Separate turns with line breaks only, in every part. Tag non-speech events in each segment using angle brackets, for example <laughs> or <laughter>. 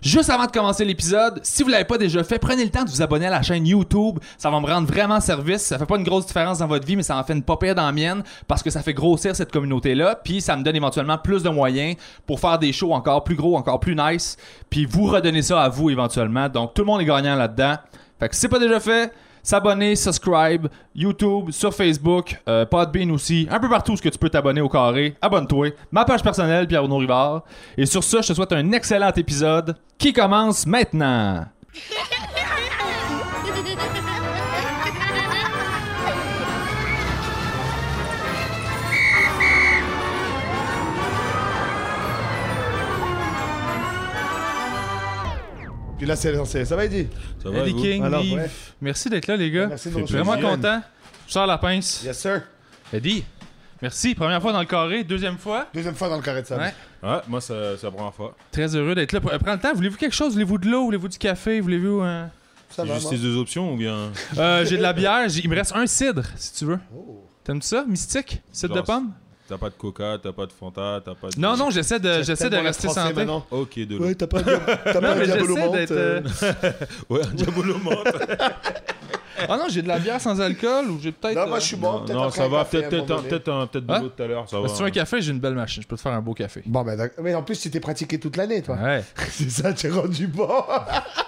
Juste avant de commencer l'épisode, si vous l'avez pas déjà fait, prenez le temps de vous abonner à la chaîne YouTube. Ça va me rendre vraiment service. Ça fait pas une grosse différence dans votre vie, mais ça en fait une pas pire dans la mienne parce que ça fait grossir cette communauté-là. Puis ça me donne éventuellement plus de moyens pour faire des shows encore plus gros, encore plus nice. Puis vous redonnez ça à vous éventuellement. Donc tout le monde est gagnant là-dedans. Fait que si c'est pas déjà fait, s'abonner, subscribe, YouTube, sur Facebook, euh, Podbean aussi, un peu partout où ce que tu peux t'abonner au carré. Abonne-toi. Ma page personnelle, Pierre Renaud Rivard. Et sur ce, je te souhaite un excellent épisode qui commence maintenant.
Puis là, c'est l'essentiel. Ça va, Eddie?
Ça va,
Eddie
vous?
King,
Alors,
Yves,
ouais.
merci d'être là, les gars.
Merci de nous
Vraiment
recevoir.
content. Je sors la pince.
Yes, sir.
Eddie, merci. Première fois dans le carré, deuxième fois.
Deuxième fois dans le carré de sable.
Ouais.
Ouais, moi, c'est c'est la première fois.
Très heureux d'être là. Pr- euh, Prends le temps. Voulez-vous quelque chose? Voulez-vous de l'eau? Voulez-vous du café? Voulez-vous... un-
Ça va,
Juste
moi.
ces deux options ou bien.
Euh, J'ai de la bière. J'ai- Il me reste un cidre, si tu veux.
Oh.
T'aimes ça? Mystique? Cidre de
Genre,
pomme?
T'as pas de coca, t'as pas de fanta, t'as pas de.
Non, non, j'essaie de, j'essaie de
Tellement
rester
français,
santé.
maintenant.
Ok, de l'eau.
Ouais, t'as pas de t'as pas
Non,
de <laughs>
mais
diabolo
j'essaie
menthe,
d'être...
euh,
<laughs> Ouais, un diabolo menthe.
euh, Ah non, j'ai de la bière sans alcool ou j'ai peut-être...
Non, moi, je
euh,
suis bon.
Non,
peut-être
non,
après
ça
un
va.
café,
Peut-être
à un moment
peut-être un-
donné.
peut-être un- peut-être de
Hein?
l'eau tout à l'heure. Ça va.
Si tu veux un café, j'ai une belle machine. Je peux te faire un beau café.
Bon, ben d'accord. Mais en plus, tu t'es pratiqué toute l'année, toi.
Ouais.
<laughs> C'est ça, t'es rendu bon.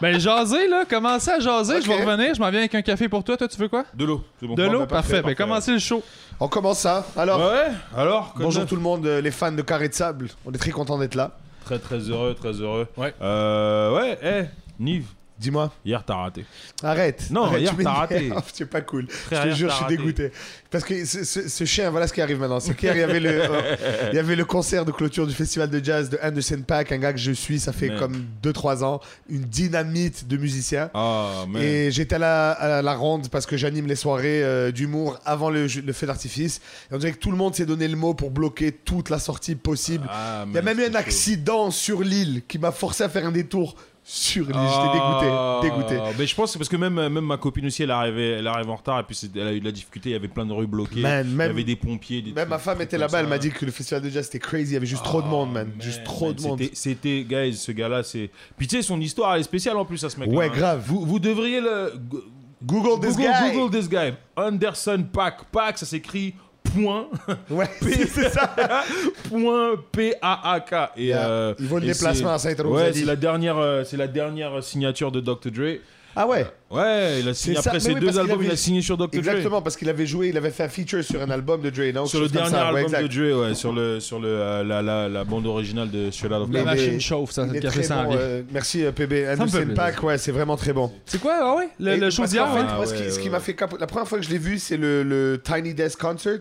Ben, jaser, là. Commencez à jaser. Je vais
Ok.
revenir. Je m'en viens avec un café pour toi. Toi, tu veux quoi?
De l'eau. c'est bon.
De
Bon,
l'eau?
ben,
Parfait. Ben,
parfait.
commencez le show.
On commence ça. Alors,
Ouais, alors. comme
bonjour
neuf.
tout le monde, euh, les fans de carré de sable. On est très contents d'être là.
Très, très heureux, très heureux.
Ouais.
Euh, ouais, hé, Nive,
Dis-moi.
hier t'as raté.
Arrête.
Non,
Arrête,
hier,
tu
t'as
<laughs> m'énerves,
raté.
C'est pas cool.
Frère,
je te
hier,
jure,
t'as
je suis
raté.
dégoûté. Parce que ce, ce- ce chien, voilà ce qui arrive maintenant. C'est qu'hier, il y avait
<laughs>
le, euh, il y avait le concert de clôture du festival de jazz de Anderson Pack, un gars que je suis, ça fait
Man.
comme 2-3 ans. Une dynamite de musiciens.
Ah, mais.
Et j'étais à la, à la ronde parce que j'anime les soirées euh, d'humour avant le, le feu d'artifice. Et on dirait que tout le monde s'est donné le mot pour bloquer toute la sortie possible.
Ah,
Il y a
man,
même eu un
c'était
accident sur l'île qui m'a forcé à faire un détour sur l'île.
Ah,
J'étais dégoûté, dégoûté.
Mais je pense que c'est parce que même, même ma copine aussi, elle est arrivée, elle est arrivée en retard et puis c'est- elle a eu de la difficulté. Il y avait plein de rues bloquées.
Man,
il y
même-
avait des pompiers. Des
Même ma
trucs,
femme
trucs
était
comme
là-bas, elle
ça.
m'a dit que le festival de jazz c'était crazy, il y avait juste trop de monde, man. Juste trop de monde.
Oh, Ah, C'était- C'était, guys, ce gars-là, c'est. Puis tu sais, son histoire, elle est spéciale en plus à ce mec-là.
Ouais,
hein.
grave.
Vous, vous devriez le. Google,
Google this guy.
Google this guy. Anderson Pack. Pack, ça s'écrit
<laughs>
point.
<laughs>
<laughs>
Ouais, c'est- c'est ça.
point P-A-A-K. Et,
Yeah.
euh,
Il vaut le
et
déplacement
c'est-
à Saint-Tropez, vous avez
Ouais,
dit.
c'est la, dernière, euh, c'est la dernière signature de Dr. Dre.
Ah ouais.
Ouais, il a signé
C'est ça,
après
mais
ses
oui, parce
deux
qu'il
albums,
avait-
il a signé sur Dr. Dre.
Exactement, parce qu'il avait joué, il avait fait un feature sur un album de Dre, non
Sur le
Quelque chose
dernier
comme ça, ouais,
album
exact.
de Dre, ouais, sur, le, sur le, euh, la, la, la bande originale de Sheila Love
Mais-
La
Love.
machine chauffe, ça,
Il
le
est
café
très
s'en
bon,
vient.
euh, merci euh, PB.
me fait
Anderson
plaisir.
Pack, ouais, c'est vraiment très bon.
C'est quoi, ah ouais? Le,
Et-
le show
parce
d'hier, hein?
qu'en
ouais.
fait,
Ah
moi, ce qui,
ouais,
ce qui
ouais.
m'a fait capo- La première fois que je l'ai vu, c'est le, le Tiny Desk Concert.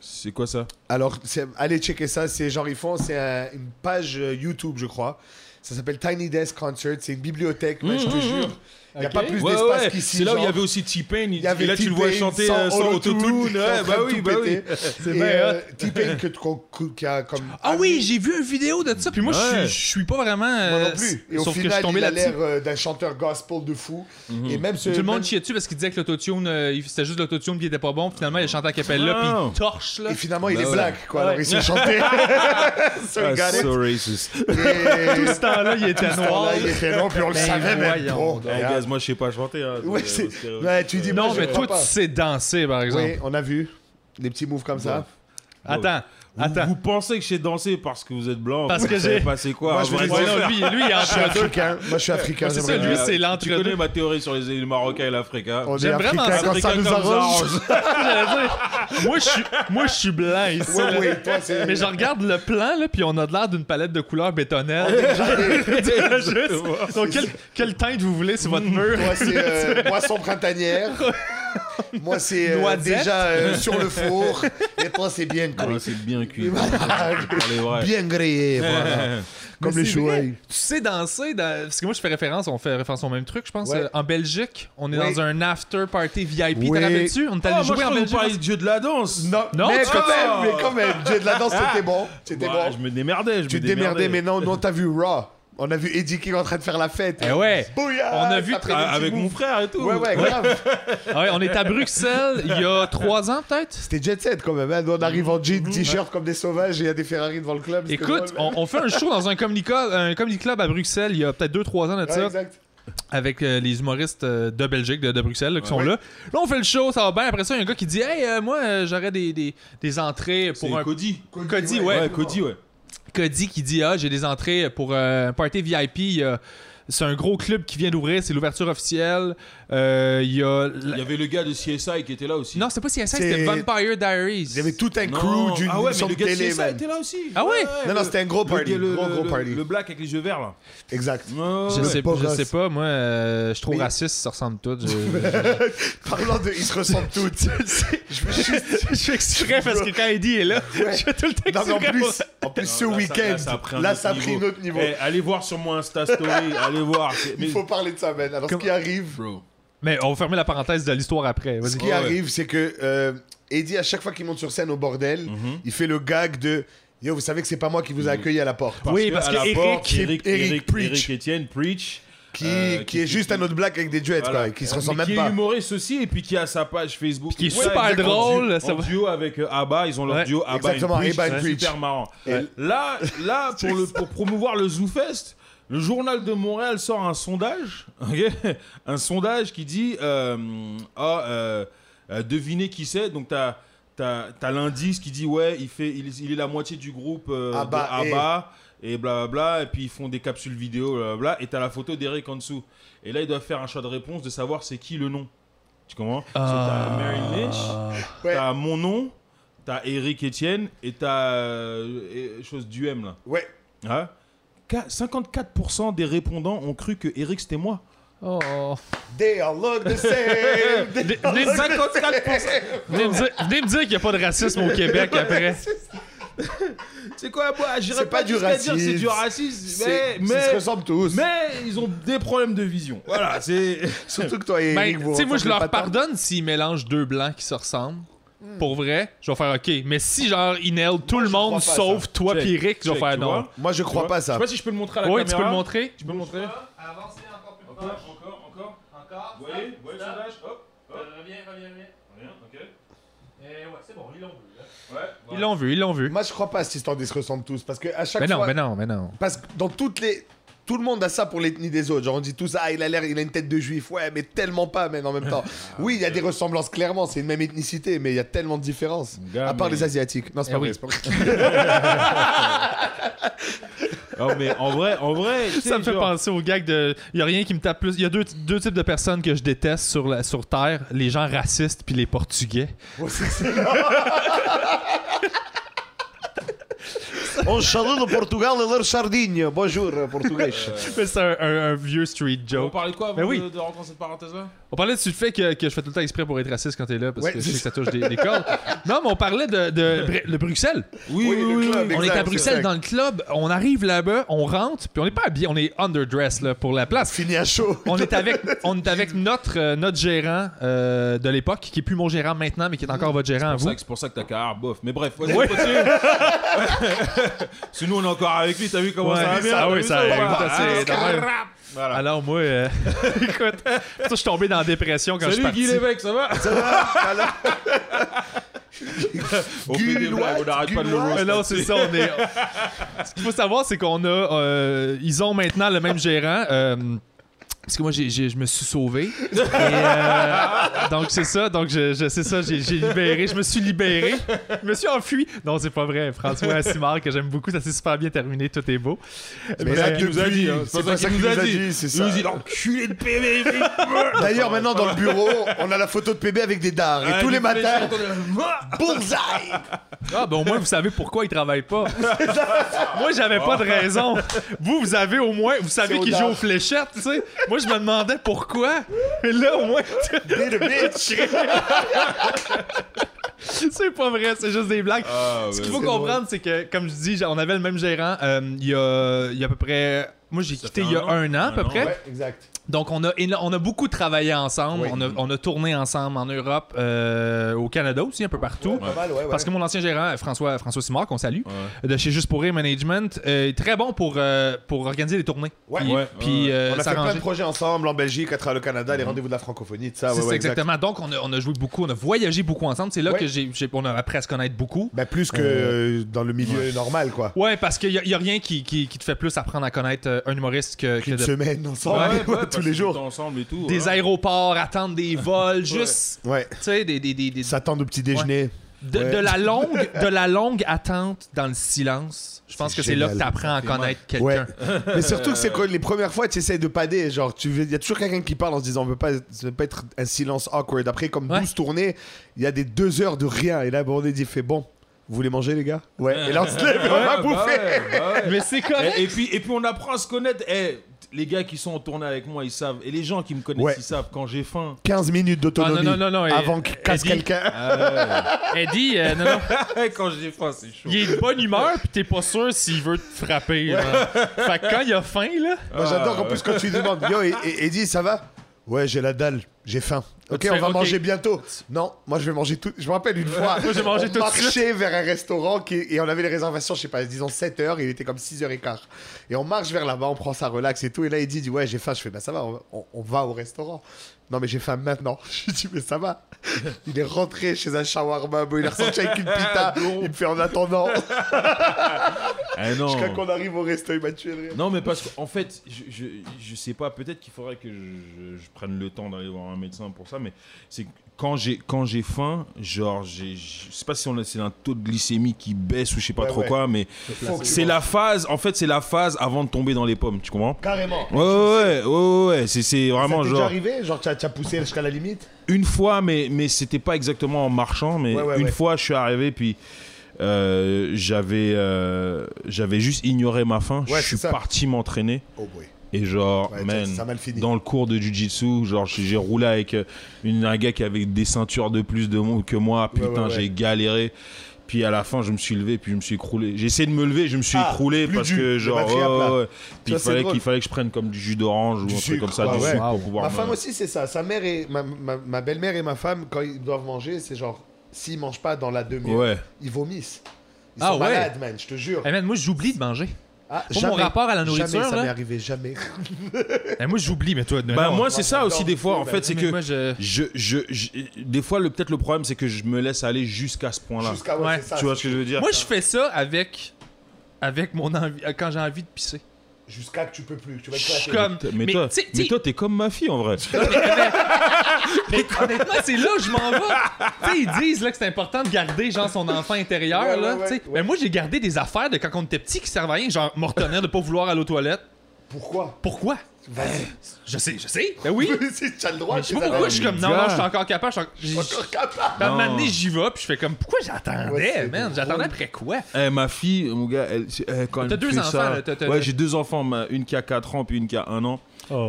C'est quoi ça
Alors, c'est- allez checker ça. C'est genre, ils font, c'est un- une page euh, YouTube, je crois. Ça s'appelle Tiny Desk Concert. C'est une bibliothèque, man, je te jure. Il n'y a
Ok.
pas plus
Mmh. Ouais,
d'espace
ouais,
qu'ici.
C'est là où il y
genre.
avait aussi T-Pain. Il...
Il y avait
et là, tu le vois
T-Pain
chanter
sans
euh, sans,
autotune,
autotune.
qui est en
Ouais,
train
bah
de
oui,
tout
bah oui.
péter. Et,
bien
euh, T-Pain que- qu'on- qu'on- qui a comme.
Ah oui, j'ai vu une vidéo de ça, puis moi, je
Ouais.
suis- je suis pas vraiment. euh,
Moi non plus. Et au
sauf que je
final,
suis tombé
il a
là-dessus.
l'air euh, d'un chanteur gospel de fou. Et même ce.
Tout le
même-
monde chiait dessus parce qu'il disait que l'autotune, euh, il- c'était juste l'autotune qui était pas bon. Finalement, il a chanté à Capella,
Non.
puis il torche, là.
Et finalement, il
Bah
est
ouais.
black, quoi.
Ouais.
Alors, il sait chanter. <laughs> so he
Ah,
got it.
so
<laughs>
racist.
Et-
Tout ce temps-là, il était noir.
Là, il était long, puis on le
Ben,
savait même
voyons
pas.
Ah, guys, moi, je sais pas chanter. hein.
Ouais,
Euh,
c'est-
au stéréotype,
ouais, tu
euh,
dis-
Non,
Moi, je
mais
comprends
toi,
pas.
tu sais danser, par exemple.
Oui, on a vu des petits moves comme ça.
Attends,
Vous-
attends.
Vous pensez que je sais danser parce que vous êtes blanc.
Parce
vous
que
savez
j'ai-
pas c'est quoi.
Moi, je
un
vais
vrai
Ouais,
dire-
non,
surfeur.
lui, lui, il est
Je suis
entre deux.
africain. Moi, je suis africain.
Ah, c'est ça,
j'aimerais
lui,
bien.
c'est
euh, Tu
l'entre-deux.
connais ma théorie sur les îles marocains et l'Afrique. hein
On est
J'aime
africain
vraiment ça.
quand ça
Africain
nous
comme ça
arrange.
arrange.
J'allais dire, moi, je suis, moi, je suis blanc ici.
Ouais,
là.
ouais, toi, c'est-
Mais je regarde le plan, là, puis on a de l'air d'une palette de couleurs bétonnelles. <laughs> Juste, donc, quelle, quelle teinte vous voulez sur votre mur?
<laughs> Moi, c'est euh, moisson printanière. Moi, c'est euh,
Noisette.
déjà euh, sur le four. Et toi, c'est bien
Ah,
cuit.
C'est bien
<laughs>
cuit. Allez, ouais.
bien grillé, voilà. Comme
Mais
les
c'est vrai,
chouailles.
Tu sais danser, dans- parce que moi je fais référence, on fait référence au même truc, je pense.
Ouais.
Euh, en Belgique, on est
Oui.
dans un after party VIP,
Oui.
t'as rappelles-tu? On est allé
Ah, moi,
jouer
je
en
crois que vous
Belgique.
parliez de Dieu de la danse.
Non,
Non,
mais,
tu
quand
vois-
même, mais quand même, Dieu de la danse, c'était bon. C'était
Bah,
bon.
Je me démerdais. Je
Tu
me
te démerdais, mais non, non, t'as vu Raw. On a vu Eddie King en train de faire la fête.
Eh ouais.
Bouillard,
On a vu-
après des petits
Avec mon
moves.
frère et tout.
Ouais, ouais, grave.
Ah ouais, on est à Bruxelles il y a trois ans peut-être.
C'était jet set quand même. hein. Nous, on arrive en jean, t-shirt comme des sauvages et il y a des Ferrari devant le club. c'était
Écoute,
drôle.
on, on fait un show dans un comedy club, un comedy club à Bruxelles il y a peut-être 2-3 ans de
Ouais,
ça,
exact.
avec euh, les humoristes euh, de Belgique, de, de Bruxelles là, qui sont
Ouais.
là. Là, on fait le show, ça va bien. Après ça, il y a un gars qui dit Hey, euh, moi, euh, j'aurais des, des, des entrées
Pour
pour un
Cody.
Cody, ouais.
Ouais, Cody, ouais.
Cody qui dit Ah, j'ai des entrées pour euh, un party VIP. il y a- C'est un gros club qui vient d'ouvrir, c'est l'ouverture officielle. Euh, Il y a.
Il y avait le gars de CSI qui était là aussi.
Non, c'était pas CSI,
C'est-
c'était Vampire Diaries.
Ils avaient tout un
Non.
crew d'une
Ah ouais, mais
sorte
le
de
gars de
télé,
CSI
man.
était là aussi.
Ah ouais?
Non, non, c'était un gros
Le-
party.
le-
gros, gros
le-
party.
Le black avec les yeux verts, là.
Exact.
Je
Le
sais,
beau
je
gosse.
sais pas, moi, euh, je suis trop
Mais-
raciste, ça ressemble tout.
<laughs>
Je,
Parlant de. Ils se ressemblent toutes.
<laughs>
Je veux juste.
je suis exprès parce que quand Eddie est là, je fais tout le temps
Non, mais en plus, en plus
Non,
ce
là, ça- là, ça a
week-end,
pris un
là,
autre
ça a pris
niveau.
un autre niveau.
Eh, allez voir sur mon Insta Story, allez voir. C'est-
Il
mais-
faut parler de ça, man. Alors, ce qui arrive,
Bro.
Mais on va fermer la parenthèse de l'histoire après.
ce
Vas-y.
qui
Ouais, ouais.
arrive, c'est que euh, Eddie, à chaque fois qu'il monte sur scène au bordel,
Mhm.
il fait le gag de Yo, vous savez que c'est pas moi qui vous ai
Mm.
accueilli à la porte.
Oui, parce
à
que
la
Eric-
porte, Eric,
Eric Preach.
Eric Etienne Preach.
Qui,
Euh,
qui est juste un autre black avec des duets,
Voilà.
quoi, et euh, qui se
Mais
ressemble même
qui
pas.
est humoriste aussi et puis qui a sa page Facebook.
Puis qui est
Ouais,
super
exactement,
drôle,
en duo-
ça
en
va.
duo avec euh, Abba, ils ont leur
Ouais.
duo Abba
Exactement,
and
Abba and
Preach, c'est
Preach.
super marrant.
Ouais.
Là,
<laughs>
là pour, le, pour promouvoir le ZooFest, le journal de Montréal sort un sondage, <laughs> ok un sondage qui dit euh, ah, euh, euh, devinez qui c'est. Donc t'as t'as t'as l'indice qui dit ouais il fait il, il est la moitié du groupe euh, de
Abba et-
Abba et blablabla et puis ils font des capsules vidéo blablabla et t'as la photo d'Eric en dessous. Et là ils doivent faire un choix de réponse de savoir c'est qui le nom. Tu comprends
Ah.
Parce que T'as Mary Lynch,
Ouais.
t'as mon nom, t'as Eric Etienne et t'as euh, euh, chose du M là.
Ouais,
Hein Qua- 54% des répondants ont cru que Eric c'était moi.
Oh.
they all look the
<laughs>
same. They-
Venez me dire-
54%
venez me dire- venez me dire qu'il n'y a pas de racisme au Québec après.
<laughs> C'est quoi moi J'irais
C'est
pas,
pas du
jusqu'à dire
racisme.
c'est du racisme, mais,
C'est- Ils se
mais,
ressemblent tous.
mais ils ont des problèmes de vision. Voilà,
<laughs>
c'est.
Surtout que toi et
Ben,
Eric, vous
tu sais, moi, je
ressemblez pas
leur
tant.
pardonne s'ils mélangent deux blancs qui se ressemblent. Pour vrai, je vais faire OK. Mais si, genre, ils nailent tout le
je crois
monde
pas à
sauf toi
Check,
pis Eric, je vais
check,
faire
tu
non.
vois.
Moi, je
Tu
crois
vois
pas ça.
Je sais pas si je peux le montrer à la
Oui, tu
caméra.
peux le montrer?
Tu peux le montrer
Avancez encore plus
Encore, encore, encore.
Encore.
Vous voyez, vous voyez le sondage Hop, hop.
Reviens, reviens, reviens.
Rien, ok.
Et ouais, c'est bon, ils l'ont vu.
Ouais.
Ils l'ont vu, ils l'ont vu.
Moi, je crois pas à cette histoire des se ressemblent tous. Parce que à chaque
Mais non,
fois.
mais non, mais non.
Parce que dans toutes les. Tout le monde a ça pour l'ethnie des autres. Genre, on dit tout ça, ah, il a l'air, il a une tête de juif. Ouais, mais tellement pas, mais en même temps. Oui, il y a des ressemblances, clairement. C'est une même ethnicité, mais il y a tellement de différences.
Gars,
à part
mais-
les Asiatiques. Non, c'est
Eh
pas,
oui.
vrai, c'est pas vrai.
Oh, mais en vrai, en vrai. tu sais,
Ça me fait
genre,
penser au gag de. Il y a rien qui me tape plus. Il y a deux, deux types de personnes que je déteste sur, la, sur Terre les gens racistes puis les Portugais.
Oh, c'est excellent. On salue le Portugal et leur sardigne. Bonjour, euh, Portugais.
<laughs> Mais C'est un, un- un vieux street
On
joke.
parlait de quoi avant
Mais oui.
de, de rentrer dans cette parenthèse-là
On parlait du fait que, que je fais tout le temps exprès pour être raciste quand t'es là parce
Ouais.
que je sais que ça touche des, des <laughs> cordes. Non, mais on parlait de, de, Bru- de Bruxelles.
Oui, le club,
On est
Exact,
à Bruxelles
exact.
dans le club, on arrive là-bas, on rentre, puis on n'est pas habillé, on est underdressed là, pour la place.
<laughs> Fini à chaud.
On est avec, on est avec notre, euh, notre gérant euh, de l'époque, qui est plus mon gérant maintenant, mais qui est encore votre gérant à
C'est pour
vous.
ça que- C'est pour ça que t'as carré, bof. Mais bref, vas-y, continue. <laughs> Sinon, on est encore avec lui, t'as vu comment ça va
Ouais,
bien
ah
T'as
oui,
vu
ça
ou
arrive,
pas
ça, c'est
Ah,
de même.
carrap. Voilà.
Alors moi, euh, <laughs> écoute, ça, je suis tombé dans la dépression quand
Salut
je
Guy
suis parti.
Lévesque, ça va <laughs> On fait des
Gulois,
blagues, on n'arrête pas de le
Gulois.
Mais
roast.
non, c'est ça, on est. Ce qu'il faut savoir, c'est qu'on a, euh, ils ont maintenant le même gérant. euh, parce que moi, j'ai- j'ai- je me suis sauvé. Et, euh, donc, c'est ça. Donc, je, je- c'est ça. J'ai j'ai libéré. Je me suis libéré. Je me suis enfui. Non, c'est pas vrai. François Assimard, que j'aime beaucoup, ça s'est super bien terminé. Tout est beau.
Mais
ça
là,
Il nous a
depuis,
dit, hein.
c'est pas ça qu'il nous a dit, c'est
Il
ça.
nous a dit, l'enculé de PV <laughs>
D'ailleurs, maintenant, dans le bureau, on a la photo de PB avec des dards. Et tous les matins, <laughs> bullseye
Ah, ben au moins, vous savez pourquoi il travaille
<laughs>
pas. moi, j'avais pas de raison. Vous, vous avez au moins, vous savez
Ah. C'est
qu'il
au
joue
dard.
aux fléchettes, tu sais. Moi, je me demandais pourquoi. Mais là, au moins, <laughs>
Little bitch
c'est pas vrai, c'est juste des blagues.
Ah,
Ce qu'il faut
c'est
comprendre, c'est que, comme je dis, on avait le même gérant euh, il y, a, il y a à peu près. Moi, j'ai quitté
fait
il y a
un
un
an.
an, à peu
Un an,
près.
Ouais, exact.
Donc, on a, éno- on a beaucoup travaillé ensemble.
Oui.
On, a, on a tourné ensemble en Europe, euh, au Canada aussi, un peu partout.
Pas mal, ouais, ouais.
Parce que mon ancien gérant, euh, François, François Simard, qu'on salue,
Ouais.
de chez Juste pour Rire Management, euh, est très bon pour, euh, pour organiser les tournées.
Ouais.
Puis,
Ouais.
puis,
Ouais.
euh,
on a fait plein
s'arranger.
de projets ensemble en Belgique, à travers le Canada, les rendez-vous de la francophonie, tout ça.
C'est
ouais,
ça,
ouais, exact.
exactement. Donc, on a, on a joué beaucoup, on a voyagé beaucoup ensemble. C'est là
Ouais.
que j'ai, j'ai- on a appris à se connaître beaucoup.
Ben, plus que euh, dans le milieu normal, quoi.
Ouais, parce qu'il n'y a, rien qui, qui- qui te fait plus apprendre à connaître euh, un humoriste que, que
Une
de-
semaine ensemble, <laughs> ouais,
ouais,
tous
passer
les
du temps
jours.
ensemble et tout. hein.
des
ouais.
aéroports, attendre des vols, juste
Ouais.
tu sais, des, des- des- des-
S'attendre au petit déjeuner.
de,
Ouais.
de
<laughs>
la longue, de la longue attente dans le silence. Je pense
C'est
que c'est là que tu
génial.
apprends à connaître
Ouais.
quelqu'un.
Mais surtout que c'est quand les premières fois, tu essayes de pader. Genre, tu il y a toujours quelqu'un qui parle en se disant, on peut pas, ça peut pas être un silence awkward. Après, comme
Ouais.
12 tournées, il y a des deux heures de rien. Et là, bon, on est dit, fait bon, vous voulez manger, les gars Ouais. Et là, on se lève et on
Ouais,
va
bah
bouffer.
ouais, bah ouais.
Mais c'est correct.
Et, et puis, et puis on apprend à se connaître. Eh, les gars qui sont en tournée avec moi, ils savent. Et les gens qui me connaissent,
Ouais.
ils savent quand j'ai <laughs> faim.
15 minutes d'autonomie
Ah, non, non, non, non, et-
avant qu'il casse
Eddie-
quelqu'un. Eh,
<laughs> Eddie, euh, non, non,
quand j'ai faim, c'est chaud.
il est de bonne humeur, puis t'es pas sûr s'il veut te frapper. là. Fait que quand il a faim, là,
Moi, j'adore
Ah,
qu'en plus, quand tu lui
<laughs>
demandes, yo, et, et- Eddie, ça va Ouais, j'ai la dalle, j'ai faim. Ok,
Tu
on
fais,
va
ok.
manger bientôt. Non, moi je vais manger tout. Je me rappelle une fois,
Moi, j'ai mangé
on
tout de
marchait vers un restaurant qui... et on avait les réservations, je sais pas, disons 7h, il était comme 6h15. Et on marche vers là-bas, on prend sa relax et tout. Et là, Eddie dit, ouais, j'ai faim. Je fais, bah ça va, on, on- on va au restaurant. Non, mais j'ai faim maintenant. <laughs> Je dis, mais ça va. Il est rentré chez un shawarma, bon, il est ressorti avec
<laughs>
une
Ah,
pita. il me fait en attendant.
Oh.
Ah non.
Jusqu'à qu'on arrive au resto, il m'a tué le rire.
Non, mais parce qu'en fait, je, je, je sais pas, peut-être qu'il faudrait que je, je- je prenne le temps d'aller voir un médecin pour ça, mais c'est que quand j'ai quand j'ai faim, genre, j'ai- je sais pas si on a- c'est un taux de glycémie qui baisse ou je sais pas
Ouais,
trop
ouais.
quoi, mais
Faut que tu
c'est
manges.
la phase, en fait, c'est la phase avant de tomber dans les pommes, tu comprends
Carrément.
Ouais, ouais, ouais, ouais, ouais, c'est- c'est vraiment
ça t'est déjà
genre.
arrivé Ah, Genre, t'as t'as poussé jusqu'à la limite
Une fois, mais, mais c'était pas exactement en marchant, mais
Ouais, ouais,
une
ouais.
fois, je suis arrivé, puis euh, j'avais euh, j'avais juste ignoré ma faim.
Ouais,
je suis
c'est ça.
parti m'entraîner.
Oh boy.
Et genre,
Ouais,
man,
ça- ça a mal fini.
dans le cours de jujitsu, genre j'ai j'ai roulé avec euh, une, un gars qui avait des ceintures de plus de monde que moi.
Ouais,
Putain,
ouais, ouais.
j'ai galéré. Puis à la fin, je me suis levé, puis je me suis écroulé. J'ai essayé de me lever, je me suis
Ah,
écroulé
plus
parce
du-
que
le
genre,
batterie à
ouais,
plat.
ouais, ouais. puis
Ça,
il
c'est
fallait
drôle.
qu'il fallait que je prenne comme du jus d'orange ou un
Du
truc
sucre,
comme ça,
ouais,
du
ouais.
sucre pour
Wow.
pouvoir.
Ma
me-
femme aussi, c'est ça. Sa mère et ma, ma- ma belle-mère et ma femme, quand ils doivent manger, c'est genre, s'ils mangent pas dans la demi-heure,
Ouais.
ils vomissent. Ils
Ah
sont
ouais.
malades, man, je te jure.
Eh, man, moi j'oublie de manger.
Ah,
Pour mon rapport à la nourriture,
jamais, ça
là.
m'est arrivé, <laughs> jamais.
Eh, moi j'oublie, mais toi, non,
Bah
non.
moi, c'est ça
j'adore bah,
aussi des fois. En
bouffer,
fait, c'est
Mais
que
moi, je-
je, je, je- des fois, le- peut-être le problème, c'est que je me laisse aller jusqu'à ce point-là.
Jusqu'à ouais,
Ouais.
c'est ça.
Tu vois ce que je veux dire
Moi, je fais ça avec, avec mon envie, euh, quand j'ai envie de pisser.
Jusqu'à que tu peux plus, que tu vas
Je suis
éclater.
comme.
Mais, toi,
tu sais-
mais
tu-
toi, t'es comme ma fille en
<laughs>
vrai.
mais honnêtement, c'est là que je m'en vais. tu sais, ils disent là, que c'est important de garder genre son enfant intérieur.
Ouais,
là,
ouais, ouais,
tu sais.
ouais.
Mais moi, j'ai gardé des affaires de quand on était petit qui servaient à rien, genre me retenir de pas vouloir aller aux toilettes.
Pourquoi
Pourquoi
Vas-y.
Je sais, je sais. Ben oui.
<laughs> si tu as le droit,
Mais je sais
tu
pas
les
pourquoi
avais.
je suis comme non, non, je suis encore capable. Je suis encore...
Encore capable.
Ben, à un moment
Non.
donné, j'y vais, puis je fais comme pourquoi
Ouais,
j'attendais,
c'est
man
drôle.
J'attendais après quoi
Eh, ma fille, mon gars, elle, c'est- elle, quand elle
T'as
me
deux
fait
enfants,
ça-
là, t'as- t'as-
ouais,
t'as- Oh.
j'ai deux enfants, ma- une qui a 4 ans, puis une qui a 1 an.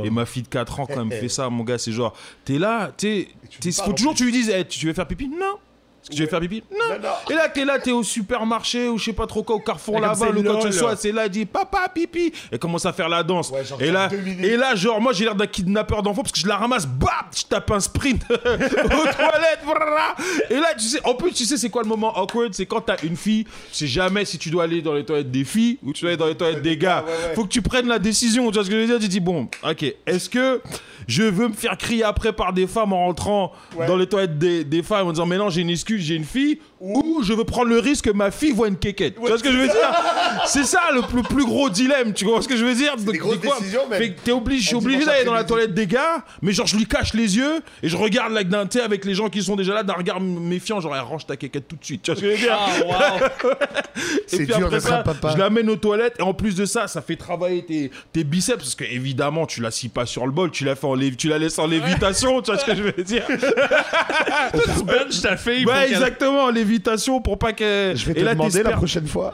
Et ma fille de 4 ans, quand elle me fait ça, mon gars, c'est genre, t'es là, t'es.
Eh, tu
t'es-
me parles,
Faut
en
toujours que tu lui dises, Eh, tu tu veux faire pipi Non. Est-ce que tu veux faire pipi Non.
Non, non.
Et là, t'es là, t'es au supermarché ou je sais pas trop quoi, au carrefour
Mais comme
là-bas,
c'est
ou quand
lol,
tu
là.
sois, c'est là, elle dit papa, pipi. Elle commence à faire la danse.
Ouais, genre,
et,
genre
là,
deux minutes.
et là, genre, moi j'ai l'air d'un kidnappeur d'enfants parce que je la ramasse, bam, je tape un sprint <laughs> aux toilettes. brrra. Et là, tu sais, en plus, tu sais, c'est quoi le moment awkward C'est quand t'as une fille, tu sais jamais si tu dois aller dans les toilettes des filles ou tu dois aller dans les toilettes des gars.
ouais, ouais.
Faut que tu prennes la décision, tu vois ce que je veux dire Tu dis, bon, ok, est-ce que je veux me faire crier après par des femmes en rentrant
Ouais.
dans les toilettes des, des femmes en disant, mais non, j'ai une excuse, j'ai une fille, ou je veux prendre le risque que ma fille voit une quéquette. Tu vois ce que je veux dire C'est ça le plus, plus gros dilemme, tu vois ce que je veux dire Donc,
grosses
dis quoi
décisions, mais-
Fait que t'es obligé, je suis
Un
obligé
dimanche
d'aller dans la
après-midi.
toilette des gars, mais genre je lui cache les yeux et je regarde là, d'un thé avec les gens qui sont déjà là, d'un regard méfiant, genre, Eh, range ta quéquette tout de suite. Tu vois ce que je veux dire
Ah, wow.
et
C'est
puis
dur
après
d'être
ça,
un papa.
Je l'amène aux toilettes et en plus de ça, ça fait travailler tes, tes biceps parce que évidemment tu la scies pas sur le bol, tu la fais en lé- tu la laisses en lévitation, tu vois ce que je veux
<laughs>
dire
Toi, <laughs> tu benches ta fille. pour
Ouais,
qu'elle-
exactement, en lévitation pour pas que
Je vais te
et là,
demander la
t'espères-
prochaine <laughs> fois.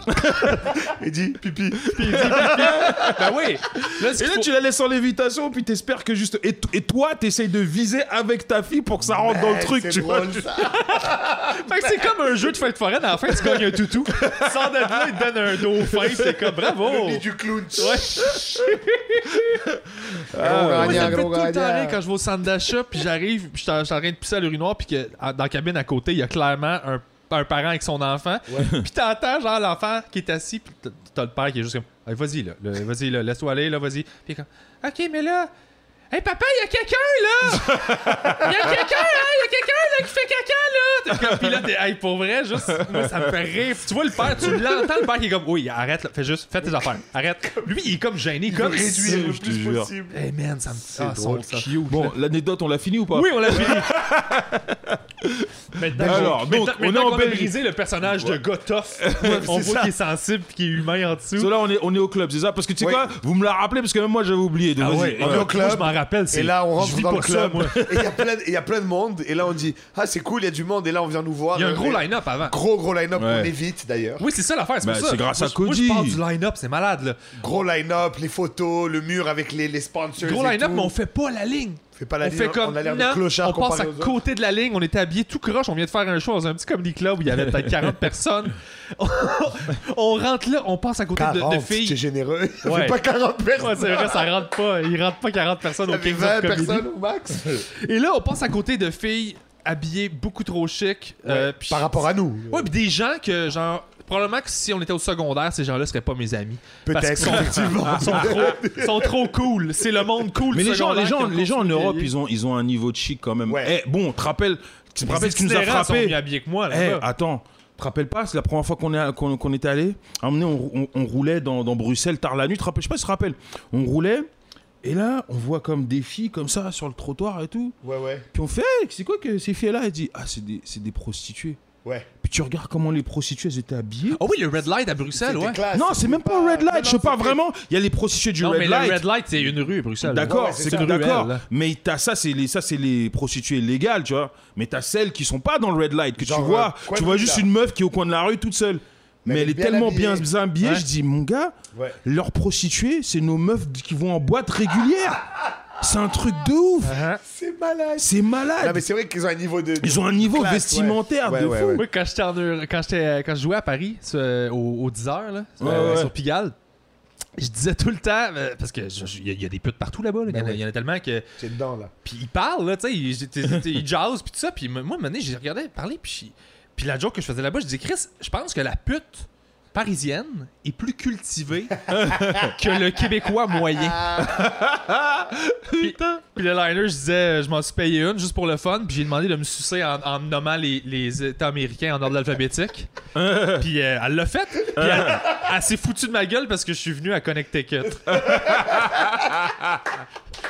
Eddie, pipi.
Ben oui. Là, ce
Et
qu'il
là,
faut-
tu la laisses en lévitation, puis t'espères que juste. Et, t- et toi, t'essayes de viser avec ta fille pour que ça rentre dans le
Eh,
truc,
c'est
tu vois.
drôle, ça.
Fait que c'est comme un jeu de fête foraine, à la fin tu gagnes un toutou. Sans
Oh. <laughs>
d'être là, il te donne un dauphin, c'est comme bravo.
Le nez du clown. Gros
Moi, ça
gagnant,
me fait
gros
tout le temps
gagnant.
rire quand je vais au centre d'achat, puis j'arrive, puis je suis en je suis en train de pisser à l'urinoir, puis que à- dans la cabine à côté, il y a clairement un, un parent avec son enfant. <laughs> Puis t'entends, genre, l'enfant qui est assis, puis t'as- t'as le père qui est juste comme Hey, Vas-y, là, là, vas-y, là, laisse-toi aller, là, vas-y. Puis il est comme Ok, mais là. Hey papa, il y a quelqu'un là! Il y a quelqu'un, hein! Il y a quelqu'un là qui fait caca là! T'es comme, pis là, t'es, hey, pour vrai, juste, moi, ça me fait rire. Tu vois le père, tu l'entends, le père qui est comme, oui, arrête là, fais juste, fais tes affaires, arrête. Lui, il est comme gêné, comme.
Réduire le
je te
plus
jure.
possible.
Hey man, ça me ah,
drôle,
son
ça.
cute, là.
Bon, l'anecdote, on l'a fini ou pas
Oui, on l'a fini.
<laughs>
maintenant,
Alors,
qu'on-
donc,
maintenant-
on est
maintenant
en
qu'on a
Belgique.
brisé le personnage de
<laughs>
Gotoff. on voit
c'est ça.
qu'il est sensible et qu'il est humain en dessous.
So, là, on est, on est au club, c'est ça Parce que tu sais
Oui.
quoi Vous me la rappelez parce que même moi j'avais oublié. Donc, vas-y.
Ah
Ah,
ouais,
on est au
Moi,
club.
je m'en rappelle. c'est-
Et là, on
je
rentre
vis
dans le
pas ça,
club.
moi.
et il y a plein de- il y a plein de monde. Et là, on dit Ah, c'est cool, il y a du monde. Et là, on vient nous voir.
Il y a un
Euh,
gros
et-
line-up avant.
Gros, gros line-up.
Ouais.
On évite d'ailleurs.
Oui, c'est ça l'affaire, c'est
Ben,
pour ça.
c'est grâce
Moi,
à
je- moi, je
Cody.
parle du line-up, c'est malade, là.
Gros line-up, les photos, le mur avec les, les sponsors.
Gros
et
line-up,
tout.
mais on fait pas la ligne.
Fait pas la
on
ligne,
fait comme
on a l'air
non,
de clochard
on passe à
comparé aux autres.
côté de la ligne, on était habillés tout croche, on vient de faire un show dans un petit comedy club où il y avait
<laughs>
peut-être 40 personnes. <laughs> On, on rentre là, on passe à côté de- de,
40,
filles.
c'est généreux. Ça
Ouais.
fait pas 40 personnes.
Ouais, c'est vrai, ça rentre pas. Il rentre pas 40 personnes au
Ça fait
Kings
20
of Comedy.
personnes
<laughs>
au max.
Et là, on passe à côté de filles habillées beaucoup trop chic. euh, puis-
Par rapport à nous.
Ouais, puis des gens que, genre, probablement que si on était au secondaire, ces gens-là seraient pas mes amis. Parce qu'ils
Peut-être,
sont- <laughs>
effectivement.
sont Ah, trop, sont trop cool. C'est le monde cool.
Mais
du
les gens,
secondaire
les gens,
qui aiment
les gens en
consommer
Europe,
des-
ils ont, ils ont un niveau de chic quand même.
Ouais.
Eh, bon, tu te rappelles, tu te rappelles ce qui nous a
itinérants sont mieux
frappé
habillés que moi,
Eh,
là-bas.
attends. Tu te rappelles pas, c'est la première fois qu'on est- qu'on qu'on était allé. À un moment donné, on, on- on roulait dans, dans Bruxelles tard la nuit. Tu te rappelles- Je sais pas si tu te rappelles. On roulait et là, on voit comme des filles comme ça sur le trottoir et tout.
Ouais, ouais.
Puis on fait, Hey, c'est quoi que ces filles-là Elle dit, ah, c'est des, c'est des prostituées.
Ouais.
Puis tu regardes comment les prostituées elles étaient habillées.
Ah oui, le red light à Bruxelles,
C'était
ouais.
classe,
non, c'est
c'était
même pas red light.
Non, non,
je sais pas
c'était-
vraiment. Il y a les prostituées du
non,
red
mais
light.
le red light, c'est une rue, Bruxelles.
D'accord,
Ouais, ouais,
c'est
c'est ça.
d'accord.
Ruelle.
Mais t'as ça, c'est les, ça, c'est les prostituées légales, tu vois. Mais t'as celles qui sont pas dans le red light que
Genre,
tu vois.
euh, quoi
tu vois
de
juste
là
une meuf qui est au coin de la rue toute seule. Mais, elle est tellement bien
habillée.
bien habillée,
Ouais.
je dis mon gars,
Ouais.
leurs prostituées, c'est nos meufs qui vont en boîte régulière. C'est un truc de ouf.
Uh-huh. C'est malade.
C'est malade.
Non, mais c'est vrai qu'ils ont un niveau de.
Ils ont un niveau
classe, ouais.
vestimentaire
Ouais,
de
ouais,
fou.
ouais.
Moi, quand j'étais en Eur- quand j'étais euh, quand je jouais à Paris ce- au, au 10 heures là,
Ouais,
euh,
ouais.
sur Pigalle, je disais tout le temps euh, parce que je- je- il y, a- il y a des putes partout là-bas, là. il y en a-
Ben
il y, en a tellement que
T'es dedans, là.
puis ils parlent là, tu sais, ils j'étais- j'étais- ils jasent puis tout ça, puis moi, à un moment donné, j'ai regardé parler puis puis la joke que je faisais là-bas, je dis Chris, je pense que la pute parisienne est plus cultivée que le québécois moyen. Puis- Puis le liner, je disais, je m'en suis payé une juste pour le fun. Puis j'ai demandé de me sucer en, en nommant les, les États américains en ordre alphabétique. puis euh, elle l'a fait. Puis elle, elle s'est foutue de ma gueule parce que je suis venu à Connecticut.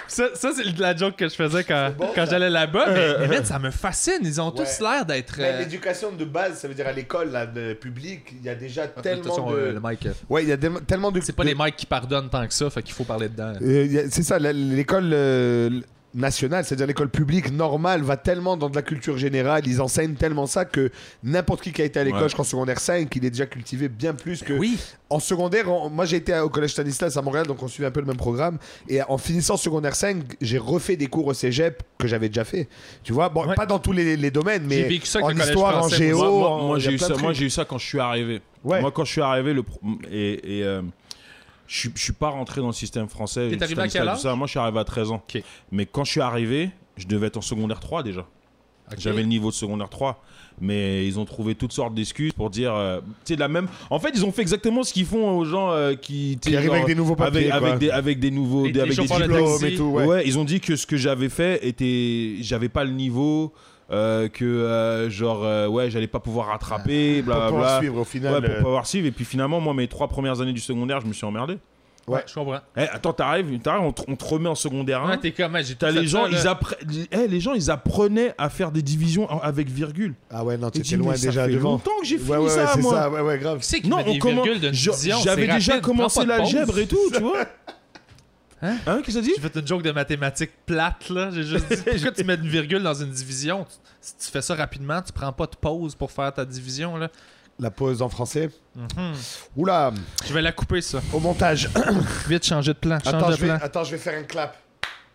ça, ça, c'est la joke que je faisais quand,
bon,
quand
ça.
j'allais là-bas. Mais, mais man, ça me fascine. Ils ont
Ouais. Ben,
tous l'air d'être.
Mais
euh,
L'éducation de base, ça veut dire à l'école, là, de publique, il y a déjà tellement
attention, euh,
de.
le mic, euh,
Ouais, il y a des- tellement de.
C'est pas les mecs qui pardonnent tant que ça, fait qu'il faut parler dedans.
Euh, y a- c'est ça, la- l'école euh, nationale, c'est-à-dire l'école publique normale, va tellement dans de la culture générale, ils enseignent tellement ça que n'importe qui qui a été à l'école,
Ouais.
je crois, en secondaire 5, il est déjà cultivé bien plus que.
Oui,
En secondaire, on- moi j'ai été à- au collège Stanislas à Montréal, donc on suivait un peu le même programme. Et en finissant secondaire 5, j'ai refait des cours au cégep que j'avais déjà fait. Tu vois, bon,
Ouais.
pas dans tous les, les domaines, mais
J'ai vécu ça avec
en
le collège
histoire, en
français, moi.
géo.
Moi, moi,
en-
moi,
il y a
j'ai eu
plein de
ça. Moi
trucs.
j'ai eu ça quand je suis arrivé.
Ouais.
Moi quand je suis arrivé le pro- et, et, euh, je suis- je suis pas rentré dans le système français.
T'es arrivé à
le système
quel
tout ça. Moi je suis arrivé à 13 ans.
Ok.
Mais quand je suis arrivé, je devais être en secondaire 3 déjà. J'avais le niveau de secondaire 3. Mais ils ont trouvé toutes sortes d'excuses pour dire. euh, tu sais, de la même. En fait, ils ont fait exactement ce qu'ils font aux gens euh, qui. tu sais,
Qui arrivent
genre,
avec des nouveaux papiers,
Avec, avec
quoi.
des, avec des nouveaux.
Des-
des-
des
avec des
chauffeurs de
diplômes.
taxi.
Diplôme et tout,
Ouais.
ouais.
ils ont dit que ce que j'avais fait était. J'avais pas le niveau. euh, que euh, genre euh, ouais j'allais pas pouvoir rattraper
Pour
bla
pouvoir
bla
suivre au final.
bah, ouais, pour
euh,
pouvoir suivre et puis finalement moi mes trois premières années du secondaire je me suis emmerdé
Ouais.
Je comprends.
Eh, attends t'arrives t'arrives on, te- on te remet en secondaire un.
Ouais, t'es comme, j'ai
Hein? T'as
tout
les
fait
gens,
ça, là.
ils appre- eh, les gens, ils apprenaient à faire des divisions en- avec virgule.
Ah ouais, non,
Et
t'étais
dis,
loin
mais ça
déjà
fait
devant.
longtemps que j'ai fini
ouais, ouais,
ça,
c'est
moi.
ça, ouais, ouais, grave.
Qui c'est qui
Non,
met
on
des
commence-
virgules d'une
je-
division?
J'avais
C'est
déjà
rapide,
commencé
prends pas de pause.
l'algèbre et tout,
<laughs>
tu vois.
Hein
Hein, qu'est-ce que ça dit
J'ai fait une joke de mathématiques plate, là. J'ai juste
<laughs>
dit, pourquoi tu mets une virgule dans une division? Tu- Si tu fais ça rapidement, tu prends pas de pause pour faire ta division, là. Hmm.
La pause en français. Oula,
Je vais la couper, ça.
au montage.
Vite, changer de plan. Change
Attends,
de
je vais,
plan.
attends, je vais faire un clap.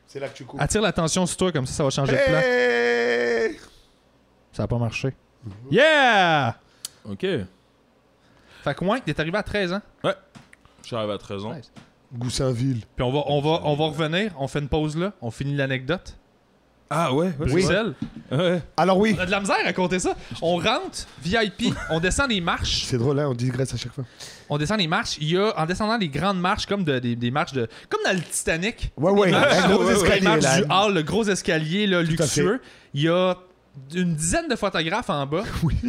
C'est là que tu coupes.
Attire l'attention sur toi, comme ça, ça va changer de plan.
Hey
Ça a pas marché.
Mmh.
Yeah!
Ok.
Fait que, ouais, t'es arrivé à 13 ans.
J'arrive à 13 ans.
Nice.
Goussainville.
Puis on va, on, va, on va revenir, on fait une pause là, on finit l'anecdote.
Ah ouais, ouais,
Oui.
c'est vrai.
Celle.
Ouais.
Alors oui,
On a de la misère à compter ça. On rentre, VIP, on descend les marches.
c'est drôle, hein, on digresse à chaque fois.
On descend les marches. Il y a, en descendant les grandes marches, comme de- des, des marches de. Comme dans le Titanic.
Ouais, ouais, un gros
Les
escalier
marches
là.
du hall, le gros escalier là,
Tout à fait.
luxueux. Il y a une dizaine de photographes en
<laughs>
bas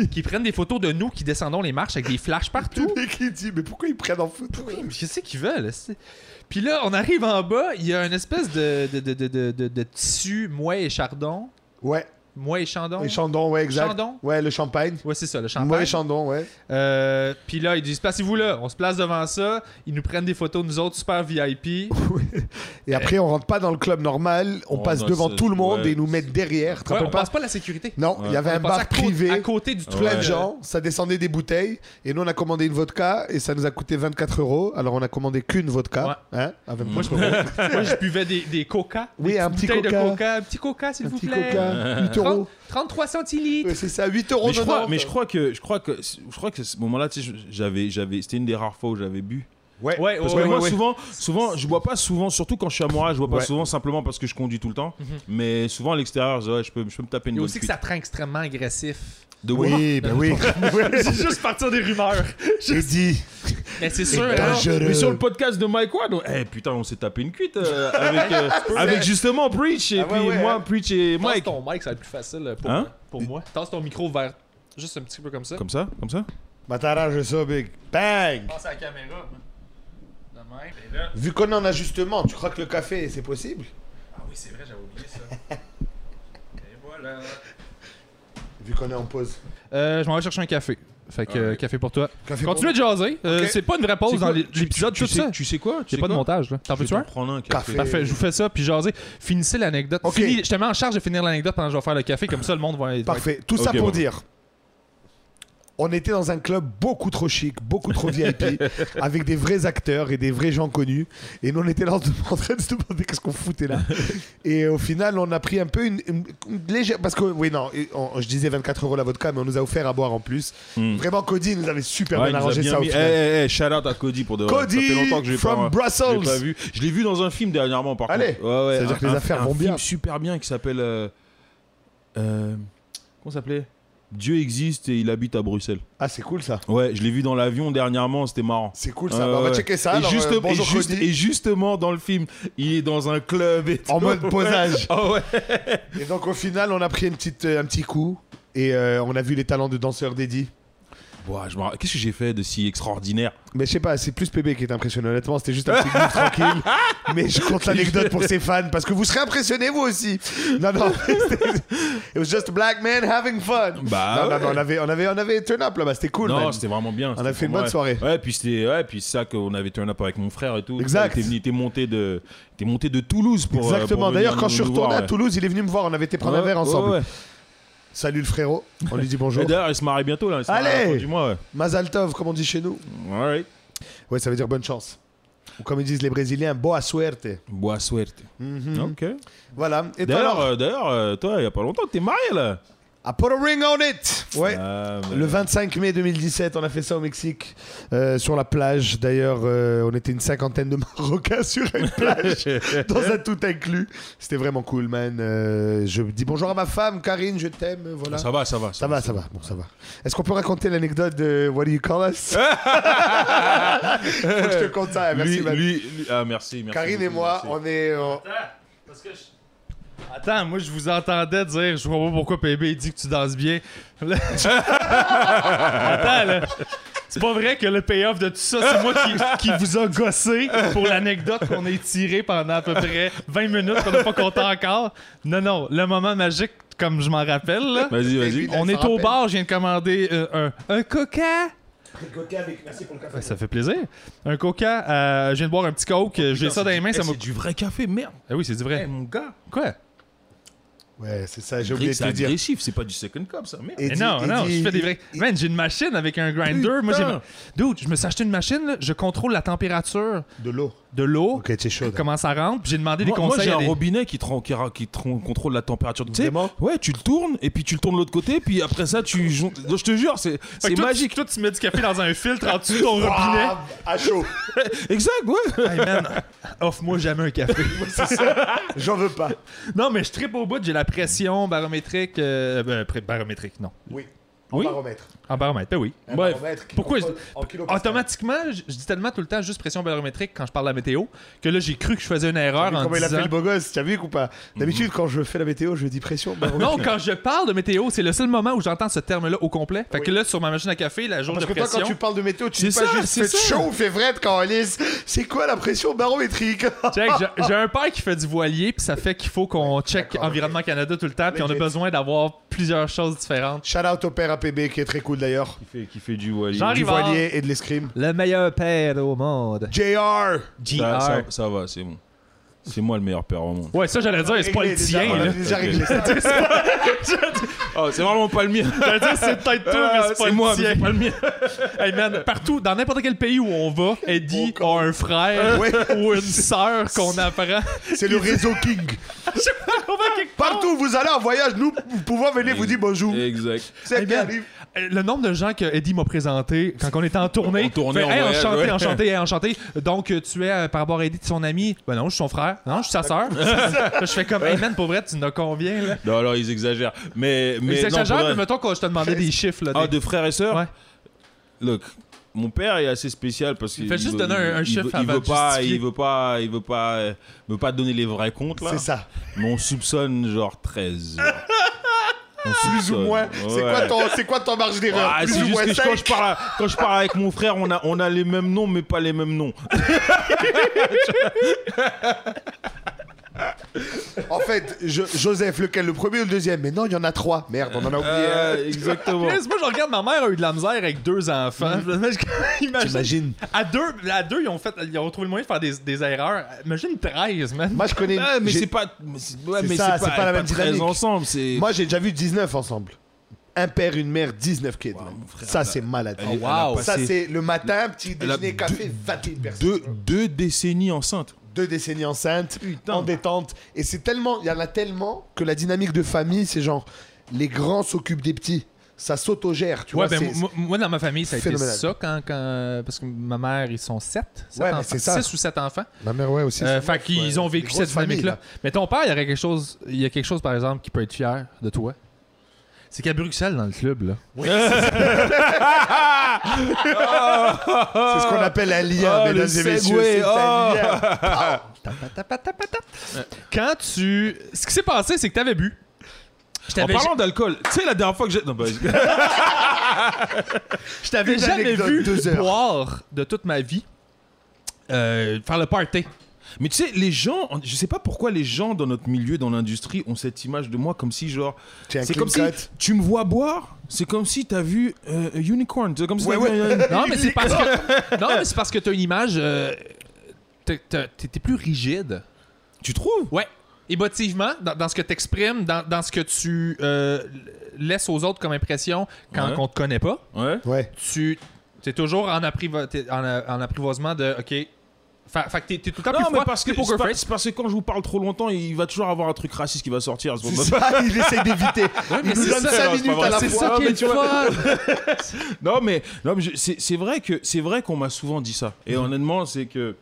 qui prennent des photos de nous qui descendons les marches avec des flashs partout.
Et qui dit, mais pourquoi ils prennent en photo
Mais Qu'est-ce qu'ils veulent? c'est- Puis là, on arrive en bas, il y a une espèce de, de, de, de, de, de- de tissu mois et chardon.
Ouais,
Mois et chandon.
et Chandon, ouais, exact.
Chandon?
Ouais, le champagne.
ouais, c'est ça, le champagne.
Moi et Chandon, ouais.
Euh, Puis là, ils disent Placez-vous là, on se place devant ça. Ils nous prennent des photos, de nous autres, super VIP.
Et après, on rentre pas dans le club normal, on,
On
passe
dans
devant
ce-
tout le monde
ouais.
et ils nous mettent derrière. tu te
Ouais, on
rappelles pas
passe pas à la sécurité.
Non, il y avait
On
un
passe à
bar
cô-
privé.
à côté du truc.
plein
Ouais.
de gens, ça descendait des bouteilles, et nous on a commandé une vodka, et ça nous a coûté 24 euros, alors on a commandé qu'une vodka, hein, à 24
Moi, je buvais, moi, je buvais des, des coca.
Oui,
des
un
petites
petit
bouteilles
Coca.
de coca. Un petit coca, s'il
Un
vous
petit
plaît.
coca, 8 euros.
30 33 centilitres.
Ouais, c'est ça, 8 euros
Mais je crois,
90.
mais je crois que, je crois que, je crois que ce moment-là, tu sais, je- j'avais, j'avais, c'était une des rares fois où j'avais bu.
Ouais,
Ouais,
Parce
ouais,
que
ouais,
moi,
ouais.
souvent, souvent, je bois pas souvent, surtout quand je suis à Montréal, je bois pas
Ouais.
souvent simplement parce que je conduis tout le temps.
Mhm.
Mais souvent à l'extérieur, je- ouais, je peux, je peux me taper une
Il y a
bonne
aussi que
cuite.
ça prend extrêmement
<laughs>
agressif.
De ouf.
Oui, ben oui. <laughs>
C'est <laughs> juste partir des rumeurs.
J'ai dit.
Mais c'est sûr.
Et
hein.
dangereux.
Mais sur le podcast de Mike Ward, on- eh putain, on s'est tapé une cuite euh,
<laughs>
avec, euh, avec justement Preach et
Ah ouais,
puis
ouais,
moi,
hein.
Preach et
Tasse
Mike.
ton mic, ça va être plus facile pour,
Hein?
pour moi. Tasse ton micro vers. Juste un petit peu comme ça.
Comme ça, comme ça.
Bah t'arranges ça, big. Bang
Passe à la caméra. De même.
Vu qu'on en a justement, tu crois que le café, c'est possible
Ah oui, c'est vrai, j'avais oublié ça. Et voilà.
Vu qu'on est en pause.
Euh, je m'en vais chercher un café. Fait que, euh, café pour toi.
Café
Continuez de jaser. Euh,
Ok.
C'est pas une vraie
C'est
pause dans
quoi-
l'é-
tu-
l'épisode,
tu-
tout
tu sais-
ça.
Tu sais quoi Tu
J'ai
sais
pas de
quoi
montage, là. T'en
Je vais
veux-tu un?
t'en prendre un café.
Café.
Parfait, je vous fais ça, puis jaser. Finissez l'anecdote.
Ok.
Fini- je te mets en charge de finir l'anecdote pendant que je vais faire le café, comme ça le monde va.
Parfait. Tout
Ok,
ça pour
bon.
dire. On était dans un club beaucoup trop chic, beaucoup trop
<laughs>
VIP, avec des vrais acteurs et des vrais gens connus. Et nous, on était là en se- en train de se demander qu'est-ce qu'on foutait
<laughs>
là. Et au final, on a pris un peu une, une- une légère. Parce que, oui, non, et on- je disais 24 euros la vodka, mais on nous a offert à boire en plus.
Hmm.
Vraiment, Cody nous avait super
Ouais, il
bien
nous a
arrangé
bien
ça au
mis-
final.
Eh, eh, eh, shout out à Cody pour de vrai.
Cody
Ça fait longtemps que j'ai
from
pas,
Brussels.
j'ai pas vu. Je l'ai vu dans un film dernièrement par
Allez.
contre. Ouais, ouais,
C'est-à-dire
un-
que les
un-
affaires
un
vont bien.
film super bien qui s'appelle euh, euh, comment ça s'appelait Dieu existe et il habite à Bruxelles.
Ah, c'est cool ça.
Ouais, je l'ai vu dans l'avion dernièrement, c'était marrant.
C'est cool ça.
Ouais,
Bah, on va
ouais.
checker ça.
Et,
alors, euh,
juste- et
bonjour,
juste-
Cody.
et justement dans le film, il est dans un club et
En
tout. <laughs>
mode posage.
Ah ouais.
Et donc au final, on a pris une petite, euh, un petit coup et euh, on a vu les talents de danseurs d'Eddie.
Ouah, je me rappelle- Qu'est-ce que j'ai fait de si extraordinaire
Mais je sais pas, c'est plus PB qui est impressionné. Honnêtement, c'était juste un petit
<laughs>
groupe tranquille. Mais je compte l'anecdote pour ses fans parce que vous serez impressionnés vous aussi. Non, non. <laughs> c'était- It was just a black man having fun. non,
Bah,
non,
ouais.
non, on avait, on avait, on avait turn up là-bas. C'était cool.
Non,
man.
c'était vraiment bien.
On a
C'était
fait une
vraiment-
bonne soirée.
Ouais, puis c'était ouais, puis c'est ça qu'on avait turn up avec mon frère et tout.
Exact.
T'es venu, t'es monté de, t'es monté de Toulouse pour. euh, pour
Exactement.
venir
D'ailleurs, quand
nous-
je suis
nous
retourné
voir,
à
ouais.
Toulouse, il est venu me voir. On avait été prendre un
Ouais,
verre ensemble.
ouais, ouais.
Salut le frérot. On lui dit bonjour.
Et D'ailleurs, il se marie bientôt là. il se marie
Allez
à la fin du mois, ouais.
Mazaltov, comme on dit chez nous.
Alright.
Ouais, ça veut dire bonne chance. Ou comme ils disent les Brésiliens, boa suerte.
Boa suerte. Ok.
Voilà. Mhm. Et toi,
D'ailleurs,
alors
euh, d'ailleurs, euh, toi, il y a pas longtemps, t'es marié là.
I put a ring on it. Ouais.
Ah, mais-
Le 25 mai 2017, on a fait ça au Mexique, euh, sur la plage. D'ailleurs, euh, on était une cinquantaine de <laughs> Marocains sur une
<laughs>
plage, dans un tout inclus. C'était vraiment cool, man. Euh, je dis bonjour à ma femme, Karine, je t'aime. Voilà.
Ça va, ça va.
Ça va, ça va, bon, ça va. Est-ce qu'on peut raconter l'anecdote de What do you call
<laughs>
us Faut que je te conte ça, hein, merci,
Lui,
man.
lui, lui- ah merci, merci.
Karine et
beaucoup,
moi,
merci.
on est. euh,
Attends, moi je vous entendais dire, je vois pas pourquoi PB il dit que tu danses bien. Là- <laughs> Attends là. C'est pas vrai que le payoff de tout ça, c'est moi qui, qui vous a gossé pour l'anecdote qu'on a étirée pendant à peu près 20 minutes, qu'on n'a pas compté encore. Non, non, le moment magique, comme je m'en rappelle, là,
Vas-y, vas-y.
Évidemment.
on
Ça
est au
rappelle.
bar, je viens de commander euh, un, un coca. Ouais, ça fait plaisir. Un coca, euh, je viens de boire un petit coke, j'ai ça dans les mains, ça
Eh,
m'a...
C'est du vrai café, merde.
Ah oui, c'est du vrai.
Eh, mon gars.
Quoi?
Ouais, c'est ça, j'ai oublié de
C'est
te le dire.
agressif, c'est pas du second cup, ça, merde.
Et
Mais
dit-
non,
et
non,
dit-
je fais des vrais. Man, j'ai une machine avec un grinder. Moi, j'ai. Dude, je me suis acheté une machine, là, je contrôle la température
De l'eau.
de l'eau,
Ok, t'es chaud.
comment ça rentre. puis J'ai demandé des
Moi, moi,
conseils.
j'ai
à
un
des-
robinet qui, tron- qui ra- qui tron- contrôle la température. Tu sais,
Vraiment
ouais, tu le tournes et puis tu le tournes de l'autre côté, puis après ça, tu. jon- Donc, Je te jure, c'est
Fait que
c'est
toi,
magique.
tu- Toi, tu mets du café dans un filtre en dessous de ton
<laughs>
robinet.
Ah, à chaud.
Exact, ouais.
Hey man, offre-moi jamais un café.
J'en veux pas.
<laughs> non, mais je tripe au bout, j'ai la pression barométrique. euh, ben, pré- barométrique, non.
Oui.
Oui.
En baromètre.
En baromètre, ben oui.
Un
Bref.
baromètre qui
Pourquoi
contrôle en kilopascal.
Automatiquement, je je dis tellement tout le temps juste pression barométrique quand je parle de la météo que là, j'ai cru que je faisais une
T'as
erreur
vu
en
Comment il a fait
disant.
le beau gosse T'as vu ou pas D'habitude, quand je fais la météo, je dis pression. baromètre.
Mm-hmm. Non, quand je parle de météo, c'est le seul moment où j'entends ce terme-là au complet. Fait que
Oui.
là, sur ma machine à café, la journée
Parce
de
que toi,
pression.
quand tu parles de météo, tu dis
C'est
pas
ça,
juste
c'est
fait
ça.
chaud, fait vrai quand on lisse. C'est quoi la pression barométrique <laughs>
Check, j'ai- j'ai un père qui fait du voilier, puis ça fait qu'il faut qu'on check
d'accord,
Environnement Canada tout le temps, puis on a
Legit.
besoin d'avoir plusieurs choses différentes.
Shout out au père APB qui est très cool d'ailleurs.
Qui fait, du voilier.
Jean
Du
Rivard.
voilier et de l'escrime.
Le meilleur père au monde.
JR
Ça,
JR.
ça- ça va, c'est bon. C'est moi le meilleur père au monde.
Ouais, ça j'allais dire, c'est pas le
Réglé, déjà,
tien.
on a
là.
déjà réglé ça.
<laughs>
Oh, c'est vraiment pas le mien.
J'allais dire, c'est peut-être toi,
Ah,
mais c'est pas
c'est
le
moi, mais
tien.
c'est pas le mien.
Hey man, partout, dans n'importe quel pays où on va, Eddie
On
a un frère
Ouais.
ou une sœur qu'on apprend.
C'est le réseau King.
Ah. On va quelque part.
Partout où vous allez en voyage, nous pouvons venir vous dire bonjour.
<laughs> Exact.
C'est
Eh
qui
bien,
arrive.
euh, Le nombre de gens que Eddie m'a présenté quand on était <laughs> en tournée.
En tournée,
fait,
en
Hey,
voyage,
enchanté,
ouais.
enchanté, hey, enchanté. Donc, euh, tu es euh, par rapport à Eddie, tu es son ami. Ben non, je suis son frère. Non, je suis sa <laughs> sœur. Là, je fais comme, hey man, pour vrai, tu n'as combien là
Non, alors ils exagèrent. Mais. mais
Mais
non,
exagère,
pour
mais
vrai.
mettons quand je te demandais des chiffres. Là,
Ah,
des-
de frères et sœurs
Ouais.
Look, mon père est assez spécial parce qu'il
fait juste donner un- un
il
chiffre
veut- il
avant
veut
de
pas,
justifier.
il veut pas, il veut pas, euh, veut pas donner les vrais comptes là.
C'est ça.
Mais on soupçonne genre
<laughs>
13. On
Plus ou
soupçonne.
moins. C'est quoi
Ouais.
ton, c'est quoi ton marge d'erreur
Ah,
Plus
c'est
ou
juste
moins
que je- quand je,
5
parle, à- quand je parle avec mon frère, on a, on a les mêmes noms, mais pas les mêmes
<laughs>
noms.
En fait, je- Joseph, lequel Le premier ou le deuxième Mais non, il y en a trois. Merde, on en a oublié. un.
Euh, exactement.
Chris, moi, je regarde, ma mère a eu de la misère avec deux enfants. <laughs> Imagine.
T'imagines
À deux, à deux ils, ont fait, ils ont trouvé le moyen de faire des, des erreurs. Imagine 13, man.
Moi, je connais.
Ah, mais
j'ai-
c'est pas, mais c'est ouais,
C'est
mais
ça,
c'est pas, la même
dynamique.
ensemble. C'est
Moi, j'ai déjà vu 19 ensemble. Un père, une mère, 19 kids.
mon frère,
ça,
elle a-
c'est malade.
elle est- elle
wow.
a
Ça,
passé
c'est le matin, petit
Elle a
déjeuner, café, 21 personnes.
deux, deux décennies enceintes.
deux décennies enceintes, en détente. Et c'est tellement, il y en a tellement que la dynamique de famille, c'est genre, les grands s'occupent des petits. Ça s'autogère, tu
Ouais,
vois.
ben,
c'est-
moi, moi, dans ma famille, ça a été
phénoménal.
ça quand, quand- Parce que ma mère, ils sont sept. sept
Ouais, mais
enfants,
c'est ça.
Six ou sept enfants.
Ma mère, ouais, aussi.
Euh,
c'est-
fait qu'ils
ouais,
ont
des
vécu
grosses
cette dynamique-là. Mais ton père, il y aurait quelque chose, il y a quelque chose, par exemple, qui peut être fier de toi. C'est qu'à Bruxelles, dans le club, là.
C'est ce qu'on appelle un lien,
Ah,
mesdames
le
et messieurs.
Segway,
c'est un lien.
Tapatapatapata. Quand tu. Ce qui s'est passé, c'est que t'avais bu. Je
En
t'avais
parlant d'alcool, tu sais la dernière fois que j'ai, non, bah,
Je t'avais
Une
jamais
anecdote,
vu
deux heures.
boire de toute ma vie. euh, faire le party.
<laughs> Mais tu sais, les gens, on- je sais pas pourquoi les gens dans notre milieu, dans l'industrie, ont cette image de moi comme si, genre,
T'es un
c'est comme si
clean cut.
tu me vois boire, c'est comme si t'as vu euh, un Unicorn, c'est comme si
Ouais,
t'as
ouais.
vu un- un-
Non, mais <laughs> c'est parce que. Non, mais c'est parce que t'as une image. euh, t'es- t'es t'es plus rigide.
Tu trouves
Ouais. Émotivement, dans, dans ce que t'exprimes, dans, dans ce que tu euh, laisses aux autres comme impression quand
Ouais.
on te connaît pas,
Ouais.
Ouais.
tu es toujours en, apprivo- t'es en, euh, en apprivoisement de. OK. Fa- Fait que t'es t'es tout le temps
Non,
plus
mais
froid.
parce que
t'es poker
Ah, c'est pas-
face.
c'est parce que quand je vous parle trop longtemps, il va toujours avoir un truc raciste qui va sortir. à ce moment-là.
C'est ça, <laughs> il essaie d'éviter.
mais
il nous
c'est
donne
ça,
5
non, c'est
minutes
pas
à la
C'est
fois.
ça qui est le fun.
Non, mais, non, mais je- c'est c'est vrai que c'est vrai qu'on m'a souvent dit ça. Et honnêtement, c'est que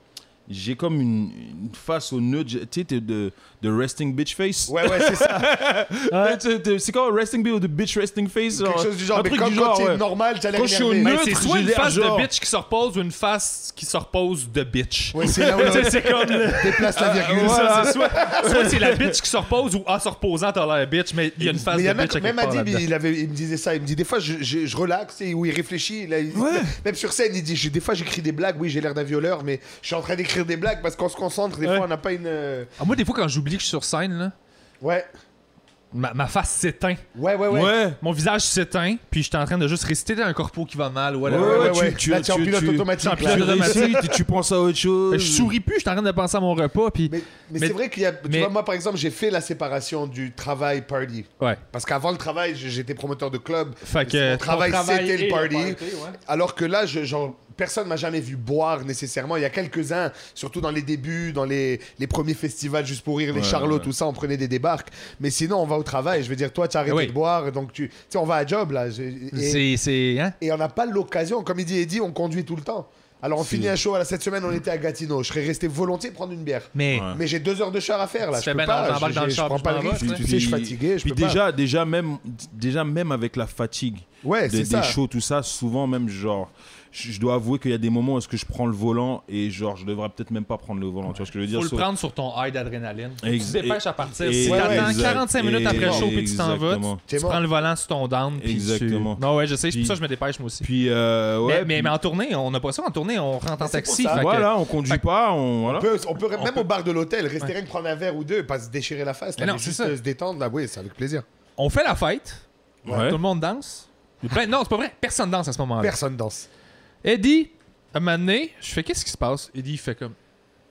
j'ai comme une, une face au nœud, tu sais, t'es de, de resting bitch face. <laughs>
Ouais, ouais, c'est ça.
T'es- t'es- C'est quoi resting bitch ou the bitch resting face genre,
Quelque chose du genre.
un
Mais
truc
comme
du
quand
genre,
t'es
ouais.
normal, t'as l'air
Quand je suis au
énervé.
nœud,
Ben, c'est
neutre,
soit
j'ai
une
l'air
face
genre-
de bitch qui se repose ou une face qui se repose de bitch.
Ouais, c'est
<laughs>
là où
Tu sais,
on
c'est comme.
déplace la virgule.
Ça, c'est soit soit c'est la bitch qui se repose ou en se reposant, t'as l'air bitch, mais il y a une face
Mais il y
de
en a
bitch à
qui-
quelque
même
part
Adib,
là-dedans.
il, avait, il me disait ça. Il me dit des fois, je, je, je relaxe et où il réfléchit. là, il- <laughs> Même sur scène, il dit j'ai- des fois, j'écris des blagues. Oui, j'ai l'air d'un violeur, mais je suis en train d'écrire des blagues parce qu'on se concentre. Des fois, on n'a pas une. euh,
Ah, moi, des fois, quand j'oublie que je suis sur scène, là,
Ouais.
ma, ma face s'éteint.
Ouais, ouais, ouais.
Ouais.
Mon visage s'éteint, puis j'étais en train de juste réciter un corpo qui va mal,
Ouais,
whatever.
ouais,
ouais,
tu-
ouais.
tu-
Là, t'es en
tu-
pilote
tu-
automatique,
tu
là.
<laughs>
réussis, tu- tu penses à autre chose.
Je souris plus, j'étais en train de penser à mon repas, puis.
Mais, mais
Mais-
c'est vrai qu'il y a. Tu
mais-
vois, moi, par exemple, j'ai fait la séparation du travail party.
Ouais.
Parce qu'avant le travail, j- j'étais promoteur de club.
Fait que.
Mon travail,
ton
c'était le
et
party.
ouais.
Alors que là, je, genre, personne m'a jamais vu boire nécessairement. Il y a quelques-uns, surtout dans les débuts, dans les, les premiers festivals juste pour rire, les
Ouais,
Charlots,
ouais.
tout ça, on prenait des débarques. Mais sinon, on va au travail. Je veux dire, toi, tu as arrêté
oui.
de boire, donc tu, tu sais, on va à job là. Je-
C'est.
et-
c'est- Hein?
et on n'a pas l'occasion. Comme il dit Eddie, on conduit tout le temps. Alors on finit un show. Là, cette semaine, on était à Gatineau. Je serais resté volontiers prendre une bière.
Mais.
Ouais.
Mais j'ai deux heures de char à faire là.
Tu fais,
Je peux
ben non,
pas.
j'embarque
Je,
dans le
je
char,
prends
je
pas
m'en
le
vais,
risque.
tu sais.
Tu sais, je suis
Puis-
fatigué. Je
puis
peux
déjà, déjà, même, déjà, même avec la fatigue,
pas. Ouais,
des,
c'est ça.
des shows, tout ça, souvent même genre, je, je dois avouer qu'il y a des moments où est-ce que je prends le volant et genre je devrais peut-être même pas prendre le volant, tu vois ce que je veux dire
Faut le
so-
prendre sur ton high d'adrénaline.
Ex-
Tu te dépêches à partir.
et-
Si
Si
Ouais,
t'attends
exact.
45 minutes après le show puis tu t'en vas,
Exactement.
tu
T'es
prends
mort.
le volant sur ton down puis tu-
Exactement.
Non ouais, je sais, c'est pour
Puis-
ça que je me dépêche moi aussi.
Puis euh, ouais,
mais, mais,
puis-
mais en tournée, on n'a pas ça en tournée, on rentre en
c'est pour
taxi.
ça.
fait que-
voilà, on conduit
fait que-
pas, on voilà.
On peut, on peut même
peut-
au bar de l'hôtel rester rien que prendre un verre ou deux, pas se déchirer la face,
Mais
là,
non,
mais
c'est
juste
ça.
euh, se détendre là, oui, c'est avec plaisir.
On fait la fête,
Ouais.
tout le monde danse. Il y a plein- Non, c'est pas vrai, personne danse à ce moment-là.
Personne danse.
Eddie, à un moment donné, je fais qu'est-ce qui se passe? Eddie, il fait comme.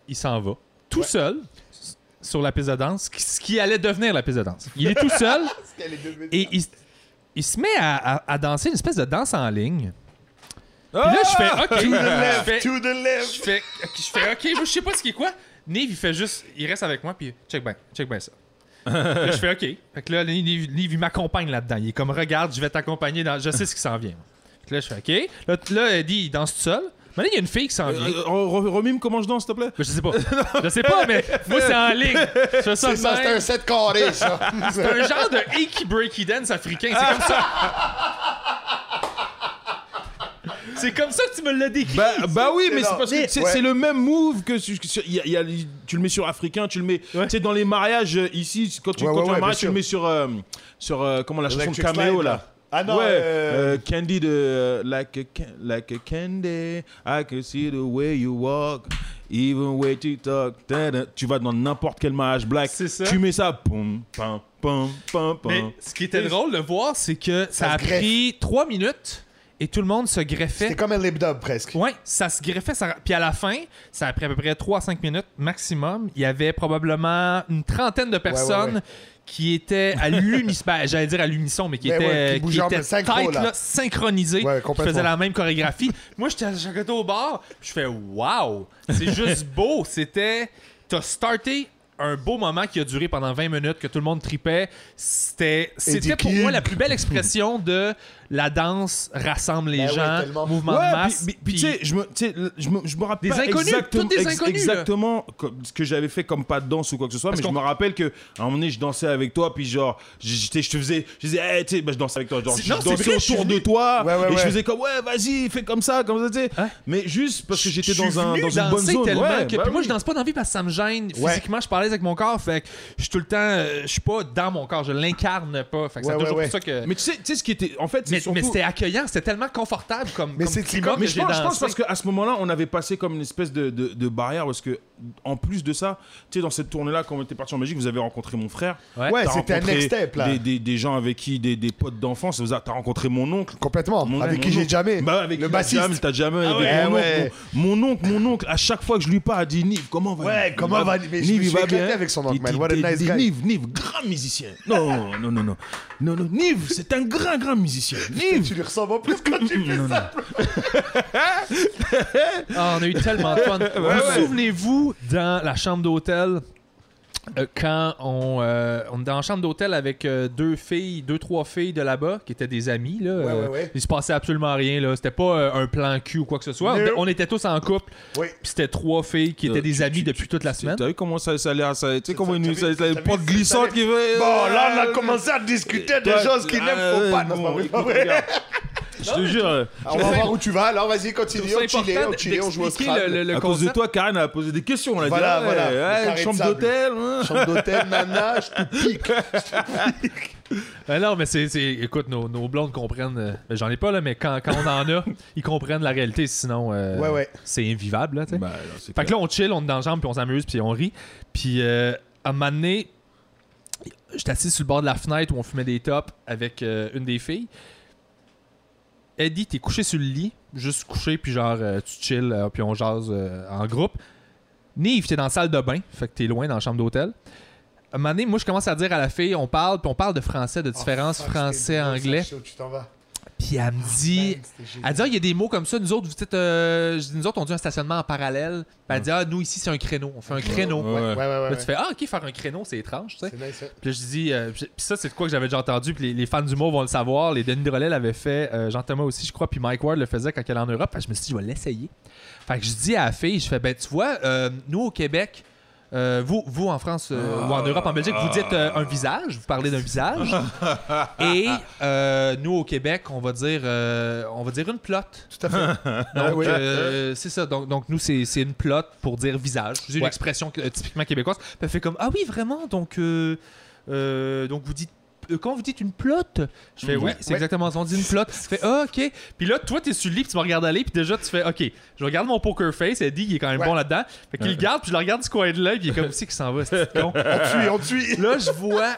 Il s'en va. Tout seul, s- sur la piste de danse, qui- ce qui allait devenir la piste de danse. Il est tout seul et il, s- il se met à, à- à danser une espèce de danse en ligne. Puis là, je
Ah,
fais OK. je fais,
To the left.
je fais, ok, je fais, OK, moi, je sais pas ce qui est quoi. Nive, il fait juste. Il reste avec moi, puis check bien, check bien ça. là, je fais OK. Fait que là, Nive, Nive, il m'accompagne là-dedans. Il est comme, regarde, je vais t'accompagner, dans... je sais ce qui s'en vient. Fait que là, je fais OK. Là, t- là, Eddie, il danse tout seul. Maintenant, il y a une fille qui s'en
Euh,
vient.
euh, re- re- remime comment je danse s'il te plaît
Ben, je sais
<laughs>
pas. Je sais pas, mais moi, c'est en ligne. Je fais ça,
C'est ça,
de
c'est
même.
un set carré, ça.
C'est un genre de hickey breaky dance africain. C'est comme
<laughs>
ça. C'est comme ça que tu me l'as décrit.
bah,
Ben,
bah oui,
C'est
mais
là.
c'est parce que c'est
Ouais.
c'est le même move que sur- sur- il y a- il y a- tu le mets sur africain, tu le mets tu sais dans les mariages euh, ici quand tu
Ouais,
quand
ouais,
tu as
ouais,
un mariage,
bien
tu le
sûr.
mets sur euh, sur euh, comment la chanson de
Electric
caméo
Slide,
là.
là. Ah non,
ouais,
euh,
euh, Candy de euh, like a can- like a candy, I can see the way you walk, even way you talk. Ta- ta- Tu vas dans n'importe quel mariage black,
C'est ça.
tu mets ça, pom pom pom pom pom.
Mais ce qui était drôle de voir, c'est que ça,
Ça
a
se greffe.
pris trois minutes et tout le monde se greffait.
C'est comme un lip dub presque.
Ouais, ça se greffait. ça- Puis à la fin, ça a pris à peu près 3 à 5 minutes maximum. Il y avait probablement une trentaine de personnes
ouais, ouais.
qui étaient à l'unisson. ben, J'allais dire à l'unisson, mais qui
Ben
étaient,
ouais, qui
qui
bougeaient en
étaient
même synchro,
tight,
là.
là, synchronisées,
Ouais,
qui
complètement.
faisaient la même chorégraphie. <laughs> Moi, j'étais à chaque côté au bar. puis Je fais « Wow!
<laughs>
C'est juste beau! » C'était... T'as starté un beau moment qui a duré pendant 20 minutes, que tout le monde tripait. C'était c'était pour
King.
moi la plus belle expression de la danse rassemble les
Ben ouais,
gens,
tellement.
mouvement
Ah Ouais,
de masse.
puis- puis- puis tu
puis-
sais, je me, tu sais, le- je me, je me rappelle
Des
pas
inconnus,
exactement,
toutes des
ex-
inconnus, là.
exactement comme- ce que j'avais fait comme pas de danse ou quoi que ce soit, mais je
qu'on-
me rappelle que à un moment donné, je dansais avec toi, puis genre, j'étais, je te faisais, je disais, hey, tu sais, ben, je dansais avec toi, genre,
C'est-
je
non, c'est
dansais
vrai, je suis
autour de
venu.
toi,
Ouais, ouais,
et je
ouais.
faisais comme, ouais, vas-y, fais comme ça, comme ça, tu sais.
Hein?
Mais juste parce que j'étais
Je
dans,
suis
un,
venu
dans une bonne
danser
zone.
tellement
ouais,
que-
bah
puis moi,
oui.
je danse pas dans la vie parce que ça me gêne.
Ouais.
Physiquement, je parlais avec mon corps. Fait que je suis tout le temps. euh, je suis pas dans mon corps. Je l'incarne pas. Fait que c'est
Ouais,
toujours
ouais,
pour ça que.
Mais tu sais, tu sais ce qui était, en fait, c'est
Mais, mais
surtout.
c'était accueillant. C'était tellement confortable comme.
Mais
comme
c'est-
climat
Mais
que
je
j'ai
pense, je
dansé.
pense parce qu'à ce moment-là, on avait passé comme une espèce de, de, de barrière parce que, en plus de ça, tu sais, dans cette tournée-là, quand on était parti en Belgique, vous avez rencontré mon frère.
Ouais.
Ouais,
T'as
c'était un
rencontré
next step là.
Des, des- des gens avec qui, des, des potes d'enfance, vous a- t'as rencontré mon oncle.
Complètement.
Mon
avec
oncle,
qui
mon
j'ai
oncle.
jamais.
Bah, avec
le
qui t'as
bassiste.
jamais- t'as jamais. avec
ouais.
mon,
Ah ouais.
oncle, mon, mon oncle, mon oncle, à chaque fois que je lui parle, elle dit Nive, comment va
Ouais,
Nive
comment va Nive Mais je me suis éclaté avec son oncle,
Il
man.
dit,
What a
il
nice
dit,
guy.
Nive, Nive, grand musicien. Non, non, non, non. Non, non, Nive, c'est un grand, grand musicien.
Tu
Nive.
lui ressembles en plus quand tu fais ça.
Ah, on a eu tellement de fun.
<laughs>
vous
ouais.
souvenez-vous dans la chambre d'hôtel euh, quand on, euh, on était en chambre d'hôtel avec euh, deux filles, deux, trois filles de là-bas qui étaient des amies. Là,
Ouais,
euh,
ouais, ouais.
Il se passait absolument rien. là. C'était pas euh, un plan cul ou quoi que ce soit.
Nope.
On, on était tous en couple.
Oui.
Puis c'était trois filles qui étaient
Euh,
des
tu-
amies
tu-
depuis toute la semaine.
T'as vu comment ça, ça a l'air, ça- tu sais, comment
ça,
une,
t'as vu,
ça, ça,
t'as
une
vu,
porte
ça
glissante
fait-
qui fait.
Bon, là, on a commencé à discuter des
Ouais,
choses qu'il n'aime
euh,
faut pas. Non, c'est pas
bon,
vrai, c'est pas
écoute,
vrai.
regarde. Je te jure.
Alors, Ah, on va voir où tu vas. Alors, vas-y,
Je
continue.
trouve
On
ça
chillait,
important
on chillait, on joue au
d'expliquer
Scrabble.
le- le- le
à cause de
concept.
toi, Karen a posé des questions. On a
Voilà,
dit,
voilà,
ouais,
le
ouais,
carré de
chambre
sable.
d'hôtel. hein.
Chambre d'hôtel, nana, je te pique.
Euh, non, mais c'est. c'est- Écoute, nos, nos blondes comprennent. euh, ben, J'en ai pas, là, mais quand, quand on en
<laughs>
a, ils comprennent la réalité. Sinon, euh,
Ouais, ouais.
c'est invivable, là, tu sais.
Bah, alors, c'est
Fait que là, on chill, on est dans la chambre, puis on s'amuse, puis on rit. Puis euh, à un moment donné, j'étais assis sur le bord de la fenêtre où on fumait des tops avec euh, une des filles. Eddie, t'es couché sur le lit, juste couché, puis genre, euh, tu chill, euh, puis on jase euh, en groupe. Nive, t'es dans la salle de bain, fait que t'es loin dans la chambre d'hôtel. À un moment donné, moi, je commence à dire à la fille, on parle, puis on parle de français, de différences
Oh, fuck, c'était
français-anglais.
drôle, ça, je sais où Tu t'en vas.
Puis elle me dit,
Man, Ah, ben, c'était génial.
elle dit, Ah, il y a des mots comme ça. Nous autres, vous dites, euh, je dis, nous autres, on dit un stationnement en parallèle. Puis elle dit, ah, nous ici, c'est un créneau. On fait un créneau.
Ouais.
Ouais, ouais, ouais.
Là,
ouais.
tu fais, ah, ok, faire un créneau, c'est étrange, tu sais.
C'est nice. ouais.
Puis là, je dis, euh, puis puis ça, c'est de quoi que j'avais déjà entendu. Puis les, les fans du mot vont le savoir. Les Denis Drolet l'avaient fait, euh, Jean Thomas aussi, je crois. Puis Mike Ward le faisait quand il allait en Europe. Fait que je me suis dit, je vais l'essayer. Fait que je dis à la fille, je fais, ben, tu vois, euh, nous au Québec, euh, vous, vous en France euh, ou en Europe, en Belgique, vous dites euh, un visage, vous parlez d'un visage. Et euh, nous au Québec, on va dire, euh, on va dire une plotte.
Tout à fait.
Donc,
Ah oui.
euh, c'est ça. Donc, donc nous, c'est c'est une plotte pour dire visage. C'est une
Ouais.
expression que- euh, typiquement québécoise. Puis Elle fait comme Ah oui, vraiment. Donc, euh, euh, donc vous dites. euh, Quand vous dites une plotte, je fais
Mhm.
oui,
Ouais,
c'est
ouais.
exactement ça. On dit une plotte. Je fais ah, ok. Puis là, toi, t'es sur le lit, puis tu me regardes aller, puis déjà, tu fais ok. Je regarde mon poker face. Elle dit, il est quand même
Ouais.
bon là-dedans. Fait qu'il le garde, puis je le regarde du coin de l'œil, puis il est comme <laughs> aussi qui s'en va, c'est con.
On tue, on tue.
Là, je vois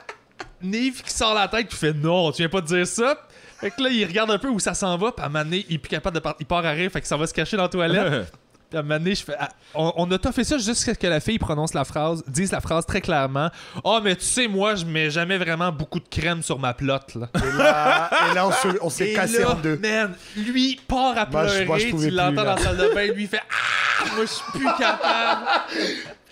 Nive qui sort la tête qui fait non, tu viens pas de dire ça. Fait que là, il regarde un peu où ça s'en va, puis à un moment donné, il est plus capable de par- il part à rire, fait qu'il s'en va se cacher dans la
<laughs>
toilette. Puis à un moment donné, je fais, ah, on, on a tout fait ça jusqu'à ce que la fille prononce la phrase, dise la phrase très clairement. Ah, mais tu sais, moi, je mets jamais vraiment beaucoup de crème sur ma plotte, là.
Et là, et là, on se- on s'est
Et
Ah, cassé
là,
en deux.
Man, lui part à
Moi, je-
pleurer,
moi, je pouvais
tu l'entends
plus,
dans
là.
la salle de bain, lui il fait Ah, moi, je suis plus
<laughs>
capable.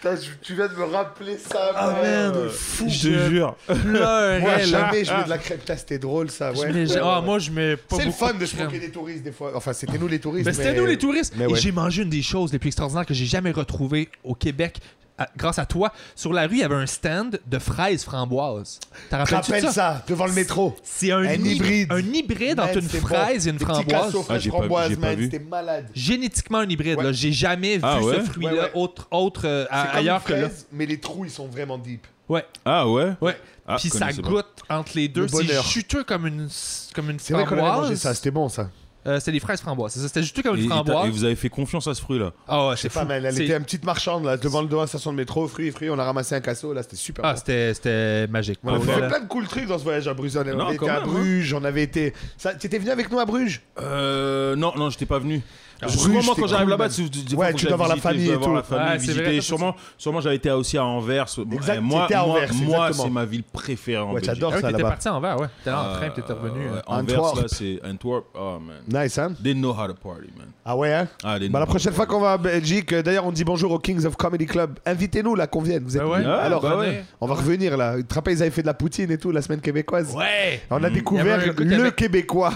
Putain, je- tu viens de me rappeler ça.
Ah,
man.
man,
Je
fou.
te jure.
pleurais,
Moi,
là.
jamais je mets de la crème. Putain, c'était drôle ça.
Je
Ouais.
mets-
Ouais,
ah,
ouais.
moi, je mets pas
C'est le
beaucoup
fun de se
crème.
moquer des touristes des fois. Enfin, c'était nous les touristes.
Ben, c'était
mais-
nous les touristes.
mais
et
ouais.
j'ai mangé une des choses les plus extraordinaires que j'ai jamais retrouvées au Québec. à- grâce à toi, sur la rue, il y avait un stand de fraises framboises. T'as
Je te
rappelles-tu de
rappelle
ça?
ça devant le métro.
C'est un,
Un
hyb-
hybride.
Un hybride entre
Man,
une
c'est
fraise
bon.
et une
Des petits
framboise.
cassos,
Ah, j'ai
fraise,
pas-
framboise,
j'ai pas
man,
vu.
C'était malade.
Génétiquement un hybride.
Ouais.
là. J'ai jamais vu
Ah ouais?
ce fruit-là
Ouais, ouais.
autre, autre euh, à-
C'est comme
ailleurs
une
que là.
fraise, Mais les trous, ils sont vraiment deep.
Ouais.
Ah ouais?
Ouais.
Ah,
Puis
je
ça
connaissais pas.
goûte entre les deux.
Le
C'est
bonheur.
juteux comme une, comme une
C'est vrai qu'on avait mangé
framboise.
ça. C'était bon ça.
Euh, C'était des fraises framboises. c'est ça. C'était juteux comme
Et,
une
et t'as- et
framboise.
vous avez fait confiance à ce fruit-là.
Ah ouais, c'est
Pas
fou.
mal. Elle
C'est-
était une petite marchande là, devant le devant la station de métro. Fruits, fruits. On a ramassé un casseau. Là, c'était super.
Ah,
bon.
c'était c'était magique.
Ouais, on
Pour
a
vrai,
fait
là.
plein de cool trucs dans ce voyage à Bruges. On avait
Non, quand
été à
même, hein.
Bruges, on avait été. Ça, t'étais venu avec nous à Bruges
Euh, non, non, j'étais pas venu.
Bruges,
Sûrement, moi,
c'était
quand j'arrive
cool,
là-bas,
man.
tu, tu- tu-
Ouais,
faut que
tu dois
j'aille
voir la
visiter,
famille
je dois
et
voir la
tout.
famille,
Ouais, c'est
visiter.
vrai, t'as fait
sûrement, sûrement j'avais été aussi à Anvers.
Exact,
Eh, moi,
t'étais à
moi-
Anvers, c'est
moi,
exactement.
c'est ma ville préférée en
Ouais,
Belgique.
t'adores
Ah oui,
ça
t'étais
là-bas.
parti en verre, ouais. T'étais en train,
Euh,
puis t'étais revenu.
ouais,
euh.
Anvers,
Antwerp.
là, c'est Antwerp. Oh, man.
Nice, hein
They know how to party, man.
Ah ouais, hein
Ah, they know
Bah, la
how to
prochaine fois
party.
qu'on va en Belgique, euh, d'ailleurs, on dit bonjour aux Kings of Comedy Club. Invitez-nous là, qu'on vienne. Vous êtes
Ah ouais?
venus.
Ah,
Alors,
bah
venez.
ouais.
on va revenir là. Tu te rappelles, ils avaient fait de la poutine et tout la semaine québécoise.
Ouais!
On a
Il y
découvert
avait un goût
le
avec-
Québécois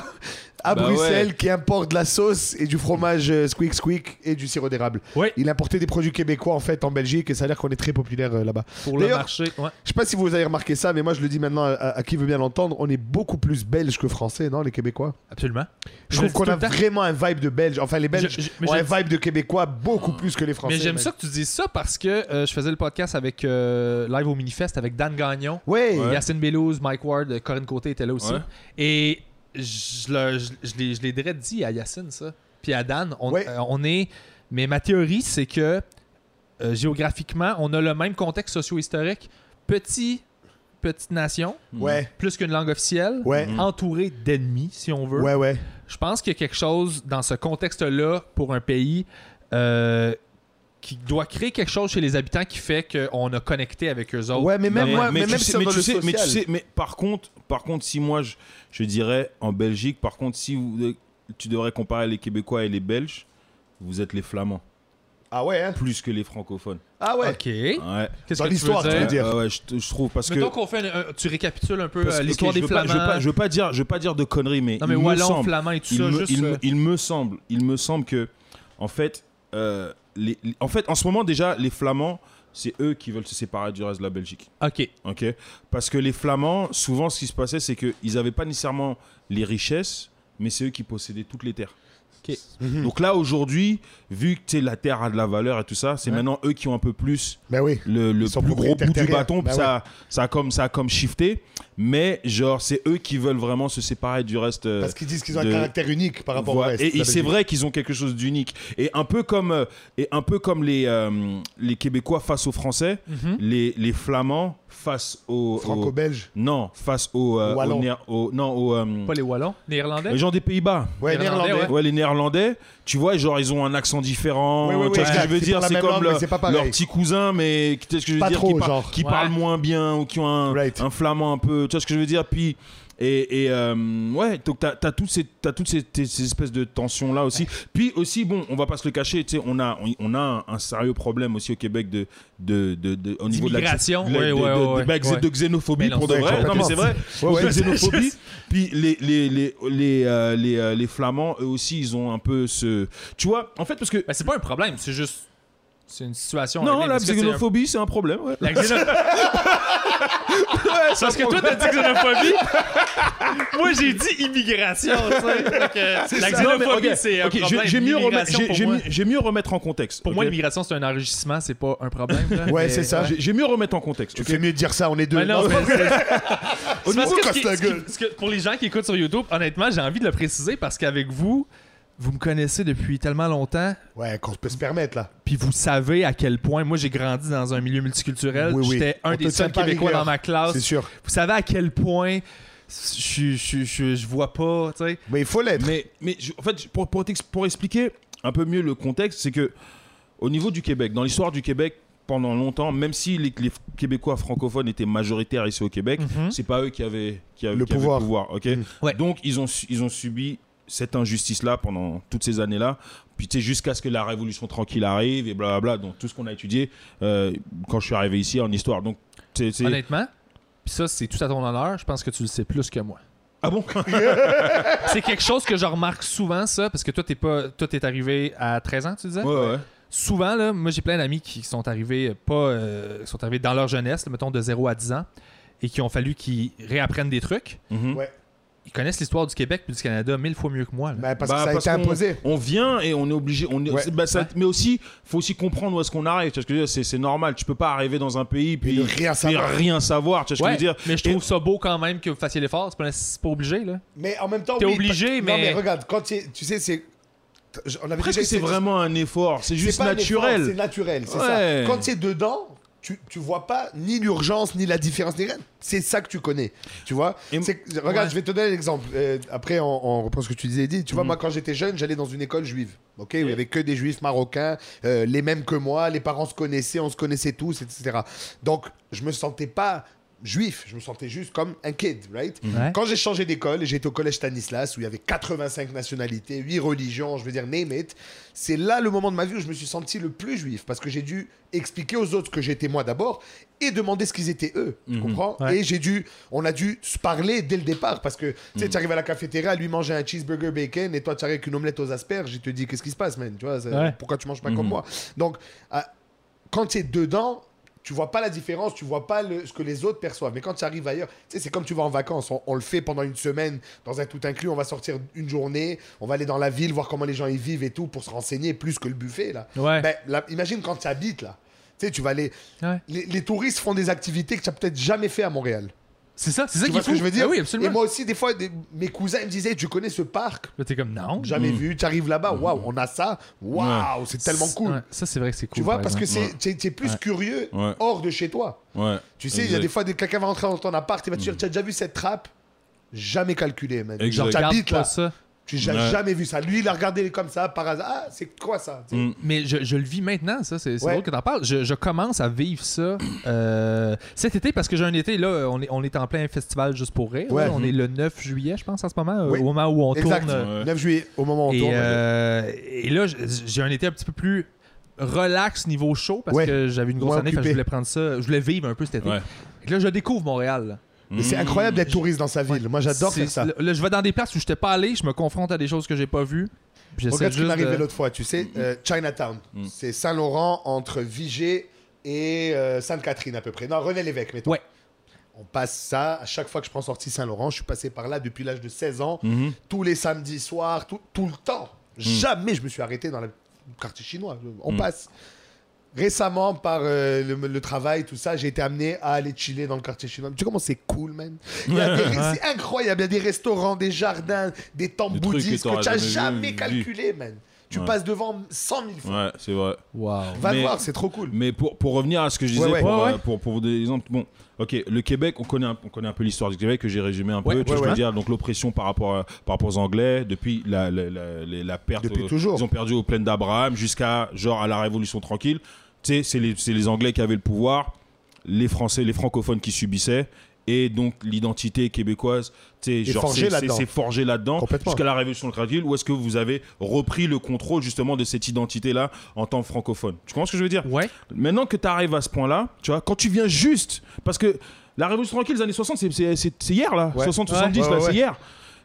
à
Bah
Bruxelles
ouais.
qui importe de la sauce et du fromage euh, squeak squeak et du sirop d'érable.
Ouais.
Il importait des produits québécois en fait en Belgique et ça a l'air qu'on est très populaire euh, là-bas.
Pour le
D'ailleurs,
marché. Ouais.
Je sais pas si vous avez remarqué ça, mais moi je le dis maintenant à, à qui veut bien l'entendre, on est beaucoup plus belge que français, non, les Québécois
Absolument.
Je
Je le
trouve
dis
qu'on
tout
a
le temps.
vraiment un vibe de belge. Enfin, les Belges
Je- je- mais
ont
je-
un vibe de Québécois beaucoup plus que les Français.
Mais j'aime
mec.
ça que tu dises ça parce que euh, je faisais le podcast avec euh, Live au Minifest avec Dan Gagnon,
Ouais.
Ouais.
Yacine Bellouz, Mike Ward, euh, Corinne Côté était là aussi.
Ouais.
Et je le- je- je l'ai- je l'ai direct dit à Yacine, ça. Puis à Dan, on,
Ouais.
euh, on est. Mais ma théorie, c'est que euh, géographiquement, on a le même contexte socio-historique. Petit, petite nation,
Ouais.
plus qu'une langue officielle.
Ouais.
Mhm.
entouré d'ennemis, si on veut.
Ouais, ouais.
Je pense qu'il y a quelque chose dans ce contexte-là pour un pays euh, qui doit créer quelque chose chez les habitants qui fait qu'on a connecté avec eux autres.
Ouais, mais même
Mais-
moi,
mais
mais
tu
même
sais-
sur
mais
dans
tu
le
sais- mais tu
social.
sais- mais par contre, par contre, si moi je, je dirais en Belgique, par contre, si vous- euh, tu devrais comparer les Québécois et les Belges, vous êtes les Flamands
Ah ouais, hein
plus que les francophones.
Ah ouais.
OK. Qu'est-ce
Ouais.
Dans
que tu
l'histoire,
veux
tu
dire?
veux dire.
Ouais, ouais, je, je trouve parce que
Mettons qu'on fait une- un- tu récapitules un peu
parce
euh,
que-
l'histoire
ok, je
des
veux pas-
Flamands.
je veux pas- je veux pas dire, je veux pas dire de conneries, mais
non, mais
il me
Wallon,
semble-
Flamands et tout
il
ça,
me,
juste...
il me-
euh,
il me semble, il me semble que, en fait, euh, les- les- en fait, en ce moment déjà, les Flamands, c'est eux qui veulent se séparer du reste de la Belgique.
euh, OK.
Ok, parce que les Flamands, souvent, ce qui se passait, c'est qu'ils n'avaient pas nécessairement les richesses, mais c'est eux qui possédaient toutes les terres. Mm-hmm.
Ok.
Donc là, aujourd'hui, vu que tu sais, la terre a de la valeur et tout ça, c'est maintenant eux qui ont un peu plus
Ben oui.
le, le
Ils sont
plus gros bout du
propriétaires
bâton, puis
terriens. Bah
ça, ça, a comme, ça a comme shifté. Mais genre, c'est eux qui veulent vraiment se séparer du reste. euh,
Parce qu'ils disent qu'ils ont
de-
un caractère unique par rapport
voilà.
au reste.
Et, et
la
c'est
Belgique.
vrai qu'ils ont quelque chose d'unique. Et un peu comme, euh, et un peu comme les, euh, les Québécois face aux Français,
Mm-hmm.
Mhm.
les, les Flamands face aux. aux-
Franco-belge.
non, face aux. euh,
Wallons.
aux Néer- aux- non, aux. euh,
Pas les Wallons, les Irlandais.
les gens des Pays-Bas.
Ouais,
Néerlandais,
néerlandais.
ouais.
Ouais, les Néerlandais, tu vois, genre, ils ont un accent différent.
Oui, oui, oui,
tu vois ce que
exact.
je veux
C'est
dire
pas la
C'est
même
comme
langue,
le-
mais c'est pas pareil.
leur petit cousin, mais tu sais ce que je veux
Pas
dire
trop,
Qui, par-
genre.
qui
Ouais.
parle moins bien ou qui ont un,
Right.
un flamand un peu. Tu vois ce que je veux dire Puis Et, et, euh, ouais, donc t'as as toutes, ces, t'as toutes ces, tes- ces espèces de tensions là aussi. Puis aussi, bon, on va pas se le cacher, tu sais, on a, on, on a un, un sérieux problème aussi au Québec de, de, de, de- au niveau de la
D'immigration,
de la-
ouais,
de-
ouais,
de-
ouais,
de- bah,
ouais.
de xénophobie
Mais non,
pour de
c'est
vrai. Non mais
complètement.
c'est vrai.
Ouais,
<laughs>
ouais.
de xénophobie. Puis les les les les, euh, les, euh, les flamands eux aussi ils ont un peu ce tu vois en fait parce que
Ben, c'est pas un problème, c'est juste. C'est une situation. à
non
régler,
la
parce que c'est un-
xénophobie c'est un problème ouais.
La xénophobie. Parce que toi, t'as dit xénophobie. Moi, j'ai dit immigration, tu sais. Donc, euh, la
Non, mais,
xénophobie,
ok,
c'est un
ok, j'ai-
problème.
j'ai mieux remettre
L'immigration,
j'ai-
pour
j'ai
moi.
mieux- j'ai mieux remettre en contexte
Pour
ok
moi, l'immigration, c'est un enrichissement, c'est pas un problème. là,
Ouais,
mais-
c'est ça.
J'ai- j'ai mieux remettre en contexte
Tu
ok
fais mieux de dire ça, on est deux.
Mais non,
Non,
mais c'est-
c'est-
C'est parce que
Casse
ce qui-
ta
ce qui-
gueule.
ce que- pour les gens qui écoutent sur YouTube, honnêtement, j'ai envie de le préciser parce qu'avec vous, vous me connaissez depuis tellement longtemps,
Ouais, qu'on peut se permettre là.
puis vous savez à quel point moi j'ai grandi dans un milieu multiculturel.
Oui, oui.
J'étais un
On
des
te
seuls
tient par
Québécois
rigueur.
dans ma
C'est
classe.
sûr.
Vous savez à quel point je, je, je, je vois pas, tu sais.
Mais il faut l'être.
mais mais je- en fait je- pour pour, t'ex- pour expliquer un peu mieux le contexte c'est que au niveau du Québec dans l'histoire du Québec pendant longtemps même si les, les Québécois francophones étaient majoritaires ici au Québec c'est pas eux qui avaient qui avaient-
Mhm. Le
qui avaient
pouvoir.
ok
Ouais.
donc ils ont su- ils ont subi cette injustice là pendant toutes ces années là puis tu sais jusqu'à ce que la révolution tranquille arrive et blablabla donc tout ce qu'on a étudié euh, quand je suis arrivé ici en histoire donc c'est c'est-
Honnêtement, puis ça, c'est tout à ton honneur. Je pense que tu le sais plus que moi.
ah bon
c'est quelque chose que je remarque souvent, ça, parce que toi, t'es pas, toi, t'es arrivé à 13 ans, tu disais?
ouais ouais
Souvent, là, moi, j'ai plein d'amis qui sont arrivés euh, pas, euh, qui sont arrivés dans leur jeunesse, là, mettons de 0 à 10 ans, et qui ont fallu qu'ils réapprennent des trucs.
Mhm.
Ils connaissent l'histoire du Québec puis du Canada mille fois mieux que moi. là.
Ben, parce
Bah,
que ça a
parce
été
qu'on-
imposé.
On vient et on est obligé. On est-
Ouais.
c'est- bah, ça- mais aussi, faut aussi comprendre où est-ce qu'on arrive. Tu vois ce que je veux dire c'est, c'est normal. Tu peux pas arriver dans un pays puis
Et ne rien
puis
savoir.
rien savoir. Tu vois ce que
Ouais,
je veux dire
mais je trouve ça beau quand même que vous fassiez l'effort. C'est pas, c'est pas obligé, là.
Mais en même temps,
T'es
oui,
obligé,
pa- Non,
mais-
mais regarde, quand tu tu sais, c'est. On avait
Presque
déjà
c'est
essayé-
vraiment un effort. C'est
c'est
juste
pas un effort,
naturel.
C'est naturel, c'est
Ouais.
ça. Quand tu es dedans. Tu, tu vois pas ni l'urgence, ni la différence, ni rien. C'est ça que tu connais. Tu vois
Et-
C'est- Regarde,
ouais.
je vais te donner l'exemple. Euh, après, on, on reprend ce que tu disais, dit. Tu
Mm-hmm.
vois, moi, quand j'étais jeune, j'allais dans une école juive. ok où il y avait que des juifs marocains, euh, les mêmes que moi. Les parents se connaissaient, on se connaissait tous, etc. Donc, je me sentais pas juif. Je me sentais juste comme un kid, right
Mm-hmm.
Ouais.
Quand j'ai changé d'école, et j'ai été au collège Stanislas où il y avait 85 nationalités, 8 religions, je veux dire name it. C'est là le moment de ma vie où je me suis senti le plus juif parce que j'ai dû expliquer aux autres que j'étais moi d'abord et demander ce qu'ils étaient eux. Tu comprends
Mhm. Ouais.
Et j'ai dû, on a dû se parler dès le départ parce que tu
Mhm.
sais, tu arrives à la cafétéria, lui mangeait un cheeseburger bacon et toi tu arrives avec une omelette aux asperges, il te dit qu'est-ce qui se passe, man Tu vois, ça-
Ouais. Mhm.
pourquoi tu manges pas comme moi Donc, à- quand tu es dedans, tu vois pas la différence, tu vois pas le- ce que les autres perçoivent. Mais quand tu arrives ailleurs, tu sais, c'est comme tu vas en vacances. On, on le fait pendant une semaine dans un tout inclus. On va sortir une journée, on va aller dans la ville, voir comment les gens y vivent et tout pour se renseigner plus que le buffet là.
Ouais.
Ben, là, imagine quand tu habites là. Tu sais, tu vas aller.
Ouais.
Les, les touristes font des activités que tu n'as peut-être jamais fait à Montréal.
C'est ça, c'est ça
Tu
qui est
vois ce que
fou.
je veux dire
Ah oui, absolument.
Et moi aussi, des fois, des- mes cousins ils me disaient Tu connais ce parc
Là, t'es comme non.
Jamais vu. Tu arrives là-bas, waouh, on a ça. Waouh, c'est tellement cool.
Hmm. Ouais, ça, c'est vrai que c'est cool.
Tu vois,
par
parce que
exemple.
c'est t'es- t'es plus curieux
Ouais.
hors de chez toi.
Ouais.
Tu sais, il y a des fois, des- quelqu'un va rentrer dans ton appart, il va te dire, tu as déjà vu cette trappe Jamais calculé, man.
Mm. Exact.
Genre,
Regarde
t'habites
pas
là.
ça.
Tu n'as
Ouais.
jamais vu ça. Lui, il a regardé comme ça par hasard. Ah, c'est quoi ça Tu sais.
Mm.
Mais je, je le vis maintenant, ça. C'est c'est
Ouais.
drôle que t'en parles. Je, je commence à vivre ça euh, cet été parce que j'ai un été, là, euh, on est, on est en plein festival juste pour rire.
Ouais.
là. On est le 9 juillet, je pense, en ce moment, euh,
Oui.
au moment où on
Exact.
tourne. euh,
Ouais.
9 juillet, au moment où on
Et,
tourne.
euh, et là, j- j'ai un été un petit peu plus relax niveau show parce
Ouais.
que j'avais une grosse
Moins
année, fait que je
occupé.
voulais prendre ça, je voulais vivre un peu cet été.
Ouais.
Et là, je découvre Montréal. là.
Mais
mmh, Mm.
c'est incroyable d'être touriste dans sa ville. Moi, j'adore
C'est-
faire ça.
Là, je vais dans des places où je n'étais pas allé, je me confronte à des choses que j'ai pas vues. puis j'essaie
Regarde ce qui
juste
m'est arrivé
de- Mm.
l'autre fois, tu sais, euh, Chinatown. C'est Saint-Laurent entre Vigée et euh, Sainte-Catherine à peu près. Non, René Lévesque, mettons.
Ouais.
On passe ça, à chaque fois que je prends sortie Saint-Laurent, je suis passé par là depuis l'âge de 16 ans,
mmh.
tous les samedis soirs, tout, tout le temps.
Hmm.
Jamais je me suis arrêté dans le quartier chinois. On passe. Récemment, par euh, le, le travail, tout ça, j'ai été amené à aller chiller dans le quartier chinois. Tu sais comment c'est cool, man Il y a des- C'est incroyable. Il y a des restaurants, des jardins, des temples
Des trucs que
bouddhistes que
t'aurais
tu n'as
jamais
jamais
vu,
calculé, man. Tu
Ouais.
passes devant 100 000 fois.
Ouais, c'est vrai.
Wow.
Va
Mais-
le voir, c'est trop cool.
Mais pour, pour revenir à ce que je disais,
Ouais, ouais.
pour,
Ouais,
euh,
ouais.
pour, pour vous donner des exemples, bon, ok, le Québec, on connaît un, on connaît un peu l'histoire du Québec que j'ai résumé un peu,
Ouais,
tu
ouais,
vois ce que je veux
ouais.
dire, donc l'oppression par rapport, à- par rapport aux Anglais, depuis la, la, la- la- la perte.
Depuis
aux-
toujours.
Ils ont perdu aux plaines d'Abraham jusqu'à, genre, à la Révolution tranquille. Tu sais, c'est les, c'est les Anglais qui avaient le pouvoir, les Français, les francophones qui subissaient. et donc l'identité québécoise, tu sais,
Est
genre,
forgée
c'est- c'est
là-dedans.
c'est forgé là-dedans
Complètement.
jusqu'à la révolution tranquille ou est-ce que vous avez repris le contrôle justement de cette identité-là en tant que francophone Tu comprends ce que je veux dire
Ouais.
Maintenant que tu arrives à ce point-là, tu vois, quand tu viens juste, parce que la révolution tranquille des années 60, c'est- c'est c'est- c'est hier là,
Ouais.
60,
Ouais.
70, là,
Ouais, ouais.
c'est hier.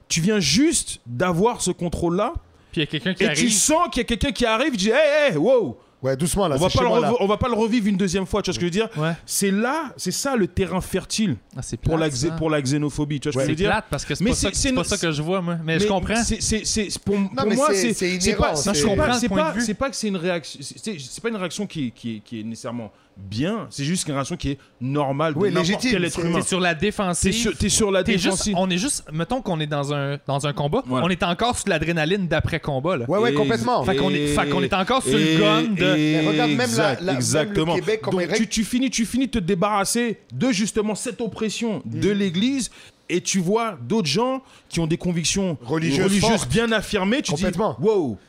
Tu viens juste d'avoir ce contrôle-là
Puis il y a quelqu'un qui
et tu
arrive.
sens qu'il y a quelqu'un qui arrive, tu dis, hey, hey, wow,
Ouais, doucement là,
on va,
Ah, c'est
pas
chez
le
moi, là.
revo- on va pas le revivre une deuxième fois, tu vois ce que je veux dire
Ouais.
C'est là, c'est ça le terrain fertile
Ah, c'est
pour, la,
plate,
xé-
ça.
pour la xénophobie, tu vois ce que
C'est
je veux dire
plate parce que c'est
Mais
pas,
c'est-
ça que-
c'est
c'est pas
une-
ça que je vois, moi. Mais, je
Mais
comprends.
C'est, c'est- c'est- c'est- pour, pour
mais
moi,
c'est-
c'est,
c'est
c'est
inhérent,
pas,
c'est-
c'est
Je comprends
pas-
le
c'est
point de
pas-
vue.
c'est pas que c'est une réaction. C'est, c'est- c'est pas une réaction qui, qui, qui est nécessairement bien. C'est juste une réaction qui est normale de
Oui,
n'importe
légitime,
quel être
c'est-
humain.
T'es sur la défensive.
T'es sur, t'es sur la
T'es juste,
défensive.
on est juste, mettons qu'on est dans un, dans un combat,
Voilà.
on est encore sur l'adrénaline d'après combat. Là.
Ouais, ouais, complètement.
Fait qu'on est- fait qu'on est encore sur le gun de-
Mais regarde, même la-
Exact,
la- même le
exactement.
Québec, comment
Donc,
il règle-
tu, tu finis, tu finis de te débarrasser de justement cette oppression
Mm.
de l'Église. Et tu vois d'autres gens qui ont des convictions
Religieuses fortes.
bien affirmées. Tu
Complètement.
dis, wow,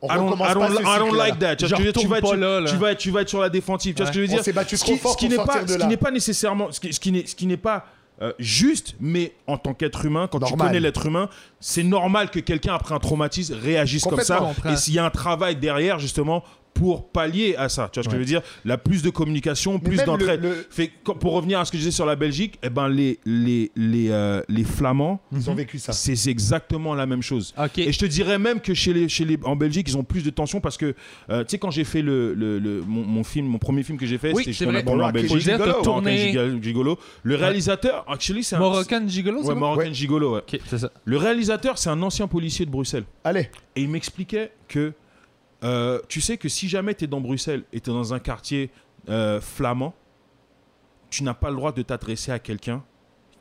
On
I don't,
recommence
I
pas
don't-
ce
I don't
cycle-là.
like that. Tu
Genre,
vois ce que je veux dire? Tu
tourne
vas,
pas
tu-
là, là.
tu vas, tu vas être sur la défensive. Tu vois ce que je veux
On
dire?
s'est battu
Ce
trop
qui-
fort
ce qui
pour
n'est
sortir
pas,
de
ce qui
là.
n'est pas nécessairement, ce qui, ce qui n'est, ce qui n'est pas euh, juste, mais en tant qu'être humain, quand tu
Normal.
connais l'être humain, c'est normal que quelqu'un après un traumatisme réagisse comme ça.
Complètement.
Et s'il y a un travail derrière justement pour pallier à ça, tu vois ce que je veux dire La plus de communication,
Mais
plus
même
d'entraide.
le- le-
Fait que, quand- pour revenir à ce que je disais sur la Belgique, eh ben les les les euh, les Flamands, Ah.
Ils ont vécu ça.
c'est c'est exactement la même chose.
Mm. Ah, Ok.
Et je te dirais même que chez les, chez les, en Belgique, ils ont plus de tension parce que, euh, tu sais, quand j'ai fait le, le- le- mon, mon film, mon premier film que j'ai fait,
Oui,
c'était
c'est vrai.
justement en
Moroccan
Belgique.
Faut le dire, t'as
Moroccan
tourné-
Giga- Gigolo. Le réalisateur, actually, c'est un.
Moroccan Gigolo,
Ouais,
c'est bon?
Moroccan
Ouais.
Gigolo, ouais.
Ok, c'est ça.
Le réalisateur, c'est un ancien policier de Bruxelles.
Allez,
Et il m'expliquait que euh, tu sais que si jamais tu es dans Bruxelles et tu es dans un quartier euh, flamand, tu n'as pas le droit de t'adresser à quelqu'un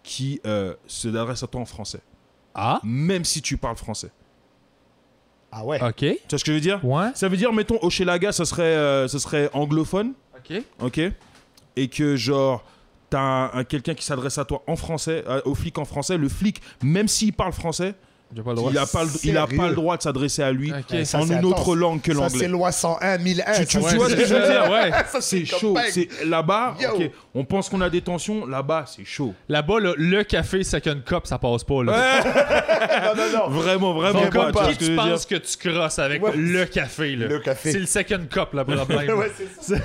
qui euh, se adresse à toi en français,
Ah,
même si tu parles français.
ah ouais.
ok.
Tu vois ce que je veux dire
Ouais.
Ça veut dire, mettons, Hochelaga, ça serait, euh, ça serait anglophone,
Ok.
ok Et que, genre, t'as un, un quelqu'un qui s'adresse à toi en français, euh, au flic en français, le flic, même s'il parle français,
J'ai pas le droit.
il a pas le, il a
Sérieux
pas le droit de s'adresser à lui
Ok.
Ouais, ça,
en
c'est
une autre
intense.
langue que
Ça, c'est
l'anglais.
loi 101 1001.
Tu, tu-
ça,
tu vois ce que je veux dire
Ouais.
Ça,
C'est chaud.
compact.
C'est là-bas.
Yo.
ok, On pense qu'on a des tensions. Là-bas, c'est chaud.
Là-bas, là, le café Second Cup, ça passe pas. Là.
Non, non, non.
<laughs> Vraiment, vraiment.
Donc,
pas,
comme
tu vois
qui tu
ce que je veux dire
penses que tu crosses avec
Ouais.
le café? Là.
Le café.
C'est le Second Cup, là,
<laughs>
probablement.
Ouais, c'est ça.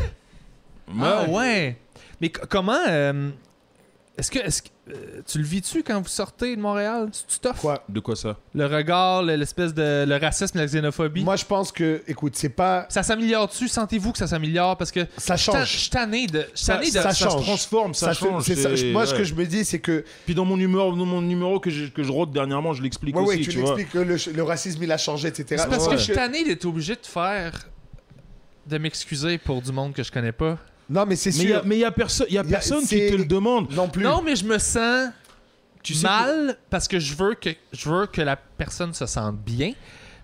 Ah ouais. Mais c- comment euh, est-ce que est-ce que euh, tu le vis-tu quand vous sortez de Montréal Tu tough
Quoi?
De quoi ça
Le regard, le- l'espèce de le racisme, la xénophobie.
Moi, je pense que, écoute, c'est pas.
ça s'améliore-tu Sentez-vous que ça s'améliore parce que
Ça
je ta- je
change.
suis tanné de je suis
Ça-
tanné de
ça
se
change.
transforme, ça,
Ça,
change.
c'est ça.
c'est-
Moi, ce
ouais.
que je me dis, c'est que.
Puis dans mon numéro, dans mon numéro que je, que je rôde dernièrement, je l'explique
Ouais,
aussi.
ouais, tu,
tu vois.
l'expliques que le, ch- le racisme, il a changé, etc.
C'est parce
Ouais.
que je suis tanné d'être obligé de faire de m'excuser pour du monde que je connais pas.
euh, Non, mais c'est
Mais il y a-
sûr.
mais il y a, perso- il y a
Il y a-
personne qui
c'est-
te le demande.
Non plus.
Non, mais je me sens
Tu sais
mal parce que je veux que je veux que la personne se sente bien.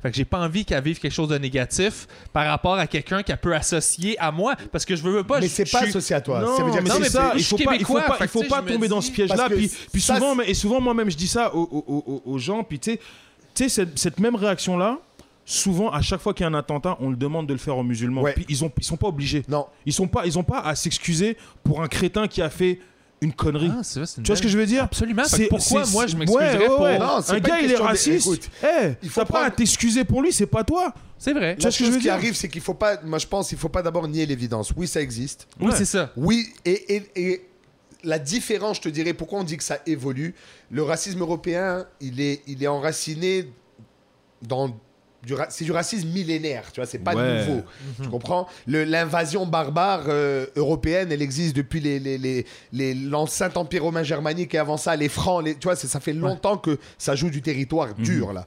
Fait que j'ai pas envie qu'elle vive quelque chose de négatif par rapport à quelqu'un qu'elle peut associer à moi parce que je veux pas
mais
je-
c'est
je
pas
suis-
associé à toi.
Non,
ça veut dire que
mais
non,
c'est
mais
c'est-
ça,
je
il
suis
faut pas, il faut
québécois,
pas,
fait
il
que,
faut
tu sais,
pas
je me
tomber dans
dis-
ce piège-là.
Parce que
Puis, puis
ça,
souvent,
c'est-
mais- et souvent, moi-même, je dis ça aux, aux- aux- aux gens. Puis tu sais, tu sais, cette, cette même réaction-là, souvent, à chaque fois qu'il y a un attentat, on le demande de le faire aux musulmans.
Ouais.
Puis ils ont, ils sont pas obligés.
Non.
Ils sont pas, ils ont pas à s'excuser pour un crétin qui a fait une connerie.
Ah, c'est vrai, c'est une
Tu vois ce que je veux dire
Absolument. Fait que pourquoi moi je m'excuserais
ouais, ouais,
pour.
ouais.
Non, c'est
un
pas
gars
une
il est
question de-
raciste.
Écoute,
Eh,
il faut
t'as pas à
prendre-
t'excuser pour lui, c'est pas toi.
C'est vrai.
Tu
La
vois ce que je
chose
veux
qui
dire
arrive, c'est qu'il faut pas. Moi, je pense qu'il faut pas d'abord nier l'évidence. Oui, ça existe.
Oui,
Ouais.
c'est ça.
Oui, et, et- et la différence, je te dirais, pourquoi on dit que ça évolue, le racisme européen, il est, il est enraciné dans... du ra- C'est du racisme millénaire, tu vois, c'est pas
Ouais.
nouveau. Tu comprends Le- L'invasion barbare euh, européenne, elle existe depuis les, les, les, les- l'ancien empire romain germanique et avant ça, les Francs. Les, tu vois, c'est- ça fait longtemps que ça joue du territoire
Mhm.
dur, là.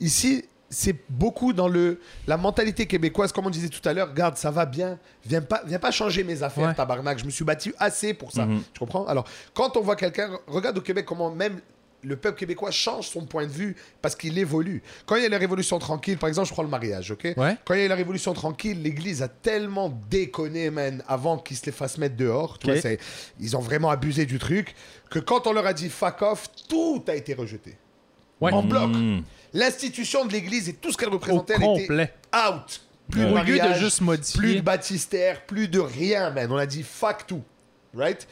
Ici, c'est beaucoup dans le, la mentalité québécoise, comme on disait tout à l'heure, garde, ça va bien, viens pas, viens pas changer mes affaires,
Ouais. Mhm.
tabarnak, je me suis battu assez pour ça. Tu comprends Alors, quand on voit quelqu'un, regarde au Québec comment même le peuple québécois change son point de vue parce qu'il évolue. Quand il y a la révolution tranquille, par exemple, je prends le mariage, ok
Ouais.
Quand il y a la révolution tranquille, l'Église a tellement déconné, man, avant qu'ils se les fassent mettre dehors. Tu
Ok.
vois, c'est- ils ont vraiment abusé du truc que quand on leur a dit fuck off, tout a été rejeté.
Ouais.
En bloc.
Mhm.
L'institution de l'Église et tout ce qu'elle représentait
Au
elle était
complet.
out. Plus
Au
de
lieu de
mariage,
juste
plus
modifier.
de baptistère, plus de rien, man. On a dit fuck tout. Right?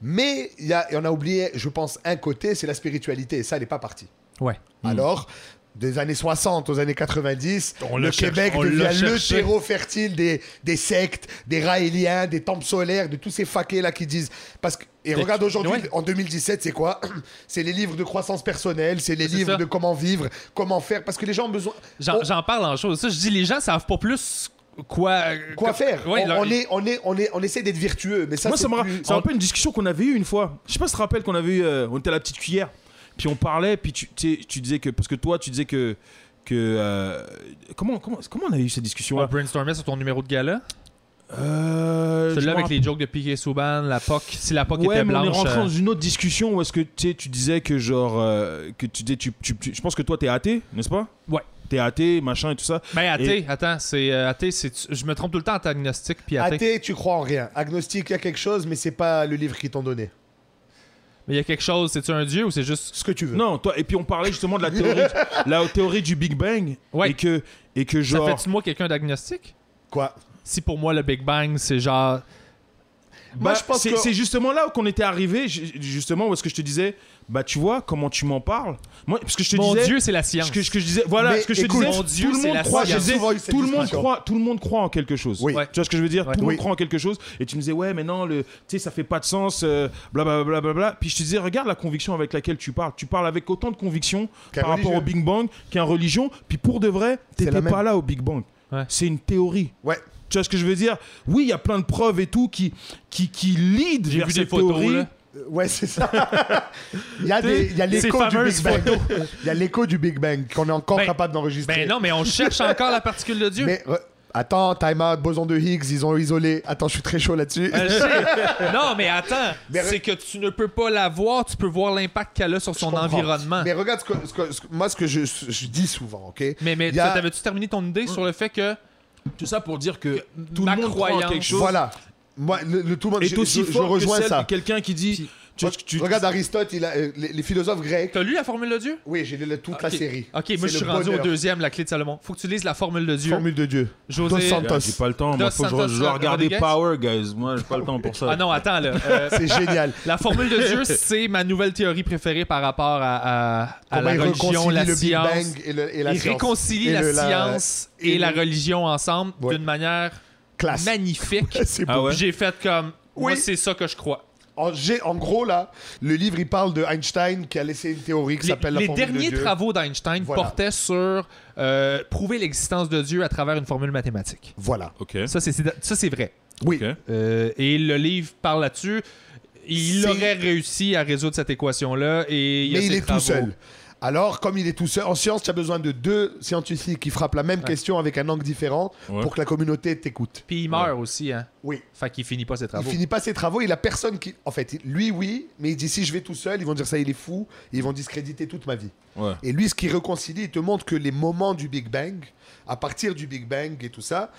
Mais il y, a- et on a oublié, je pense, un côté, c'est la spiritualité. Et ça, elle n'est pas partie.
Ouais.
Alors, des années 60 aux années 90,
On
le
l'a cherché,
Québec
on l'a
devient le
cherché.
terreau fertile des, des sectes, des raéliens, des temples solaires, de tous ces faquets-là qui disent. Parce que, et
Des-
regarde aujourd'hui,
ouais.
en 2017, c'est quoi <clears throat> C'est les livres de croissance personnelle, c'est les
C'est
livres
ça.
de comment vivre, comment faire, parce que les gens ont besoin.
J'en
Oh.
on-
j'en parle en chose. Ça, je dis, les gens savent pas plus quoi.
Quoi faire
Ouais,
on,
leur-
on est, on, est, on, est, on essaie d'être virtueux, mais ça,
Moi,
c'est
ça me ra-
plus-
ça me rappelle une discussion qu'on avait eue une fois. Je sais pas si tu te rappelles qu'on avait eu. euh, on était à la petite cuillère. Puis on parlait, puis tu, tu sais, tu disais que. Parce que toi, tu disais que. que euh, comment, comment, comment on a eu cette
On va
discussion-là
brainstormer sur ton numéro de gala.
Euh, je
Celui-là
me
Ah, avec les jokes de Piquet Souban, la POC. Si la POC
Ouais,
était
mais on est
blanche.
rentré
euh,
dans une autre discussion où est-ce que tu, sais, tu disais que genre euh, que tu dis tu, tu- tu- je pense que toi t'es athée, n'est-ce pas
Ouais.
T'es athée, machin et tout ça.
Ben, athée, attends, c'est euh, athée, c'est. Je me trompe tout le temps entre agnostique puis athée.
Athée, tu crois en rien. Agnostique, il y a quelque chose, mais c'est pas le livre qu'ils t'ont donné.
Mais il y a quelque chose, c'est-tu un dieu ou c'est juste.
Ce que tu veux.
Non, toi et puis on parlait justement de la théorie la théorie du Big Bang
Ouais.
et que et que
Ça
genre
fait de moi quelqu'un d'agnostique
Quoi
Si pour moi le Big Bang, c'est genre.
Moi,
Bah,
je pense
c'est
que-
c'est justement là où qu'on était arrivé ju- justement où est-ce que je te disais bah tu vois comment tu m'en parles Moi parce que je te
Mon
disais
Dieu, c'est la science.
ce que, ce que je disais voilà
Mais
ce que je te
écoute,
disais
mon Dieu,
tout le
c'est
monde
la
croit je
science.
disais,
Souvent eu cette
tout le monde
discussion.
croit tout le monde croit en quelque chose
Oui.
Ouais.
tu vois ce que je veux dire
Ouais.
tout le monde
Oui.
croit en quelque chose et tu me disais ouais mais non le tu sais ça fait pas de sens euh, blablabla bla, bla, bla. puis je te disais regarde la conviction avec laquelle tu parles tu parles avec autant de conviction
Qu'un
par rapport
religieux.
au Big Bang qu'un religion puis pour de vrai
C'est la
t'étais
même.
pas là au Big Bang
Ouais.
c'est une théorie
Ouais.
tu vois ce que je veux dire Oui, il y a plein de preuves et tout qui, qui, qui lead
J'ai
vers
vu des
cette
photos.
théorie.
là.
Euh, Ouais,
<laughs>
c'est ça. Il y a des- il y a
Ces
l'écho du
fameuses
Big Bang. Il y a l'écho du Big Bang qu'on est encore
Ben-
capable d'enregistrer.
Ben non, mais on
<laughs>
cherche encore la particule de Dieu.
Mais re- attends, time out, boson de Higgs, ils ont isolé. Attends, je suis très chaud là-dessus. <laughs>
Euh, je sais. non, mais attends,
Mais re-
c'est que tu ne peux pas la voir, tu peux voir l'impact qu'elle a sur son
comprends.
environnement.
Mais regarde ce que, ce que- ce que- moi ce que je, je dis souvent, ok
Mais, mais
Il y a-
ça, t'avais-tu terminé ton idée sur le fait que.
Tout ça pour dire que tout
ma
le monde croit en
croyance-
quelque chose
Voilà. Moi, le, le tout le monde,
est
je,
aussi
je- je
fort
rejoins
que celle
ça.
de quelqu'un qui dit... Tu,
Moi,
tu- tu-
regarde Aristote, il a, euh, les, les philosophes grecs.
T'as lu la formule de Dieu
Oui, j'ai lu le- toute la
Ok.
série.
Ok,
C'est
moi je suis
le
rendu au
bonheur.
deuxième, la clé de Salomon. Faut que tu lises la formule de Dieu.
Formule de Dieu. Dos
José.
Santos.
Regarde, J'ai pas le temps, moi,
Dos
faut que je,
Santos,
je dois regarder
Rodriguez.
Power, guys. Moi, j'ai pas le temps pour ça.
Ah non, attends
<laughs>
là. Euh,
C'est génial.
la formule de
<laughs>
Dieu, c'est ma nouvelle théorie préférée par rapport à, à- à
Comment
la
il
religion,
réconcilie
la
le Big
science.
Bang et, le- et la
il
science.
réconcilie
Et
la
le-
science et,
et
la
le-
religion ensemble
Ouais.
d'une manière
Classe. <laughs>
magnifique.
C'est beau.
Ah ouais?
J'ai fait comme moi,
Oui.
c'est ça que je crois.
En, j'ai- en gros, là, le livre, il parle de Einstein qui a laissé une théorie qui
Les,
s'appelle la
les
formule de
derniers
Dieu.
travaux d'Einstein
Voilà.
portaient sur euh, prouver l'existence de Dieu à travers une formule mathématique.
Voilà.
Ok.
Ça, c'est c'est- ça, c'est vrai.
Oui.
Ok.
Euh, et le livre parle là-dessus. Il
C'est-
aurait réussi à résoudre cette équation-là et il y a
Mais il
ses
est
travaux.
tout seul. Alors, comme il est tout seul, en science, tu as besoin de deux scientifiques qui frappent la même question avec un angle différent
Ouais.
pour que la communauté t'écoute.
Puis il meurt aussi, hein.
Oui.
Fait qu'il finit pas ses
Il
travaux.
finit pas ses travaux, il a personne qui. En fait, lui, oui, mais il dit si je vais tout seul, ils vont dire ça, il est fou, et ils vont discréditer toute ma vie.
Ouais.
Et lui, ce qui réconcilie, il te montre que les moments du Big Bang, à partir du Big Bang et tout ça,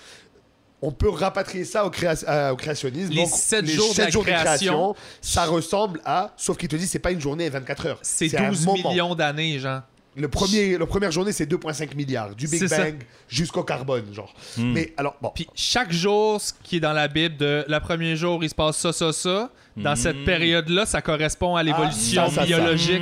on peut rapatrier ça au, créa- euh, au créationnisme.
Les sept jours de
sept
la
de
création,
ça ressemble à. Sauf qu'il te dit, c'est pas une journée et 24 heures.
C'est
un
12
moment.
millions d'années, genre.
Le premier, la première journée, c'est 2,5 milliards. Du Big
C'est ça. Hmm.
Bang jusqu'au carbone, genre. Mais alors, bon.
Puis chaque jour, ce qui est dans la Bible, de la premier jour, il se passe ça, ça, ça. Dans
Mm.
cette période-là, ça correspond à l'évolution
Ah, ça, ça, ça.
biologique.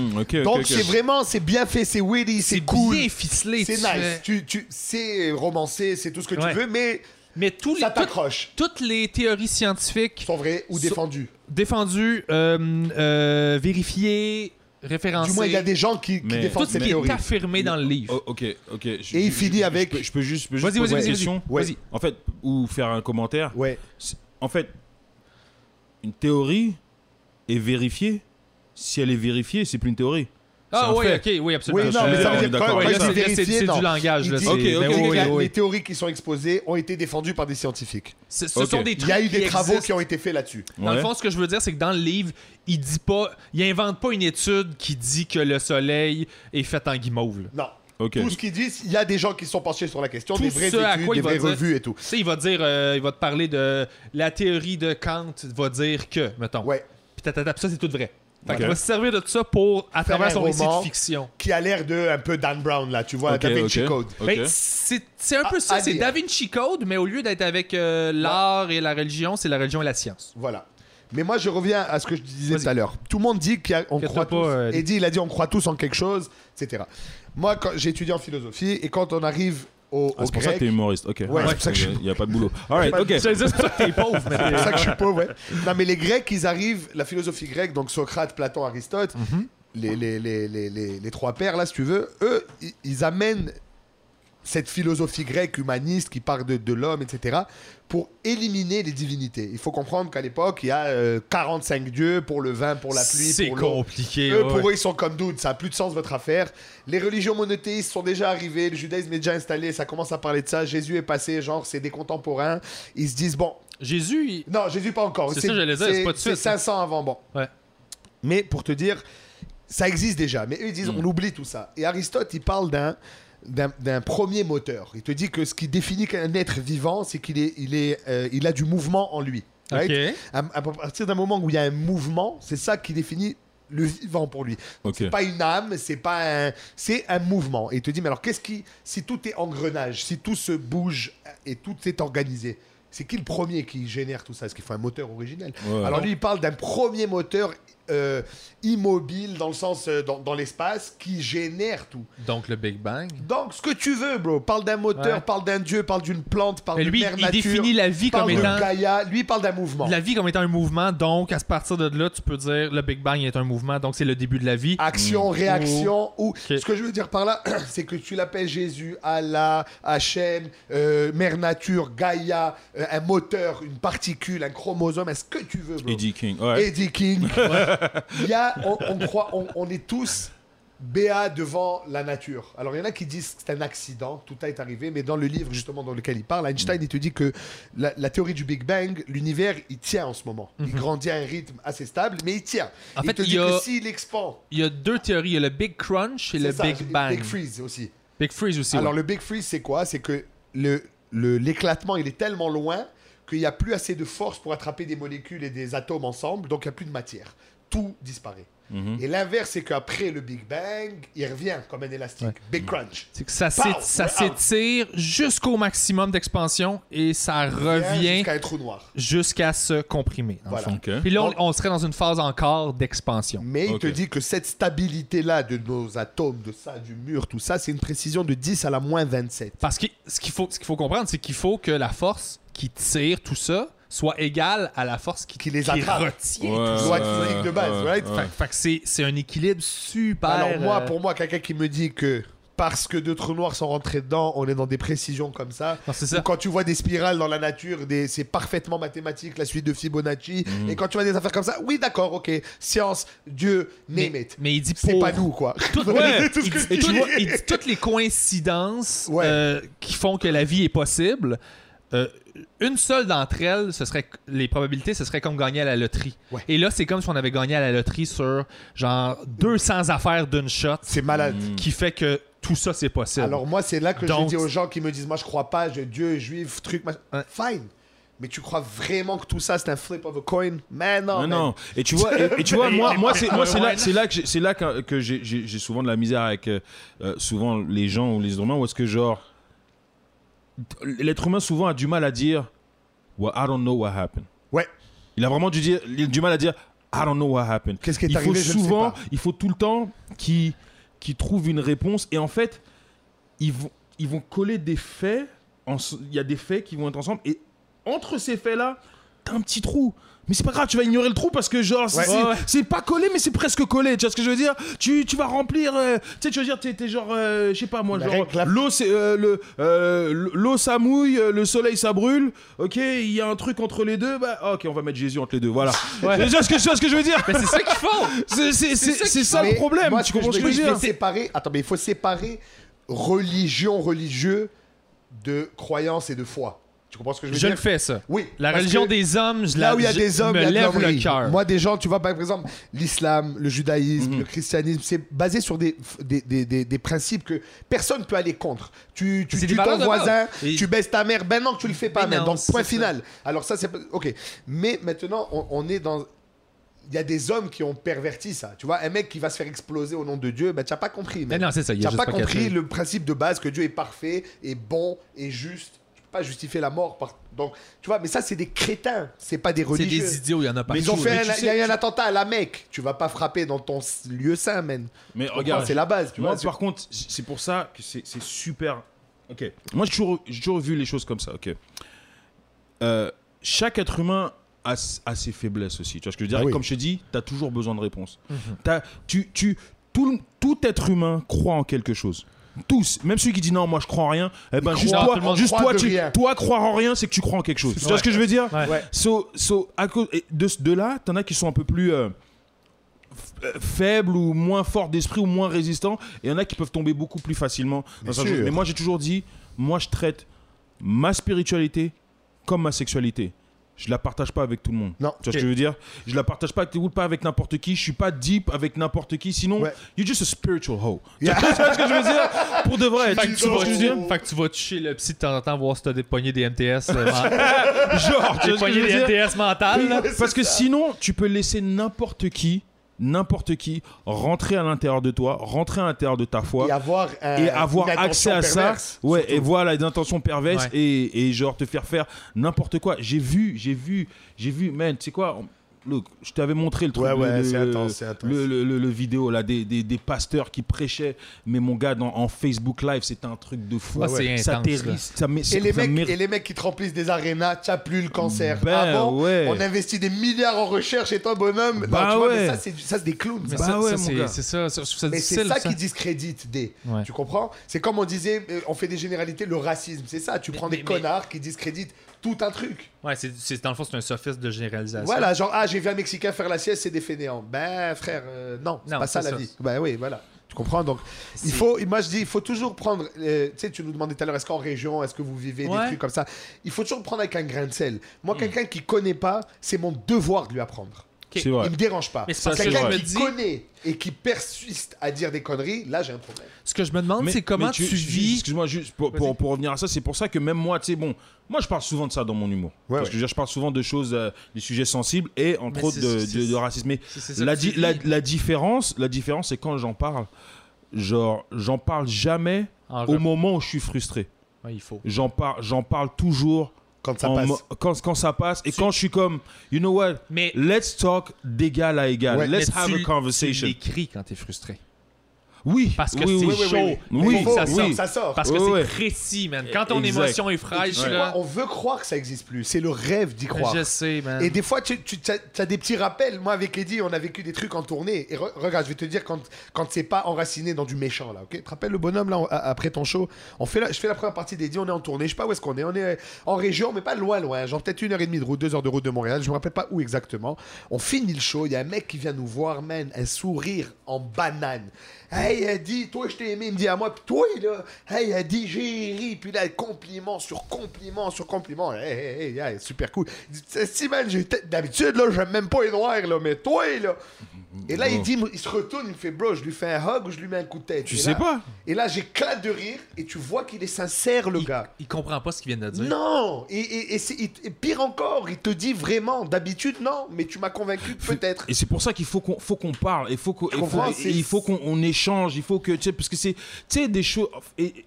Hmm, ok, ok,
Donc,
ok.
c'est vraiment, c'est bien fait, c'est witty, c'est
C'est
cool.
bien ficelé.
C'est
tu
nice.
fais-
Tu, tu, c'est romancé, c'est tout ce que
Ouais.
tu veux, mais
Mais tous les,
ça
toutes,
t'accroche.
toutes les théories scientifiques
Sont vraies ou
So-
défendues.
défendues, euh, euh, vérifiées, référencées,
Du moins, il y a des gens qui, qui
Mais-
Ah, tout
défendent
ce
cette
qui
théorie.
est affirmé dans le livre.
Oh, ok, ok. Je-
Et il
je-
finit
je-
avec-
Je peux, je peux juste, je peux juste
Vas-y,
poser
vas-y,
une
vas-y,
question.
vas-y.
Vas-y. En fait, ou faire un commentaire.
Ouais.
C'est- En fait, une théorie est vérifiée. Si elle est vérifiée, c'est plus une théorie.
Ah
C'est un
oui,
fait.
ok, oui, absolument.
Oui, non, mais ça
on est
veut dire
d'accord.
quand,
Ouais,
quand
là,
il
c'est-
dit
là, c'est-
vérifié,
c'est
non.
du langage,
Il
là,
dit
c'est-
que
Ok,
la-
ok,
les,
ok.
théories qui sont exposées ont été défendues par des scientifiques.
Ce, ce
Ok.
sont des
Il
trucs
y a eu des travaux
existent.
qui ont été faits là-dessus.
Dans
Ouais.
le fond, ce que je veux dire, c'est que dans le livre, il dit pas, il invente pas une étude qui dit que le soleil est fait en guimauve. là.
Non.
Ok.
Tout ce qu'ils disent, il y a des gens qui se sont penchés sur la question,
Tout
des vraies
ce à
études,
quoi
des
il va
vraies
dire-
revues et tout.
Tu sais, il va te dire, euh, il va te parler de la théorie de Kant va dire que, mettons.
Ouais.
Puis tatatap, ça c'est tout vrai. Fait
Ok.
qu'il va se servir de tout ça pour à
Faire
travers
un
son récit
roman.
de fiction.
Qui a l'air de un peu Dan Brown là, tu vois,
Ok,
Da Vinci
ok,
Code.
ok.
Ben, c'est c'est un peu
Ah,
ça,
à
c'est
lire.
Da Vinci Code, mais au lieu d'être avec euh, l'art et la religion, c'est la religion et la science.
Voilà. Mais moi, je reviens à ce que je disais
Vas-y.
tout à l'heure. Tout le monde dit qu'on
Inquiète-toi
croit
pas,
tous.
euh,
Eddie, il a dit on croit tous en quelque chose, etc. Moi, quand j'ai étudié en philosophie et quand on arrive au,
Ah,
au
c'est pour ça que
grec-
t'es humoriste. Ok.
Ouais, c'est pour ça que je-
Il n'y a pas de <laughs> boulot. All right, ok.
J'allais dire, c'est pour ça que t'es pauvre, mais
C'est pour ça que je suis pauvre,
<laughs>
ouais. Non, mais les Grecs, ils arrivent, la philosophie grecque, donc Socrate, Platon, Aristote,
Mhm.
les, les, les, les, les, les trois pères, là, si tu veux, eux, i- ils amènent cette philosophie grecque humaniste qui part de, de l'homme, etc., pour éliminer les divinités. Il faut comprendre qu'à l'époque, il y a euh, 45 dieux pour le vin, <laughs> pour la pluie,
c'est
pour l'eau.
compliqué.
Eux,
ouais,
pour
ouais.
eux, ils sont comme doutes, ça n'a plus de sens votre affaire. Les religions monothéistes sont déjà arrivées, le judaïsme est déjà installé, ça commence à parler de ça. Jésus est passé, genre, c'est des contemporains. Ils se disent, bon,
Jésus, il-
non, Jésus pas encore.
C'est ça, j'allais dire, c'est pas de suite, hein.
C'est 500 avant, bon.
Ouais.
Mais pour te dire, ça existe déjà. Mais eux, ils disent,
Mm.
on oublie tout ça. Et Aristote, il parle d'un d'un- d'un premier moteur. Il te dit que ce qui définit qu'un être vivant, c'est qu'il est, il est, euh, il a du mouvement en lui. Right
Ok.
à, à partir d'un moment où il y a un mouvement, c'est ça qui définit le vivant pour lui.
Ok.
C'est pas une âme, c'est pas un, c'est un mouvement. Et il te dit, mais alors qu'est-ce qui, si tout est engrenage, si tout se bouge et tout est organisé, c'est qui le premier qui génère tout ça Est-ce qu'il faut un moteur originel
Ouais.
Alors lui, il parle d'un premier moteur euh, immobile dans le sens euh, dans, dans l'espace qui génère tout.
Donc le Big Bang.
Donc ce que tu veux, bro. Parle d'un moteur,
Ouais.
parle d'un dieu, parle d'une plante, parle
Mais
de
lui,
mère
il
nature.
définit la vie
parle
comme étant
de Gaïa. Lui, il parle d'un mouvement.
la vie comme étant un mouvement. Donc à partir de là, tu peux dire le Big Bang est un mouvement. Donc c'est le début de la vie.
Action, réaction, ou.
Mm. Ok.
Ce que je veux dire par là, <clears throat> c'est que tu l'appelles Jésus, Allah, Hachem, euh, Mère Nature, Gaïa, euh, un moteur, une particule, un chromosome, est-ce que tu veux, bro
Eddie King. Ouais.
<laughs>
Eddie King. Il y a, on, on croit, on, on est tous béats devant la nature. Alors il y en a qui disent que c'est un accident, tout est arrivé, mais dans le livre justement dans lequel il parle,
Mm.
Einstein il te dit que la, la théorie du Big Bang, l'univers il tient en ce moment. Il grandit à un rythme assez stable, mais il tient.
Mm-hmm. En
il
fait,
te
il
dit
y a-
que s'il expand,
Il y a deux théories. Il y a le Big Crunch et le
c'est ça,
Big
j'ai-
Bang.
Big Freeze aussi.
Big Freeze aussi.
Alors
ouais.
le Big Freeze, c'est quoi C'est que le le- l'éclatement, il est tellement loin qu'il n'y a plus assez de force pour attraper des molécules et des atomes ensemble, donc il n'y a plus de matière. Tout disparaît.
Mhm.
Et l'inverse, c'est qu'après le Big Bang, il revient comme un élastique. Big Crunch.
C'est que ça
Pow!
s'é- ça
We're out.
s'étire jusqu'au maximum d'expansion et ça
Revient
revient
Jusqu'à un trou noir.
jusqu'à se comprimer. dans le
Voilà.
fond.
Ok.
Puis là, on, on serait dans une phase encore d'expansion.
Mais il
Ok.
te dit que cette stabilité-là de nos atomes, de ça, du mur, tout ça, c'est une précision de 10 à la moins 27.
Parce que ce qu'il faut, ce qu'il faut comprendre, c'est qu'il faut que la force qui tire tout ça soit égale à la force qui,
Qui les attrape.
retient.
Ouais,
Loi de
ouais,
physique de base,
ouais,
right?
ouais.
Fait, fait que c'est, c'est un équilibre super.
Alors moi,
euh,
pour moi, quelqu'un qui me dit que parce que deux trous noirs sont rentrés dedans, on est dans des précisions comme ça.
Non, c'est ça.
Ou Quand tu vois des spirales dans la nature, des- c'est parfaitement mathématique, la suite de Fibonacci.
Mm.
Et quand tu vois des affaires comme ça, oui, d'accord, ok. Science, Dieu, name
mais,
it.
mais il dit
C'est
pour-
pas nous, quoi. <laughs>
tout-
Voilà
ouais,
tout ce
il,
que
dit,
je
tu
dis.
vois, il dit toutes les coïncidences
Ouais.
euh, qui font que la vie est possible. Euh, une seule d'entre elles, ce serait les probabilités, ce serait comme gagner à la loterie.
Ouais.
Et là, c'est comme si on avait gagné à la loterie sur genre 200 affaires d'une shot,
C'est malade.
qui fait que tout ça c'est possible.
Alors moi, c'est là que
Mm. Donc-
je dis aux gens qui me disent, moi, je crois pas, je- Dieu, juif, truc, machin.
Ouais.
Fine. Mais tu crois vraiment que tout ça, c'est un flip of a coin Man, non.
Non,
man.
non. Et tu vois, <laughs> et, et tu vois, moi, moi, c'est, moi, c'est là, c'est là que, j'ai- c'est là que, que j'ai, j'ai- j'ai souvent de la misère avec euh, euh, souvent les gens ou les humains où est-ce que genre l'être humain souvent a du mal à dire well, I don't know what happened.
Ouais.
Il a vraiment du, dire, il a du mal à dire I don't know what happened.
Qu'est-ce qui est
il
arrivé, je
faut
ne sais
souvent,
pas.
il faut tout le temps qui qui trouve une réponse et en fait ils vont ils vont coller des faits. en s- Il y a des faits qui vont être ensemble et entre ces faits là, t'as un petit trou. Mais c'est pas grave, tu vas ignorer le trou parce que genre c'est-
Ouais.
c'est c'est pas collé mais c'est presque collé. Tu vois ce que je veux dire Tu tu vas remplir. euh, tu sais, tu veux dire t'es t'es genre euh, je sais pas moi
Mais rien
genre
que la-
l'eau c'est euh, le euh, l'eau ça mouille, euh, le soleil ça brûle. Ok, il y a un truc entre les deux. Bah ok, on va mettre Jésus entre les deux. Voilà.
Ouais.
Tu vois ce que tu vois ce que je veux dire
Mais c'est ça qu'il faut.
c'est c'est-
ça
c'est-
qui-
c'est ça le
Mais
problème.
moi,
tu
ce que
comprends ce que je
me
veux
dis, il
dire
faut séparer. Attends, mais il faut séparer religion, religieux de croyance et de foi. Tu comprends ce que je veux
Je
dire
le fais ça.
Oui.
La
parce
religion
que
des hommes, je
Là
la-
où il y a
je
des hommes, il
me
y a de
lève le
l'hommerie.
cœur. Mhm.
Moi, des gens, tu vois, par exemple, l'islam, le judaïsme, le christianisme, c'est basé sur des, des, des, des, des principes que personne peut aller contre. Tu, tu
C'est des
tues ton
valeurs de
voisin,
base. Et-
tu baisses ta mère, ben non, que tu le fais pas,
Mais
même.
non,
Donc, point
c'est ça.
final. Alors, ça, c'est. pas- Ok. Mais maintenant, on, on est dans. Il y a des hommes qui ont perverti ça. Tu vois, un mec qui va se faire exploser au nom de Dieu, ben, tu n'as pas compris. mec.
Mais non, c'est ça, il a
T'as
juste
pas
pas
compris
capté.
le principe de base que Dieu est parfait, est bon et juste. Tu pas justifier la mort. par- Donc, tu vois, mais ça, c'est des crétins, c'est pas des
C'est
religieux.
des idiots, il y en a pas.
Ils ont fait
mais
un-
tu
il
sais-
y a eu un attentat à la Mecque. Tu vas pas frapper dans ton s- lieu saint, man.
Mais
Comprends,
regarde,
c'est la base,
Tu vois,
c'est-
par contre, j- c'est pour ça que c'est c'est super. Ok. Moi, j'ai toujours, j'ai toujours vu les choses comme ça. Ok. Euh, chaque être humain a, s- a ses faiblesses aussi. Tu vois ce que je veux dire
Ah oui. Mhm.
Comme je te dis, tu as toujours besoin de réponses. T'as- tu, tu, tout, le- tout être humain croit en quelque chose. Tous, même celui qui dit non, moi je crois en rien, eh ben,
Il
juste
croit,
toi,
tout le monde
juste
croit
toi,
de
tu,
rien.
toi, croire en rien, c'est que tu crois en quelque chose. Tu vois ce que je veux dire
Ouais.
Ouais.
So, so, à cause, et de, ce- de là, t'en as qui sont un peu plus euh, f- euh, faibles ou moins forts d'esprit ou moins résistants, et il y en a qui peuvent tomber beaucoup plus facilement. dans
Bien
certaines choses.
sûr.
Mais moi, j'ai toujours dit, moi, je traite ma spiritualité comme ma sexualité. Je la partage pas avec tout le monde.
Non.
Tu vois ce que je veux dire Je la partage pas avec tout le monde, pas avec n'importe qui. Je suis pas deep avec n'importe qui. Sinon,
Ouais.
you're just a spiritual hoe. <laughs> Tu vois ce que je veux dire Pour de vrai.
Fait que, tu vas,
vois ce que je veux dire
fait que tu vas toucher le psy de temps en temps, voir si t'as des poignées des
<laughs>
MTS, euh, men-
Genre,
des
tu vois ce que je
poignées
veux dire
des MTS mentales. là.
Parce que sinon, tu peux laisser n'importe qui, n'importe qui, rentrer à l'intérieur de toi, rentrer à l'intérieur de ta foi.
Et avoir, un-
Et avoir
une attention
accès à
perverse.
ça, ouais, et voilà, des intentions perverses
Ouais.
et, et genre te faire faire n'importe quoi. J'ai vu, j'ai vu, j'ai vu, man, tu sais quoi, on- look, je t'avais montré le truc,
Ouais,
le-
ouais,
le-
c'est intense, c'est intense.
Le, le- le- le vidéo là, des, des- des pasteurs qui prêchaient, mais mon gars, dans, en Facebook Live, c'était un truc de fou.
Ah, c'est
ça
intense,
t'hérisse, ça, mé-
Et les,
ça
mecs,
mérite-
et les mecs qui te remplissent des arénas, t'as plus le cancer.
Ben
Avant,
ouais.
on investit des milliards en recherche et toi, bonhomme. non,
Bah
tu vois, mais
ouais.
ça, c'est du- ça, c'est des clowns.
Mais
ça.
Bah
ça,
ouais,
ça,
mon
c'est-
gars.
c'est ça, ça, je trouve ça
Mais c'est
difficile,
ça,
ça.
qui discrédite des.
Ouais.
Tu comprends C'est comme on disait, euh, on fait des généralités, le racisme, c'est ça. Tu prends
mais-
des
mais-
connards qui discréditent tout un truc.
Ouais, c'est- c'est- dans le fond, c'est un sophisme de généralisation.
Voilà, genre, ah, j'ai vu un Mexicain faire la sieste, c'est des fainéants. Ben, frère, euh, non, c'est
Non,
pas ça
c'est
la
ça.
vie. Ben oui, voilà. Tu comprends Donc, il
C'est-
faut, moi je dis, il faut toujours prendre. euh, tu sais, tu nous demandais tout à l'heure, est-ce qu'en région, est-ce que vous vivez
Ouais. Mm.
des trucs comme ça Il faut toujours prendre avec un grain de sel. Moi, quelqu'un qui connaît pas, c'est mon devoir de lui apprendre.
C'est vrai.
Il me dérange pas.
Mais c'est parce que
quelqu'un
je me
qui
dis-
connaît et qui persiste à dire des conneries, là j'ai un problème.
Ce que je me demande,
Mais-
c'est comment
mais
tu,
ju-
vis.
Excuse-moi, juste pour,
Vas-y.
pour, pour revenir à ça, c'est pour ça que même moi, tu sais, bon, moi je parle souvent de ça dans mon humour.
Ouais,
Parce que je, veux dire, je parle souvent de choses, euh, des sujets sensibles et entre
Mais
autres
c'est-
de,
c'est-
de-
c'est-
de racisme. Mais
C'est- c'est ça
la,
que
di-
tu
la,
vis.
la différence, la différence, c'est quand j'en parle, genre, j'en parle jamais
En
au
rep-
moment où je suis frustré.
Ouais, il faut.
J'en parle, j'en parle toujours
Quand ça
en
passe.
mo- quand, quand ça passe et quand je suis comme, you know what,
Mais,
let's talk d'égal à égal,
Ouais.
let's
mais
have
tu-
a
Tu
conversation.
l'écris quand t'es frustré.
Oui,
Parce que
oui,
c'est
oui,
chaud.
oui,
Mais
oui,
il
faut-
faut-
ça sort,
ça sort.
Parce que
Ouais, ouais.
c'est précis, man. Quand ton
Exact.
émotion est
Et tu
fraîche,
sais
là.
quoi, on veut croire que ça existe plus. C'est le rêve d'y croire.
Je sais, man.
Et des fois, tu, tu as, des petits rappels. Moi, avec Eddie, on a vécu des trucs en tournée. Et re- regarde, je vais te dire quand, quand c'est pas enraciné dans du méchant, là, ok Tu te rappelles le bonhomme, là, on- a- après ton show on fait la- Je fais la première partie d'Eddie, on est en tournée. Je sais pas où est-ce qu'on est. On est en région, mais pas loin, loin. Genre peut-être une heure et demie de route, deux heures de route de Montréal. Je me rappelle pas où exactement. On finit le show. Il y a un mec qui vient nous voir, man, un sourire en banane. Hey, Eddie, toi, je t'ai aimé. Il me dit à moi, puis toi, là, hey, Eddie, j'ai ri. Puis là, compliment sur compliment sur compliment. Hey, hey, hey, yeah, super cool. Il dit, Tu sais, si, man, j'ai- d'habitude, là, j'aime même pas les noirs, là, mais toi, là. Et là, il dit, il se retourne, il me fait, bro, je lui fais un hug ou je lui mets un coup de tête.
Mm-hmm. Tu
Et
sais
là-
pas.
Et là, j'éclate de rire et tu vois qu'il est sincère, le
il,
gars.
il comprend pas ce qu'il vient de dire.
Non et, et- et c'est- et- et pire encore, il te dit vraiment, d'habitude, non, mais tu m'as convaincu, peut-être.
Et c'est pour ça qu'il faut qu'on faut qu'on parle, il faut qu'on il faut,
comprends,
et
c'est-
il faut qu'on on échange, il faut que tu sais parce que c'est tu sais des choses et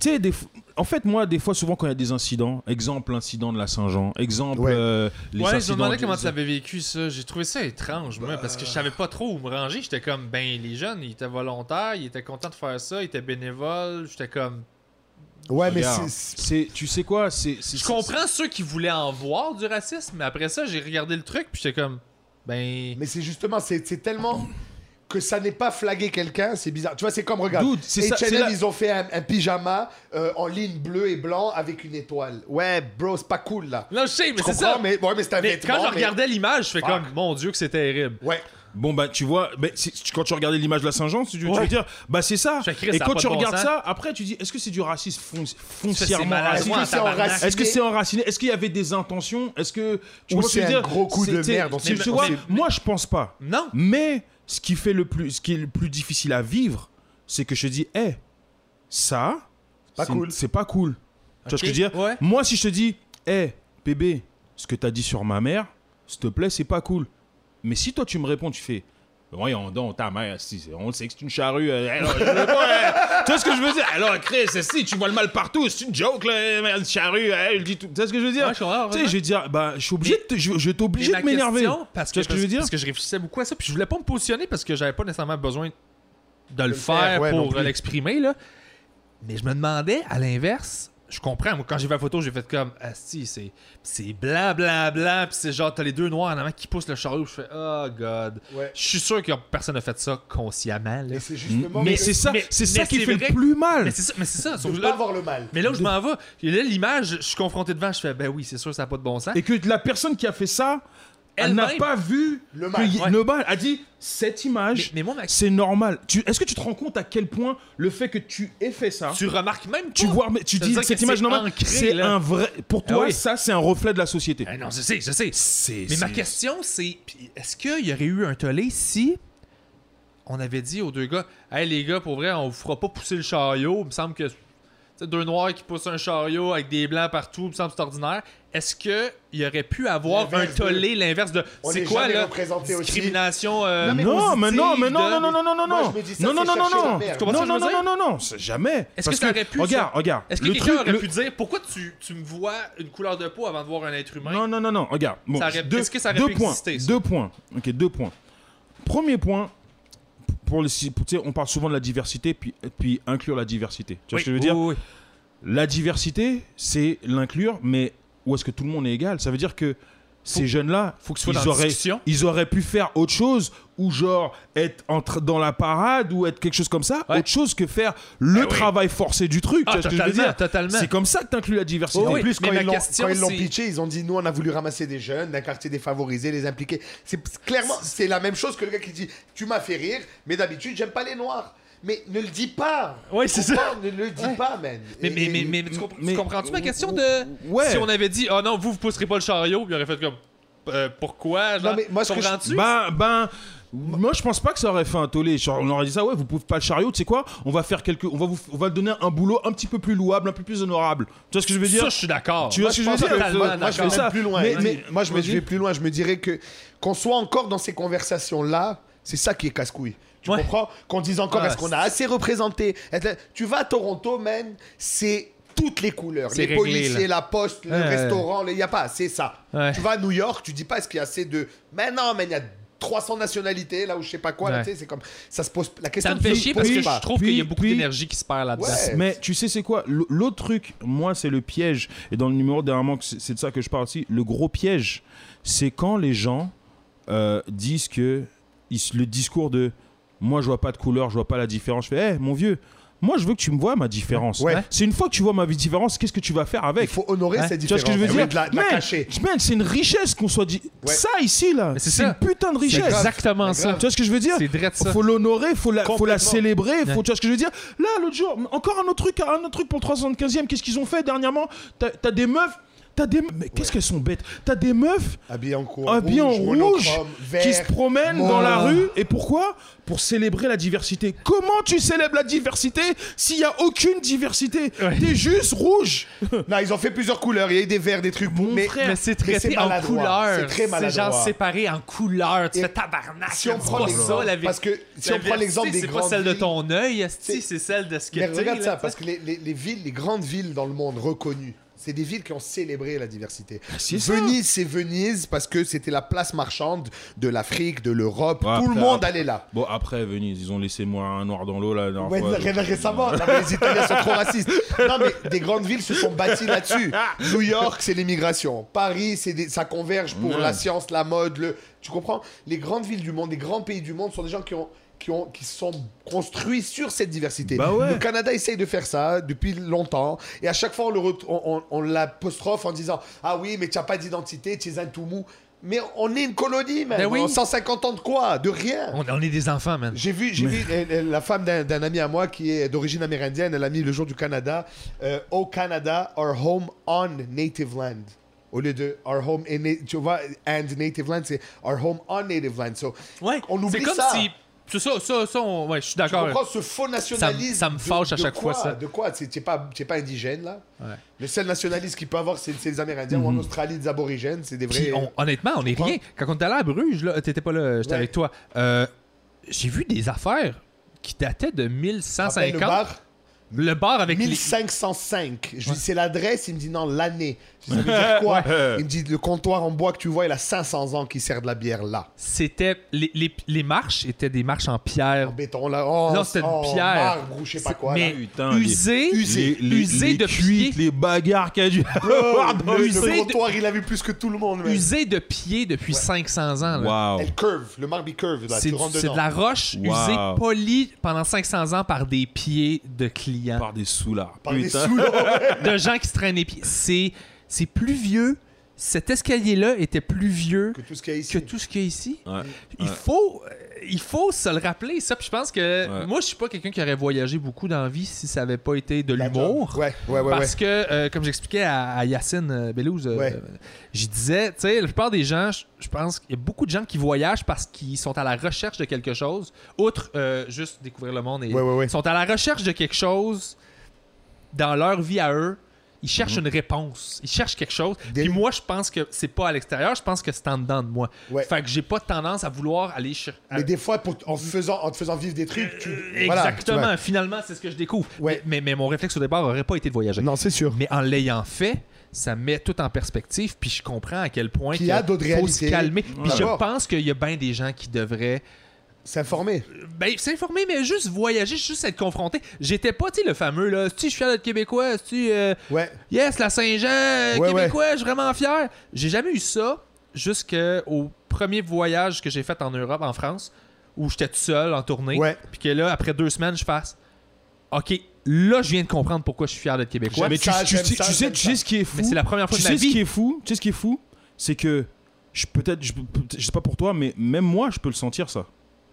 tu sais des f- en fait moi des fois souvent quand il y a des incidents, exemple incident de la Saint-Jean, exemple
Ouais.
euh, les
ouais, je me
incidents
demandais
de-
comment tu l'avais vécu, ça. J'ai trouvé ça étrange, moi, parce que je savais pas trop où me ranger. J'étais comme, ben, les jeunes, ils étaient volontaires, ils étaient contents de faire ça, ils étaient bénévoles. J'étais comme.
Ouais,
Regarde, c'est tu sais quoi, c'est c'est-
Je
c'est-
comprends ceux qui voulaient en voir du racisme, mais après ça, j'ai regardé le truc, puis j'étais comme, ben.
Mais c'est justement, c'est c'est tellement que ça n'est pas flagué quelqu'un, c'est bizarre. Tu vois, c'est comme, regarde,
Dude, c'est ça- c'est
H&M,
la-
ils ont fait un, un pyjama euh, en ligne bleue et blanc avec une étoile. Ouais, bro, c'est pas cool, là.
Non, je sais, mais
Je
c'est
comprends,
ça.
mais, ouais, mais c'est un
Mais
vêtement,
quand je
mais-
regardais l'image, je fais
Fuck.
comme, mon Dieu, que c'est terrible.
Ouais,
Bon bah tu vois, ben, c'est- tu- quand tu regardais l'image de la Saint-Jean, tu, tu
Ouais.
veux dire, bah c'est ça.
Je fais, Chris,
Et
ça a
quand
pas
tu
de bon
regardes
sens.
ça, après tu dis, est-ce que c'est du racisme fonc-
Ça, c'est
foncièrement
maladroit,
Est-ce que
en
c'est en
tabarnak.
racisme?
Est-ce que c'est enraciné Est-ce qu'il y avait des intentions Est-ce que
Ou
vois ce que
c'est
je veux
un gros coup de
C'était-
merde, on
Tu,
sait-
tu
on
vois,
sait-
moi je pense pas.
Non.
Mais ce qui fait le plus, ce qui est le plus difficile à vivre, c'est que je dis, hé, ça,
Pas
c'est-
cool.
C'est pas cool. Tu vois ce que je veux
Ok,
dire
ouais.
Moi, si je te dis, hé, bébé, ce que t'as dit sur ma mère, s'il te plaît, c'est pas cool. Mais si toi tu me réponds, tu fais, Ben voyons donc, ta mère, si, c'est- on le sait que c'est une charrue. euh, elle, je veux pas, euh, tu sais ce que je veux dire? Alors, Chris, si, tu vois le mal partout, c'est une joke, là, euh, une charrue, euh, elle dit tout. Tu sais ce que je veux dire?
Ouais, je comprends,
tu sais, je vais dire, ben, je suis obligé de te- je, je vais
Mais
t'obliger de
ma
m'énerver.
question, Parce que,
Tu sais ce que je veux dire?
parce que je réfléchissais beaucoup à ça, puis je voulais pas me positionner parce que j'avais pas nécessairement besoin de le
le
faire,
faire, ouais, non
pour
plus.
l'exprimer là. Mais je me demandais à l'inverse. Je comprends. Moi, quand j'ai vu la photo, j'ai fait comme Asti, c'est c'est blanc, blanc, blanc, puis c'est genre t'as les deux noirs en avant qui poussent le chariot. Je fais oh god.
Ouais.
Je suis sûr que personne n'a fait ça consciemment. là.
Et c'est justement.
Mais
de-
c'est ça,
mais-
c'est
mais
ça qui
c'est
fait
vrai
le plus mal.
Mais c'est ça. Mais c'est ça.
de
sauf
pas
là-
avoir le mal.
mais là où je m'en vais, et là l'image, je suis confronté devant, je fais ben oui, c'est sûr, ça n'a pas de bon sens.
Et que la personne qui a fait ça, elle n'a
Elle-même.
pas vu
Le mal,
que y-
ouais.
le mal. A dit cette
Mais-
image,
mais moi, ma-
c'est normal. Tu- Est-ce que tu te rends compte à quel point le fait que tu aies fait ça,
Tu
tu,
remarques même pas.
vois, mais tu
Ça
dis
veut dire
cette
que
image
c'est
normale,
ancré,
c'est
là. Ah
un vrai. Pour toi,
oui.
ça, c'est un reflet de la société.
Ah non, je sais, je sais.
C'est.
Mais ma
c'est-
question, c'est puis est-ce qu'il y aurait eu un tollé si on avait dit aux deux gars Hey, les gars, pour vrai, on vous fera pas pousser le chariot. Il me semble que. tu sais, deux noirs qui poussent un chariot avec des blancs partout, il me semble que c'est ordinaire. Est-ce qu'il y aurait pu avoir un
L'inverse de-
tollé, l'inverse de.
On
C'est
est
quoi,
jamais
là
représenté aussi.
Discrimination. euh,
Non, mais
Non, mais non, mais non,
positive
non, non, non, non, non,
Moi,
non,
je me dis ça,
non,
c'est
non, non,
chercher
non,
la merde.
Tu comprends ce
non,
que
non,
je veux
non,
dire?
non, non, c'est jamais.
Est-ce que
Parce
ça aurait pu,
Regarde, regarde.
Est-ce que
le
quelqu'un
truc,
aurait
le-
pu dire pourquoi tu, tu me vois une couleur de peau avant de voir un être humain
Non, non, non, non, regarde. Bon,
Ça aurait-
deux,
est-ce que ça aurait
deux
pu
points,
exister, ça?
Deux points. Ok, deux points. Premier point, pour le, si- pour- tu sais, on parle souvent de la diversité, puis, puis inclure la diversité. Tu vois ce que je veux dire
Oui, oui,
La diversité, c'est l'inclure, mais où est-ce que tout le monde est égal Ça veut dire que ces jeunes-là,
faut que ce soit
ils
dans la
auraient,
discussion.
ils auraient pu faire autre chose, ou genre être entre, dans la parade, ou être quelque chose comme ça,
Ouais. Eh
autre chose que faire le
oui.
travail forcé du truc.
Ah,
tu vois ce que je veux
totalement,
dire
totalement.
C'est comme ça que tu inclus la diversité.
Oh,
En
oui.
plus,
mais
quand
ma
ils l'ont-
question,
quand ils l'ont
c'est-
pitché, ils ont dit nous, on a voulu ramasser des jeunes d'un quartier défavorisé, les impliquer. C'est clairement, c'est la même chose que le gars qui dit tu m'as fait rire, mais d'habitude, j'aime pas les noirs. Mais ne le dis pas.
Ouais, c'est
Comprends, Ne le dis pas, man.
Mais,
Et-
mais, mais,
et-
mais, mais tu, compr- tu
mais-
comprends-tu ma question de.
Ouais.
Si on avait dit, ah non, vous, vous pousserez pas le chariot, il aurait fait comme. Euh, pourquoi genre,
Non, mais moi, ce que je-
comprends-tu?
Ben, ben, moi je pense pas que ça aurait fait un tollé. Genre, on aurait dit ça, ouais, vous pouvez pas le chariot, tu sais quoi On va faire quelque, on va vous, on va donner un boulot un petit peu plus louable, un peu plus honorable. Tu vois ce que je veux dire
Ça, je suis d'accord.
Tu vois ce que je veux
pense
dire
que-
Totalement
moi, je
d'accord.
vais même plus loin. hein.
Mais-
Je
mais-
dis- moi, je, me,
vas-y.
je vais plus loin. Je me dirais que qu'on soit encore dans ces conversations-là, c'est ça qui est casse-couille. Tu
Ouais.
comprends Qu'on dise encore
Ah,
est-ce qu'on a assez représenté Est-ce que- Tu vas à Toronto, man, c'est toutes les couleurs.
C'est
Les
réglé,
policiers, la poste, le
Ouais.
restaurant, il n'y a pas assez ça.
Ouais.
Tu vas à New York, tu dis pas est-ce qu'il y a assez de... Mais non, man, il y a 300 nationalités là ou je sais pas quoi. là,
Ouais.
tu sais, C'est comme... Ça se pose... La question
Ça me
ne
fait
se
chier
pose
parce que
pas.
je trouve
Puis-
qu'il y a beaucoup
puis-
d'énergie qui se perd là-dedans.
Ouais.
Mais tu sais, c'est quoi L- L'autre truc, moi, c'est le piège. Et dans le numéro dernièrement, que c'est c'est de ça que je parle aussi. Le gros piège, c'est quand les gens euh, disent que ils s- le discours de moi, je vois pas de couleur, je vois pas la différence. Je fais, hé, mon vieux. Moi, je veux que tu me vois ma différence.
Ouais.
C'est une fois que tu vois ma différence, qu'est-ce que tu vas faire avec
Il faut honorer
Hein
cette
Tu vois
différence.
ce que je veux
au lieu
dire
Eh de la, de la
Man,
cacher.
man, c'est une richesse qu'on soit dit.
Ouais.
Ça ici là,
Mais c'est
c'est
ça.
une putain de
C'est
richesse.
exactement
Mais
ça.
Tu vois ce que je veux dire
C'est drette ça.
Faut l'honorer, faut la, faut la
Complètement.
célébrer, faut, tu vois ce que je veux dire Là, l'autre jour, encore un autre truc, un autre truc pour le 375e, qu'est-ce qu'ils ont fait dernièrement T'as t'as des meufs, t'as des, mais qu'est-ce qu'elles sont bêtes T'as des meufs
Habillé en cours.
habillées en rouge,
monochrome,
qui
vert.
se promènent dans
mauve.
la rue, et pourquoi Pour célébrer la diversité. Comment tu célèbres la diversité s'il y a aucune diversité T'es juste rouge.
Non, ils ont fait plusieurs couleurs. Il y a eu des verts, des trucs bons. Mais
Mais c'est
mais
traité
c'est
en
maladroit. C'est
couleur.
très maladroit.
genre séparé en couleur. Tu
Et
fais tabarnak.
si on
c'est
prend
pas
l'exemple-
ça, la vie-
parce que si
la
on prend l'exemple
vérité,
des
C'est pas
grandes
celle de
villes-
ton œil, esti,
C'est-
c'est celle de ce que
Mais
t'es,
regarde
là,
ça,
tu
parce
sais.
que les, les- les villes, les grandes villes dans le monde reconnues, c'est des villes qui ont célébré la diversité.
c'est ça.
Venise, c'est Venise parce que c'était la place marchande de l'Afrique, de l'Europe.
Ouais,
Tout le
après,
monde
après-
allait là.
Bon, après, Venise, ils ont laissé moi un noir dans l'eau là. la dernière
Ouais,
fois,
ré-
donc-
récemment, non, mais les Italiens sont trop racistes. Non, mais des grandes villes se sont bâties là-dessus. New York, c'est l'immigration. Paris, c'est des- ça converge pour
Mm.
la science, la mode. Le... Tu comprends Les grandes villes du monde, les grands pays du monde sont des gens qui ont. Qui, ont, qui se sont construits sur cette diversité.
Bah ouais.
Le Canada essaye de faire ça depuis longtemps et à chaque fois on, le ret- on, on- on l'apostrophe en disant Ah oui, mais tu n'as pas d'identité, tu es un tout mou. Mais on est une colonie, man.
Ben oui.
On a 150 ans de quoi De rien.
On on est des enfants, man.
J'ai vu, j'ai vu euh, euh, la femme d'un, d'un ami à moi qui est d'origine amérindienne. Elle a mis le jour du Canada. euh, au Canada, our home on native land. Au lieu de our home in na- tu vois, and native land, c'est our home on native land. So,
Ouais,
on oublie
C'est comme
ça.
si. C'est ça, ça, ça, on- ouais, je suis
Tu
d'accord.
comprends ce faux nationalisme
Ça me- ça me
de-
fâche à
de
chaque
quoi,
fois, ça.
De quoi Tu n'es pas, t'es pas indigène, là
Ouais. Mhm.
Le seul nationaliste qu'il peut avoir, c'est, c'est les Amérindiens ou en Australie, des aborigènes. C'est des vrais.
Puis on- honnêtement, on est
comprends?
rien. Quand on est allé à Bruges, là, t'étais pas là, j'étais
Ouais.
avec toi. euh, j'ai vu des affaires qui dataient de
Rappelle
1150.
Ah, ben, le bar,
Le bar avec les-
1505. Je lui dis, c'est l'adresse. Il me dit, non, l'année. Je
<laughs>
dis, ça veut dire quoi Il me dit, le comptoir en bois que tu vois, il a 500 ans qui sert de la bière là.
C'était les, les- les marches étaient des marches en pierre.
En béton là. Oh,
Non, c'était une
oh,
pierre.
Marbre ou je sais pas quoi.
mais <laughs>
là.
euh, Putain,
usées,
les,
usées,
les- les
de
cuites,
pied,
les bagarres qu'il y a dû
Ah,
avoir dans
Oh, Le, le
Usé de-
comptoir, il a vu plus que tout le monde. mec.
usées de pied depuis 500 ans. là.
Waouh.
Elle curve, le marbre il curve là.
C'est
Tu
du-
rentres
c'est
dedans.
de la roche
Wow.
usée, polie pendant 500 ans par des pieds de clients,
Par des soulards.
Par des
Putain.
sous
de gens qui se traînent les pieds. C'est c'est plus vieux. Cet escalier-là était plus vieux
que tout ce qu'il y a ici.
que tout ce qu'il y a ici.
Ouais.
Il
Ouais.
faut euh, il faut se le rappeler ça. Puis je pense que
Ouais.
moi je suis pas quelqu'un qui aurait voyagé beaucoup dans la vie si ça avait pas été de
La job.
l'humour.
Ouais, ouais, ouais. ouais.
Parce que, euh, comme j'expliquais à, à Yacine euh, Bellouse, euh,
Ouais.
j'y disais, tu sais, la plupart des gens, je- je pense qu'il y a beaucoup de gens qui voyagent parce qu'ils sont à la recherche de quelque chose, outre euh, juste découvrir le monde. Et,
Ouais, ouais, ouais.
Ils sont à la recherche de quelque chose dans leur vie à eux. Ils cherchent une réponse. Ils cherchent quelque chose.
Mhm. Des-
Puis moi, je pense que c'est pas à l'extérieur, je pense que c'est en dedans de moi.
Ouais.
Fait que j'ai pas tendance à vouloir aller chercher.
Mais des fois, pour- en, te faisant, en te faisant vivre des trucs, tu. voilà,
Euh, Exactement.
tu vois.
Finalement, c'est ce que je découvre.
Ouais.
Mais, mais- mais mon réflexe au départ aurait pas été de voyager.
Non, c'est sûr.
Mais en l'ayant fait, ça met tout en perspective, puis je comprends à quel point
Qu'il y a
que
d'autres
faut se
réalités.
calmer. Puis je
D'accord.
pense qu'il y a bien des gens qui devraient
S'informer.
ben, s'informer, mais juste voyager, juste être confronté. J'étais pas, tu sais, le fameux, là, si je suis fier d'être québécois, si euh,
Ouais.
yes, la Saint-Jean, euh,
Ouais,
québécois, je suis vraiment fier. J'ai jamais eu ça jusqu'au premier voyage que j'ai fait en Europe, en France, où j'étais tout seul en tournée.
Ouais.
Puis que là, après deux semaines, je fasse OK, là, je viens de comprendre pourquoi je suis fier d'être québécois.
J'aime
Mais tu,
ça,
tu-
j'aime
tu-
ça,
tu sais,
j'aime
tu
ça.
sais ce qui est fou.
Mais c'est la première fois
tu
de ma
sais ce qui
vie.
est fou Tu sais ce qui est fou C'est que je peut-être, je, je sais pas pour toi, mais même moi, je peux le sentir ça.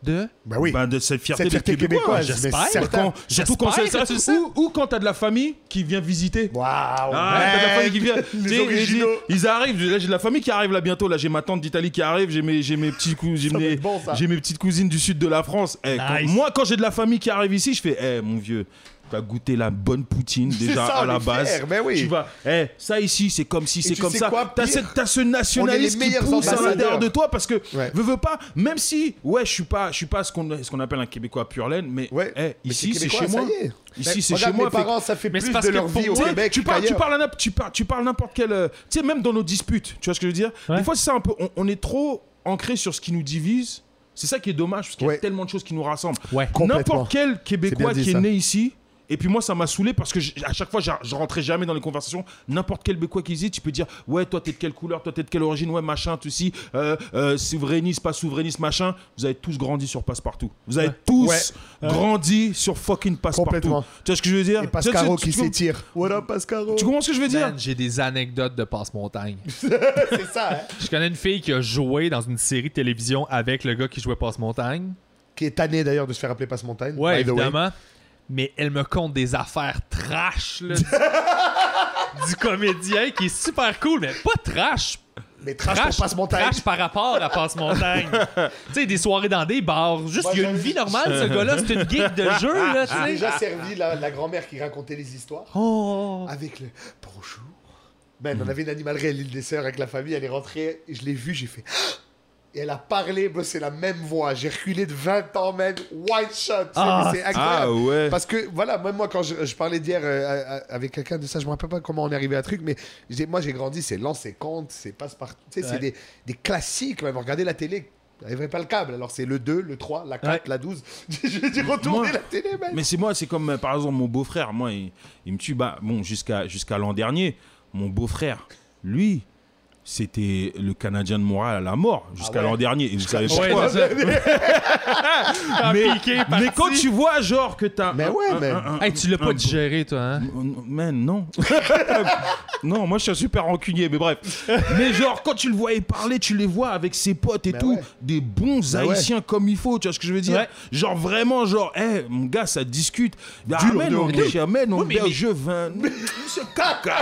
De...
Bah oui.
Ben, de cette fierté,
Cette
d'être
fierté
québécois.
québécoise, mais
j'espère.
certain.
Quand- surtout quand c'est
J'espère que tu le
ça.
sais.
Ou, ou quand t'as de la famille qui vient visiter.
Waouh.
Ah, t'as de la famille qui vient. Tu sais,
<laughs> Les originaux.
Ils, ils arrivent. Là, j'ai de la famille qui arrive là bientôt. Là, j'ai ma tante d'Italie qui arrive. J'ai mes, j'ai mes petits cous- j'ai
Ça va
mes,
être bon, ça.
j'ai mes petites cousines du sud de la France. Eh, quand-
Nice.
moi, quand j'ai de la famille qui arrive ici, je fais, eh, mon vieux, t'as goûté la bonne poutine
<laughs>
déjà
ça,
à
on
la
est
base.
fiers, ben oui.
Tu vas, eh, ça ici, c'est comme si, c'est
tu
comme
sais
ça.
quoi,
T'as
pire?
cette- t'as ce nationalisme qui
meilleurs
pousse à
ambassadeurs.
l'intérieur de toi parce que,
Ouais.
veux, veux pas, même si, ouais, je suis pas, je suis pas ce qu'on, ce qu'on appelle un Québécois pur laine, mais,
Ouais.
eh,
Mais
ici, c'est
québécois,
chez moi.
ça y est.
Ici,
Ben,
c'est chez
regarde,
moi.
Mes
Fait que-
parents, ça fait
Mais c'est
plus
parce
de
que
leur
pour
vie au
moi,
Québec.
tu parles, tu
qu'ailleurs.
parles à n'importe- tu parles, tu parles n'importe quel, euh, tu sais, même dans nos disputes, tu vois ce que je veux dire. Des fois, c'est ça un peu, on, on est trop ancré sur ce qui nous divise. C'est ça qui est dommage parce qu'il y
Ouais.
a tellement de choses qui nous rassemblent.
Ouais.
Complètement.
N'importe quel Québécois
C'est bien dit,
qui est
ça.
né ici. Et puis moi, ça m'a saoulé parce que j- à chaque fois, j'a- je rentrais jamais dans les conversations. N'importe quel Québécois qui hésite, tu peux dire Ouais, toi, t'es de quelle couleur Toi, t'es de quelle origine Ouais, machin, tout si. Euh, euh, souverainiste, pas souverainiste, machin. Vous avez tous grandi sur Passepartout. Vous avez tous
Ouais.
grandi sur fucking Passepartout.
Complètement.
Tu vois ce que je veux dire
Et
Tu sais,
Pascaro
tu-
qui
tu com-
s'étire. What up, Pascaro
Tu comprends ce que je veux dire
Man, j'ai des anecdotes de passe-montagne.
C'est ça, hein
Je connais une fille qui a joué dans une série de télévision avec le gars qui jouait passe-montagne.
Qui est tanné d'ailleurs de se faire appeler Passe-Montagne.
Ouais,
by the way.
évidemment. Mais elle me compte des affaires trash là, du, du comédien qui est super cool, mais pas trash.
Mais trash, pour Passe-Montagne.
trash par rapport à passe-montagne. tu sais, des soirées dans des bars. Juste,
Moi,
il y a
j'aime-
une vie normale, ce gars-là. C'est une geek de jeu, là, tu
Ah.
J'ai
sais.
déjà servi la, la grand-mère qui racontait les histoires.
Oh.
Avec le bonjour. Ben, on avait une animalerie à l'île des Sœurs avec la famille. Elle est rentrée, et je l'ai vue, j'ai fait. <gasps> Et elle a parlé, bro, c'est la même voix. J'ai reculé de 20 ans, man. White shot. tu sais,
Ah.
mais c'est
Ah
incroyable.
ouais.
Parce que, voilà, même moi, quand je, je parlais d'hier euh, à- à- avec quelqu'un de ça, je me rappelle pas comment on est arrivé à truc, mais j'ai- moi, j'ai grandi, c'est lent, c'est compte, c'est passe-partout. Tu sais,
Ouais.
c'est des, des classiques, même. Regardez la télé, n'arriverait pas le câble. Alors, c'est le 2, le 3, la 4,
Ouais.
la 12. <laughs> J'ai dû retourner
Moi-
la télé, man.
Mais c'est moi, c'est comme euh, par exemple mon beau-frère. Moi, il, il me tue. Bah, bon, jusqu'à jusqu'à l'an dernier, mon beau-frère, lui, c'était le Canadien de Montréal à la mort Ah jusqu'à
ouais.
l'an dernier. Et vous savez
Ouais,
pourquoi.
c'est ça. <laughs> Ah,
mais,
piqué,
mais
parti.
quand tu vois genre que t'as.
Mais
un-
ouais,
un-
mais-
un- un-
Hey, tu l'as
un-
pas digéré, toi, hein?
Man, Euh, non. <laughs> non, moi je suis un super rancunier, mais bref. Mais genre, quand tu le voyais parler, tu les vois avec ses potes et
Ben
tout,
ouais.
des bons
Ben ouais.
haïtiens comme il faut, tu vois ce que je veux dire
Ouais.
Genre vraiment, genre, hé, mon gars, ça discute. Ben,
Dur,
amen,
dur,
on
dur.
dit, amen, on
Oui, mais-
dit, je vins. Monsieur caca.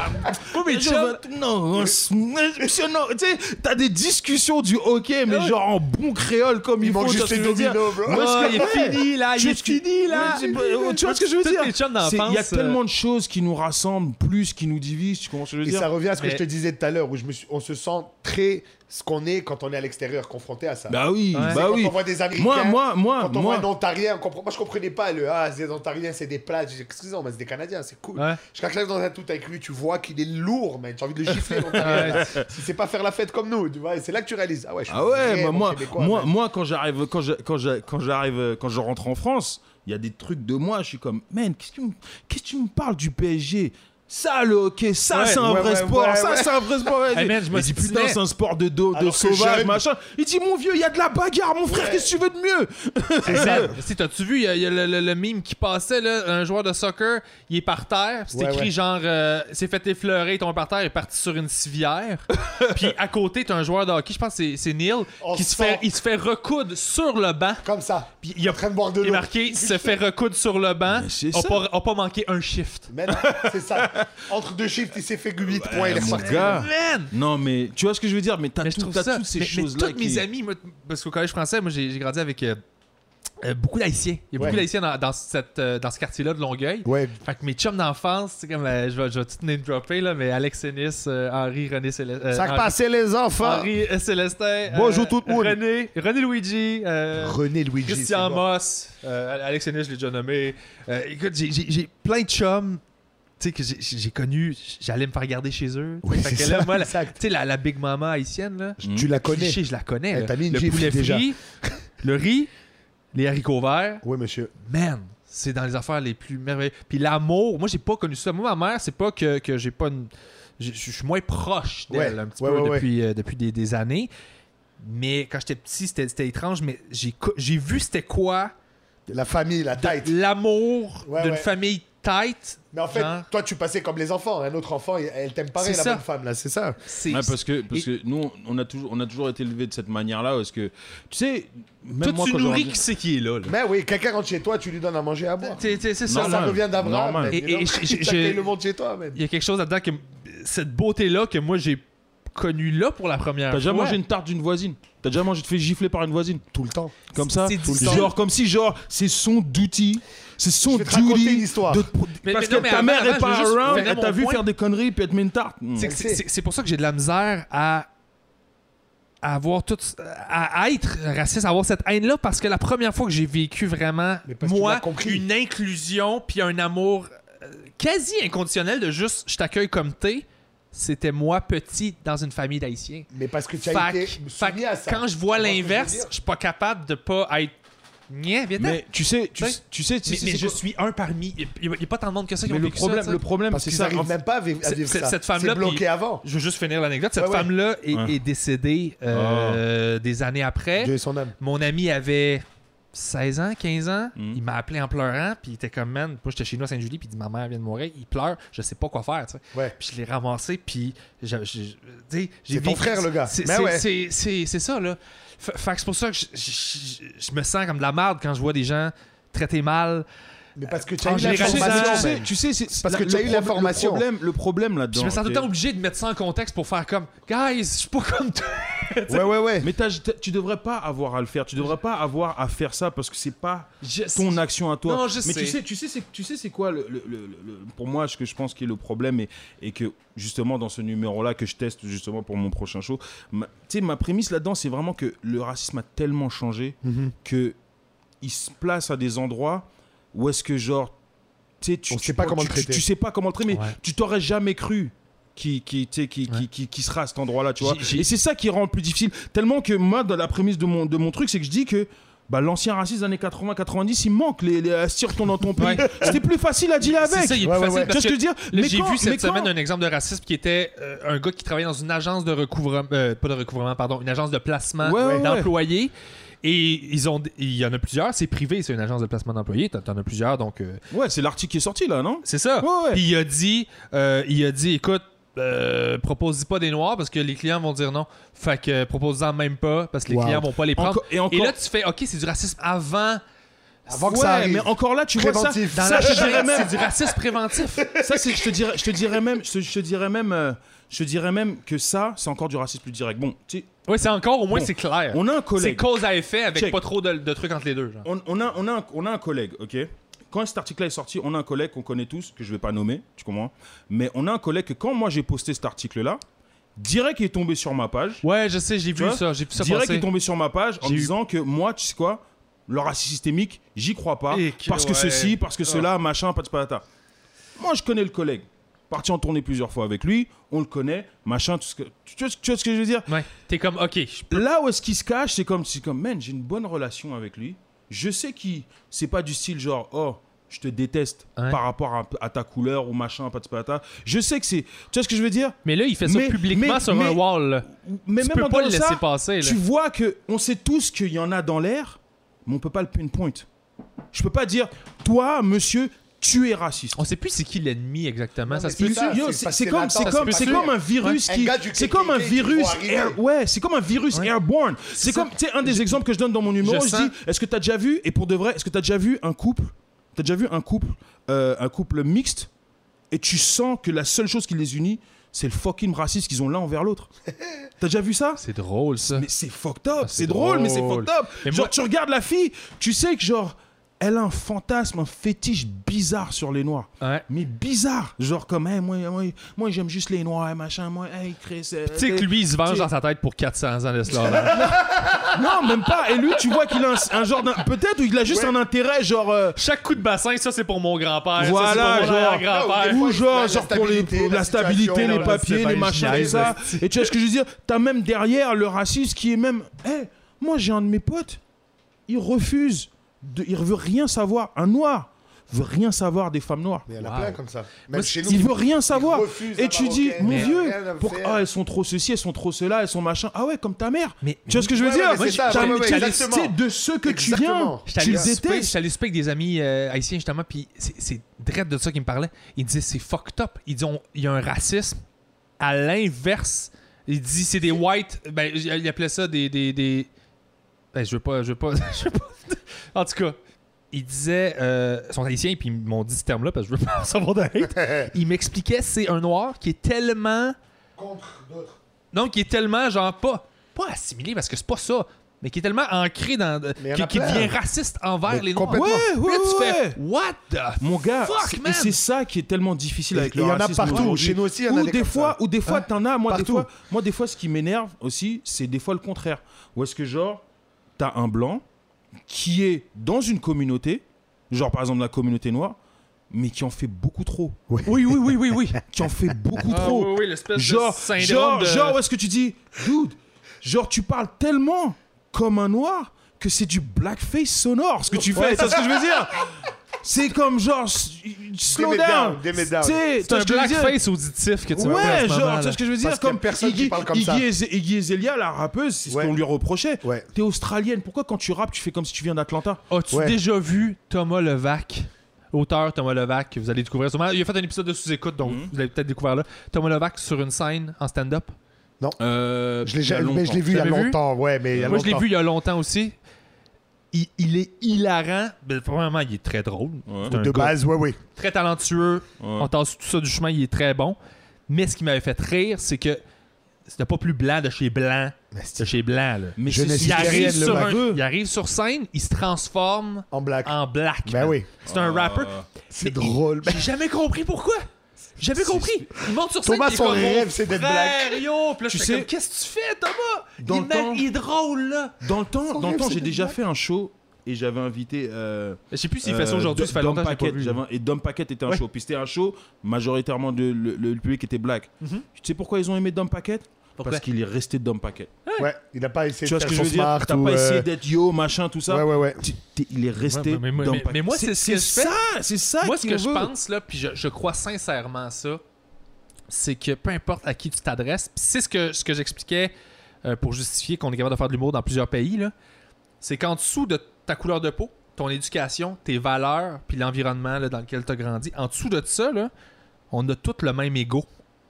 mais
Je
Job-
vins- Non, monsieur, non. Tu sais, t'as des discussions du hockey, mais
Ouais.
genre en bon créole comme il,
Il
faut,
manque
tu vois
juste
ce
les
que je veux dire
dominos, bro.
Moi, ce
Ah,
que-
il est fini, là! Il
tu-
est fini, là!
tu oh, tu vois ce que je veux
Toutes
dire
les chums
C'est- Il y a
d'enfance, euh,
tellement de choses qui nous rassemblent plus, qui nous divisent. Tu comprends ce que je veux
Et
dire
ça revient à ce que
Mais-
je te disais tout à l'heure, où je me suis- on se sent très ce qu'on est quand on est à l'extérieur, confronté à ça.
Bah oui,
Ouais.
bah
quand
oui.
on voit des Américains,
Moi, moi, moi,
quand on
moi.
voit un Ontarien, on comprend- moi je comprenais pas le Ah, c'est des Ontariens, c'est des plats. Je dis, Excusez-moi, mais c'est des Canadiens, c'est cool.
Ouais.
Je claque dans un tout avec lui, tu vois qu'il est lourd, man. J'ai envie de le gifler, l'Ontarien. là. Il sait pas faire la fête comme nous, tu vois. Et c'est là que tu réalises. Ah ouais, je suis
Ah ouais,
vraiment
bah moi,
Québécois,
moi,
man.
moi, quand j'arrive, quand je- quand je- quand j'arrive, euh, quand je rentre en France, il y a des trucs de moi, je suis comme, man, qu'est-ce que tu me- qu'est-ce que tu me parles du PSG Ça, le hockey, ça,
Ouais,
c'est un
ouais,
vrai
ouais,
sport,
ouais,
ça,
ouais.
c'est un vrai
<laughs>
sport. Ouais,
Hey, man, je
il dit,
m'obstinais.
putain, c'est un sport de, dos de
Alors que
sauvage,
jeune-
machin. Il dit, mon vieux, il y a de la bagarre, mon frère, qu'est-ce que tu veux de mieux
Man, si t'as-tu vu, il y a, il y a le, le- le mime qui passait, là, un joueur de soccer, il est par terre, pis c'est
Ouais,
écrit
ouais.
genre, euh, s'est fait effleurer, il tombe par terre, il est parti sur une civière. puis à côté, t'as un joueur de hockey, je pense que c'est- c'est Neil,
On
qui se
sent.
fait, il se fait recoudre sur le banc.
Comme ça.
Puis il a
En train de boire de
il est
l'eau.
marqué, se fait recoudre sur le banc,
Mais c'est
a
ça.
pas, a pas manqué un shift.
Man, c'est ça. Entre deux chiffres, il s'est fait 8 points, il est
Eh, mon
reparti.
gars.
Man!
Non, mais tu vois ce que je veux dire, mais t'as
Mais je
tout-
trouve
t'as
ça.
toutes ces
mais- mais
choses-là.
toutes
qui-
mes amies, moi, parce qu'au collège français, moi, j'ai j'ai grandi avec euh, euh, beaucoup d'Haïtiens. Il y a beaucoup
Ouais.
d'Haïtiens dans, dans cette, euh, dans ce quartier-là de Longueuil.
Ouais,
Fait que mes chums d'enfance, c'est comme, euh, je vais, je vais tout name dropper, là, mais Alex Ennis, euh, Henri, René Célestin.
ça passait les enfants.
Henri euh, Célestin. euh,
Bonjour tout le monde.
René, René Luigi. euh,
René Luigi.
Christian
c'est bon.
Moss, euh, Alex Ennis, je l'ai déjà nommé. Euh, écoute, j'ai- j'ai j'ai plein de chums tu sais, que j'ai- j'ai connu. J'allais me faire garder chez eux.
Oui,
Fait
c'est
que là,
ça,
moi, la- tu
exact.
sais, la, la Big Mama haïtienne, là,
Tu la connais. Eh,
cliché, je la connais.
Elle
là.
t'a mis une
le
gifle,
poulet
déjà.
frit, le riz, les haricots verts,
Oui, monsieur.
man, c'est dans les affaires les plus merveilleuses. Puis l'amour, moi, j'ai pas connu ça. Moi, ma mère, c'est pas que, que j'ai pas une. Je je suis moins proche d'elle
Ouais,
un petit
ouais,
peu
ouais, ouais.
depuis, euh, depuis des, des années. Mais quand j'étais petit, c'était c'était étrange, mais j'ai co- j'ai vu c'était quoi
La famille, la
de-
tête.
l'amour
Ouais,
d'une
ouais.
famille tight.
Mais en fait,
Genre-
toi, tu passais comme les enfants. Un autre enfant, elle- elle t'aime pareil,
C'est
la
ça.
bonne femme, là, c'est ça.
C'est
Ouais, parce que, parce
Et-
que nous, on a, toujours, on a toujours été élevés de cette manière-là, parce que, tu sais, même
toi,
moi,
tu
quand j'ai
nourris
rendu-
qui c'est qui est là. là.
Mais oui, quelqu'un rentre chez toi, tu lui donnes à manger à boire.
T'es- t'es- C'est ça.
Ça, ça
Normal.
revient d'Abraham.
Normal.
man.
Et- et-
non,
et-
<laughs> ça
j'ai-
crée le monde chez toi, man.
Il y a quelque chose là-dedans que cette beauté-là que moi j'ai connue là pour la première
T'as
fois.
déjà mangé une tarte d'une voisine T'as déjà mangé, te fait gifler par une voisine
Tout le temps.
Comme ça
C'est
tout le
distant.
Genre, comme si, genre, c'est son duty. C'est son
Je vais te raconter une
duty.
histoire.
de te pro-
Mais-
Parce
mais non,
que
mais
ta
avant-
mère
avant,
est
je veux
pas
juste
around,
finir
elle t'a
mon
vu
point.
faire des conneries puis elle te met une tarte.
C'est
Mm.
que c'est-
le sait.
c'est- c'est pour ça que j'ai de la misère à à avoir tout à être raciste à avoir cette haine là parce que la première fois que j'ai vécu vraiment
Mais parce que tu
moi
l'as compris.
une inclusion puis un amour euh, quasi inconditionnel de juste je t'accueille comme t'es c'était moi petit dans une famille d'haïtiens
Mais parce que tu as
Fac-
été
fac-
soumis à ça.
quand je vois
Tu vois ce que je veux
l'inverse
dire
je suis pas capable de pas être Nien, viens
Mais tu sais, tu,
Ouais.
tu sais, tu
mais,
sais,
mais
c'est
je
quoi-
suis un parmi. Il n'y a, il y a pas tant de monde que ça qui
Mais
ont
le
vécu
problème,
ça,
le
tu sais.
problème,
Parce
c'est
qu'ils
ça.
n'arrivent même pas à vivre, à
c'est-
vivre
c'est-
ça.
cette femme-là,
C'est bloqué
puis-
avant.
Je veux juste finir l'anecdote. Cette
Ouais, ouais.
femme-là est,
Ouais. Ah.
est décédée euh, des années après.
Dieu et son âme.
Mon ami avait 16 ans, 15 ans.
Mm.
Il m'a appelé en pleurant. Puis il était comme, man, moi j'étais chez nous à Sainte-Julie. Puis il dit, ma mère vient de mourir. Il pleure. Je sais pas quoi faire. tu sais.
Ouais.
Puis je l'ai ramassé. Puis je- je- je- tu sais, j'ai
C'est ton
vécu-
frère, le gars.
C'est
Mais
c'est-
ouais.
c'est- c'est- c'est ça, là. F- Fait que c'est pour ça que je, je- je- je me sens comme de la merde quand je vois des gens traités mal.
Mais parce que tu as
Ah,
eu
je l'ai
la
raconté,
formation,
tu sais,
man.
tu sais, c'est
Parce
la-
que
le
t'as eu
prob-
l'information.
Le problème, le problème
Je
là-dedans.
me sens tout le
ok.
temps obligé de mettre ça en contexte pour faire comme Guys, je suis pas comme toi. <laughs>
Ouais, ouais, ouais.
Mais t'as- t'as- tu devrais pas avoir à le faire. Tu devrais pas avoir à faire ça parce que c'est pas
Je-
ton action à toi.
Non, je
Mais
sais.
tu sais, tu sais, c'est, tu sais, c'est quoi le, le- le- le- pour moi ce que je pense qui est le problème et, et que justement dans ce numéro là que je teste justement pour mon prochain show, ma- tu sais, ma prémisse là-dedans, c'est vraiment que le racisme a tellement changé
Mhm.
que il se place à des endroits où est-ce que genre tu sais, tu,
On
tu
sait pas
tu-
comment le
tu-
traiter.
tu sais pas comment le traiter, mais
Ouais.
tu t'aurais jamais cru. Qui, qui, tu sais, qui, qui, qui, qui sera à cet endroit-là, tu vois.
J'ai- j'ai-
Et c'est ça qui rend le plus difficile. Tellement que moi, dans la prémisse de mon, de mon truc, c'est que je dis que bah, l'ancien raciste des années 80-90, il manque. Les, les retourne dans ton pays.
Ouais.
C'était plus facile à dealer
C'est
avec.
ça, il est
Ouais,
plus
ouais,
facile
ouais.
Tu vois
parce
ce que je veux dire
Là,
Mais
j'ai
quand-
vu cette
mais quand-
semaine un exemple de racisme qui était euh, un gars qui travaillait dans une agence de recouvrement, euh, pas de recouvrement, pardon, une agence de placement
Ouais, ouais,
d'employés. Et ils ont, il y en a plusieurs, c'est privé, c'est une agence de placement d'employés, t'en t'en as plusieurs, donc euh,
Ouais, c'est l'article qui est sorti là, non
c'est ça.
Ouais, ouais.
Puis il a dit, euh, il a dit, écoute, euh, propose pas des noirs parce que les clients vont dire non. Fait que euh, propose-en même pas parce que les
Wow.
clients vont pas les prendre.
Encore- et encore.
Et là, tu fais, ok, c'est du racisme avant.
Avant que
Ouais,
ça arrive.
mais encore là, tu
Préventif.
vois
Dans
ça.
la
<laughs>
ça, je dirais
chaîne,
même,
c'est du racisme préventif.
ça, c'est- je te dirais, je te dirais même, je, te- je te dirais même, euh, je te dirais même que ça, c'est encore du racisme plus direct. Bon, tu sais,
Oui, c'est encore, au moins,
Bon.
c'est clair.
on a un
C'est
collègue.
cause à effet avec
Check.
pas trop de, de trucs entre les deux. Genre.
On, on a, on, a un, on a un collègue, ok Quand cet article-là est sorti, on a un collègue qu'on connaît tous, que je vais pas nommer, tu comprends Mais on a un collègue que quand moi j'ai posté cet article-là, direct il est tombé sur ma page.
Ouais, je sais, j'ai
Tu
vu
vois,
ça, j'ai vu ça
direct il
passer.
est tombé sur ma page en
J'ai eu-
disant que moi, tu sais quoi, le racisme systémique, j'y crois pas.
Et que-
parce que
ouais.
ceci, parce que cela, machin, patate patata. Moi, je connais le collègue. Parti en tournée plusieurs fois avec lui, on le connaît, machin, tout ce que. Tu, tu vois, ce- tu vois ce que je veux dire
Ouais, t'es comme, ok, je-
Là où est-ce qu'il se cache, c'est comme, c'est comme, man, j'ai une bonne relation avec lui. Je sais qu'il, c'est pas du style genre, oh, je te déteste
Ouais.
par rapport à, à ta couleur ou machin, patate patata. Je sais que c'est, tu vois ce que je veux dire
mais là, il fait ça
Mais-
publiquement
mais-
sur
mais-
un wall. là.
Mais
tu
même
peux
en
pas le
dehors de
laisser
ça,
passer, là.
Tu vois que, on sait tous qu'il y en a dans l'air, mais on peut pas le pinpoint. Je peux pas dire, toi, monsieur, tu es raciste.
On sait plus c'est qui l'ennemi exactement,
Non,
ça
mais
se
c'est
peut.
ça.
Yo,
parce
c'est
que
c'est comme,
latent,
c'est
c'est
comme,
pas
c'est
sûr.
comme un virus
Un
qui,
gars du
c'est comme un
KKK qui
virus,
faut arriver.
air- ouais, c'est comme un virus airborne. C'est comme, tu sais, un des exemples que je donne dans mon numéro,
Je
je,
sens-
dis, est-ce que t'as déjà vu, et pour de vrai, est-ce que t'as déjà vu un couple, t'as déjà vu un couple, euh, un couple mixte, et tu sens que la seule chose qui les unit, c'est le fucking racisme qu'ils ont l'un
<laughs>
envers l'autre. t'as déjà vu ça?
C'est drôle ça.
Mais c'est fucked up,
Ah, c'est
c'est drôle, mais c'est
drôle.
fucked up.
Mais
genre,
moi-
tu regardes la fille, tu sais que genre, elle a un fantasme, un fétiche bizarre sur les noirs.
Ouais.
Mais bizarre, genre comme, hey, moi, moi, moi j'aime juste les noirs, machin, moi, hey, Chris. euh,
Tu sais que lui, il se venge dans sa tête pour 400 ans d'esclavage.
Non, même pas. Et lui, tu vois qu'il a un, un genre d'un. Peut-être, ou il a juste un intérêt, genre. euh,
<laughs> Chaque coup de bassin, ça c'est pour mon grand-père.
Voilà,
ça, c'est pour
genre.
mon grand-père.
fois,
ou
il
genre,
la
genre pour, les,
stabilité,
pour
la
la stabilité,
situation,
les
là,
papiers,
c'est pas
les machins, et
génial,
ça. Et tu vois ce que je veux dire T'as même derrière le raciste qui est même. Hey, moi j'ai un de mes potes, il refuse, de, il veut rien savoir. Un noir veut rien savoir des femmes noires.
Mais il y en a
Wow.
plein comme ça.
Moi,
Même chez nous.
Il veut rien savoir.
refuse la
Et tu dis,
marocaine,
mon
mais
vieux,
rien à me
pour-
faire.
ah, elles sont trop ceci, elles sont trop cela, elles sont machin. Ah ouais, comme ta mère.
Mais-
tu vois ce que je veux
Ouais,
dire
ouais, mais c'est ça,
T'as-
ouais, ouais,
t'as-
exactement.
t'sais, de ceux que
Exactement.
tu
J'étais
viens,
allé
tu
au
les
souper-
détestes.
j'étais allé au souper avec des amis euh, haïtiens justement, puis c'est- c'est direct de ça qu'ils me parlaient. Ils disaient c'est fucked up. Ils disent on- il y a un racisme à l'inverse. Ils disent c'est des whites. Ben, j- ils appelaient ça des. des, des- Ben, je veux pas. Je veux pas. <laughs> je veux pas- en tout cas, ils disaient. euh, ils sont haïtiens, puis ils m'ont dit ce terme-là parce que je veux pas savoir de
<laughs>
hate. Ils m'expliquaient c'est un noir qui est tellement.
Contre d'autres.
Non, qui est tellement, genre, pas, pas assimilé parce que c'est pas ça, mais qui est tellement ancré dans.
Mais y en
qui,
a
qui
plein.
devient raciste envers
Mais
les Noirs.
complètement.
Puis
Ouais, ouais,
là, tu
ouais.
fais, what the
Mon gars,
Fuck,
c'est-
man.
et c'est ça qui est tellement difficile
Et
avec
il
le
y en a
racisme
partout.
aujourd'hui.
Chez nous aussi, il y en a
Ou
des
des
comme
fois,
ça. Hein
ou des fois, t'en as. Moi, des
Partout.
fois, moi, des fois, ce qui m'énerve aussi, c'est des fois le contraire. Ou est-ce que genre, t'as un blanc qui est dans une communauté, genre par exemple la communauté noire, mais qui en fait beaucoup trop.
Oui.
oui, oui, oui, oui, oui. qui en fait beaucoup trop.
Ah, oui, l'espèce
Genre, genre, genre, où est-ce que tu dis, dude, genre, tu parles tellement comme un noir que c'est du blackface sonore ce que tu fais, c'est ce que je veux dire. C'est comme genre, s- slow
Dim it
down.
down, dim it down.
Tu sais,
C'est un
ce que je veux dire?
blackface auditif que tu vois.
Ouais,
en ce moment,
genre, tu
là.
vois ce que je veux dire
Parce qu'il y a
Comme
personne qui
Iggy,
parle comme
Iggy
ça.
Eze- Iggy Azalea, la rappeuse, c'est
Ouais.
ce qu'on lui reprochait.
Ouais.
T'es australienne, pourquoi quand tu rappes, tu fais comme si tu viens d'Atlanta
As-tu
Ouais.
déjà vu Thomas Levac Auteur Thomas Levac, que vous allez découvrir sûrement. Il a fait un épisode de sous-écoute, donc
Mhm.
vous l'avez peut-être découvert là. Thomas Levac sur une scène en stand-up.
Je l'ai jamais-
il y a
mais je l'ai vu il y a
Tu l'avais vu
longtemps. Ouais, mais il y a
Moi, je l'ai
longtemps.
vu il y a longtemps aussi. Il, il est hilarant. Ben, premièrement, il est très drôle. C'est un
De
gars
base, ouais, ouais.
Très talentueux. On tasse tout ça du chemin, il est très bon. Mais ce qui m'avait fait rire, c'est que c'était pas plus blanc de chez blanc. De chez blanc, là.
Mais
Je
c'est-
ne
c'est-
sais
Il arrive,
Ariel
sur
Levac.
un- il arrive sur scène, il se transforme
En Oh, black.
en black.
Ben
man.
oui. Ben-
C'est un rapper.
C'est
Mais
drôle.
J'ai jamais compris pourquoi. J'ai jamais compris. Il monte sur scène.
Thomas,
il est
son
comme, Mon
rêve, c'est d'être
frère, yo. Puis là, je
Tu
fais
sais-
comme, qu'est-ce que tu fais, Thomas?
Dans
il,
le
m'a-
temps-
il est drôle, là.
Dans le temps,
Son
dans le
rêve,
temps,
c'est
j'ai
de
déjà
black.
fait un show et j'avais invité. euh,
Je sais plus s'il
Euh,
fait ça aujourd'hui,
Do-
ça fait
Dom
longtemps que j'ai pas
Paquette,
vu.
j'avais un- Et Dom Paquette était un
Ouais.
show. Puis c'était un show, majoritairement, de, le, le- le public était black. Tu sais pourquoi ils ont aimé Dom Paquette
Mhm. Pourquoi
Parce qu'il est resté Dom Paquette.
Ouais, il n'a pas essayé
Tu
de
vois ce
faire
que je
son
veux dire
smart
T'as
ou,
pas essayé
euh,
d'être yo, machin, tout ça.
Ouais, ouais, ouais.
Tu- t'es- il est resté
Ouais, mais- mais-
Dom
mais-
Paquette.
mais moi, c'est ce que je
ça, c'est ça.
Moi, ce que
qu'on
je
veut.
pense, là, puis je, je crois sincèrement ça, c'est que peu importe à qui tu t'adresses, puis c'est ce que, ce que j'expliquais euh, pour justifier qu'on est capable de faire de l'humour dans plusieurs pays, là, c'est qu'en dessous de ta couleur de peau, ton éducation, tes valeurs, puis l'environnement là, dans lequel tu as grandi, en dessous de ça, là, on a tous le même ego.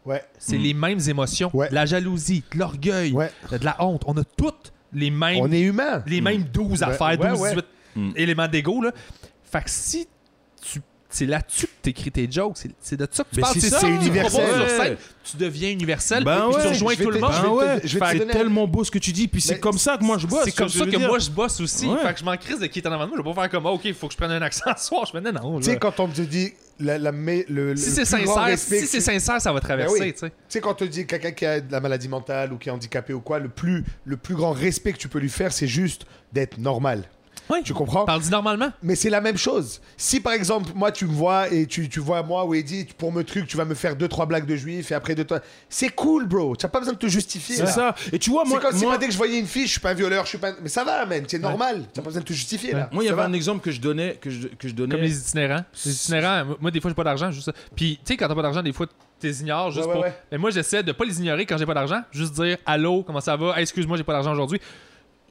Ouais.
C'est
Mm.
les mêmes émotions.
Ouais.
De la jalousie, de l'orgueil,
Ouais.
de la honte. On a toutes les mêmes
On est humain.
Hmm.
les mêmes 12
Ouais,
affaires, 12,
Ben, ouais, ouais.
18
Mm.
éléments d'ego. Là. Fait que si tu, c'est là-dessus que tu écris tes jokes, c'est, c'est de ça que tu
Mais
parles.
c'est
tu
ça,
proposes
Ben, universel.
sur scène,
Ouais.
tu deviens universel,
Ben
puis tu
ouais,
rejoins
je vais
tout le
te-
monde.
je
Ben
vais
ouais,
te- je vais te
c'est
donner-
tellement beau ce que tu dis. Puis c'est
Mais
comme ça que moi je bosse.
c'est
tu
comme
vois ce
ça
je
que
veux
moi
dire.
je bosse aussi.
Ouais.
Fait que je m'en crise de qui est en avant de moi. Je vais pas faire comme, Ah, ok, il faut que je prenne un accent ce soir. Je me dis, non.
Tu sais,
là.
quand on te dit la, la me- le,
Si
le
c'est
plus grand
sincère,
respect
si
que
c'est
tu-
sincère, ça va
Ben
traverser,
oui.
tu sais.
Tu sais, quand on te dit quelqu'un qui a de la maladie mentale ou qui est handicapé ou quoi, le plus, le plus grand respect que tu peux lui faire, c'est juste d'être normal.
Oui.
Tu comprends
Parle dit normalement.
mais c'est la même chose. Si par exemple, moi, tu me vois et tu, tu vois moi ou Eddie, tu- pour me truc, tu vas me faire deux, trois blagues de juif et après deux, trois. C'est cool, bro. Tu n'as pas besoin de te justifier.
C'est
là.
ça. Et tu vois,
C'est
moi,
comme si
moi-
moi, dès que je voyais une fille, je suis pas un violeur, je suis pas. un- Mais ça va, man. C'est normal. Tu n'as pas besoin de te justifier, là.
moi, il y
Ça
avait
va.
un exemple que je donnais, que je, que je donnais.
Comme les itinérants. Les itinérants, moi- moi, des fois, j'ai pas d'argent, juste ça. Puis, tu sais, quand t'as pas d'argent, des fois, t'es ignores juste
Ouais, ouais,
pour.
ouais.
Mais moi, j'essaie de pas les ignorer quand j'ai pas d'argent. Juste dire allô, comment ça va, Hey, excuse-moi, j'ai pas d'argent aujourd'hui.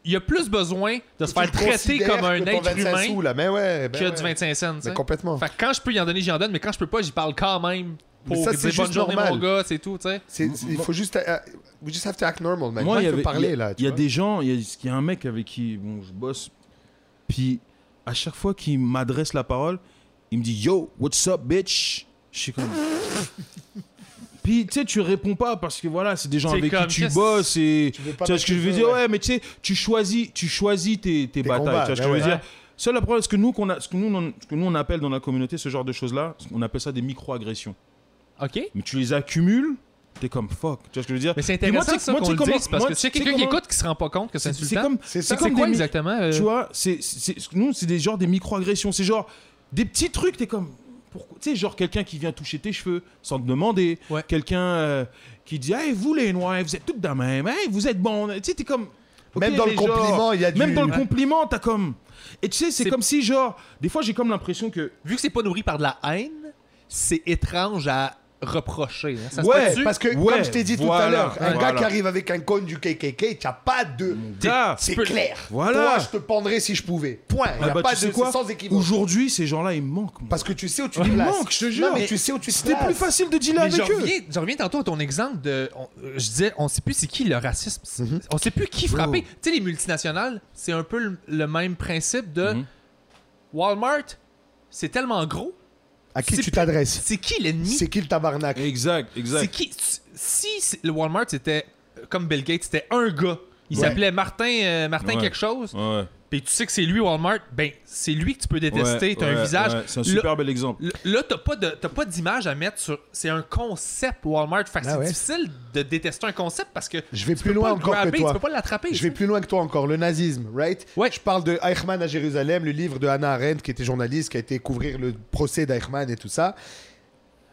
Il y a plus besoin de se
Tu
faire
le
traiter
considères
comme un
que ton
être
25
humain
sous, là. Mais ouais. ben
que
ouais.
du 25 cents. tu
Mais
sais.
complètement.
Fait que quand je peux y en donner, j'y en donne, mais quand je peux pas, j'y parle quand même
Mais
pour
ça, c'est
dire bonne
juste
journée,
normal.
mon gars, c'est tout, tu sais.
C'est- c'est- Il faut juste. euh, we just have to act normal, man.
Moi, il
Arrête
y
de
avait-
parler,
il y a-
là. tu
Il y a
vois.
des gens, il y, a- il y a un mec avec qui bon, je bosse, puis à chaque fois qu'il m'adresse la parole, il me dit Yo, what's up, bitch Je
<laughs>
suis comme. puis tu sais, tu réponds pas parce que voilà, c'est des gens
C'est
avec
comme,
qui tu
qu'est-ce-
bosses et. Tu
veux pas
vois ce que je veux
mettre
dire
le feu,
Ouais, mais tu sais, tu choisis, tu choisis tes, tes batailles.
combats,
tu vois ce que
ben
je veux
ouais.
dire Seul la problème, ce que nous, qu'on a, ce que nous, on, ce que nous on appelle dans la communauté, ce genre de choses-là, on appelle ça des micro-agressions.
OK?
Mais tu les accumules, t'es comme fuck. Tu vois ce que je veux dire
Mais c'est
Puis moi,
intéressant
tu sais-
ça
moi, tu
qu'on
sais
le
comment-
dise, parce
moi,
que
tu
c'est
sais
quelqu'un qui
comment-
écoute qui se rend pas compte que c'est
c'est c'est
insultant.
comme,
C'est ça.
C'est
c'est comme
quoi
des mi-
exactement? euh?
Tu vois, c'est, c'est- c'est- nous, c'est des genres des micro-agressions. C'est genre des petits trucs, t'es comme. Pourquoi Tu sais, genre quelqu'un qui vient toucher tes cheveux sans te demander.
Ouais.
Quelqu'un euh, qui dit Hey, vous les noirs, vous êtes toutes de même. Hey, vous êtes bons. Tu sais, t'es comme. Ok,
Même dans le
les genres.
compliment, il y a du-
Même dans le
Ouais.
compliment, t'as comme. Et tu sais, c'est,
C'est-
comme si, genre. Des fois, j'ai comme l'impression que.
Vu que c'est pas nourri par de la haine, c'est étrange à reprocher. hein. Ça se
Ouais,
peut-tu?
Parce que,
Ouais,
comme je t'ai dit tout
voilà,
à l'heure, un
voilà. Mm.
gars qui arrive avec un cône du KKK, t'as pas de.
gars,
C'est
tu peux-
clair.
Voilà.
Toi, je te pendrais si je pouvais. Point. Il
Ah
n'y a
bah,
pas
tu sais
de.
quoi
c'est sans équivoque.
Aujourd'hui, ces gens-là, ils me manquent. moi.
Parce que tu sais où tu
ils
te
me
places.
manquent, je te
Non,
jure.
mais tu sais où tu te
C'était
places.
plus facile de dealer
Mais je
avec eux.
reviens, je reviens tantôt à ton exemple de. on- euh, je disais, on sait plus c'est qui le racisme. C'est-
Mhm.
On sait plus qui frapper.
Oh.
Tu sais, les multinationales, c'est un peu le, le même principe de
Mhm.
Walmart, c'est tellement gros.
À qui
C'est
tu
plus-
t'adresses
C'est qui l'ennemi
C'est qui le tabarnak
Exact, exact.
C'est qui Si c'est- le Walmart c'était euh, comme Bill Gates, c'était un gars. Il s'appelait Martin, euh, Martin
Ouais.
quelque chose.
Ouais,
Puis tu sais que c'est lui Walmart. Ben c'est lui que tu peux détester.
ouais,
t'as un
ouais,
visage.
ouais, c'est un
Le-
super bel exemple.
L- Là, t'as pas de t'as pas d'image à mettre sur. C'est un concept Walmart. Fait que
Ah
c'est
ouais.
difficile de détester un concept parce que
Je vais
tu
plus
peux
loin
pas le
encore que
grabber,
toi.
Tu peux pas l'attraper.
Je vais
tu
plus loin que toi encore, le nazisme, right
Ouais.
Je parle de Eichmann à Jérusalem, le livre de Hannah Arendt, qui était journaliste, qui a été couvrir le procès d'Eichmann et tout ça.
sais.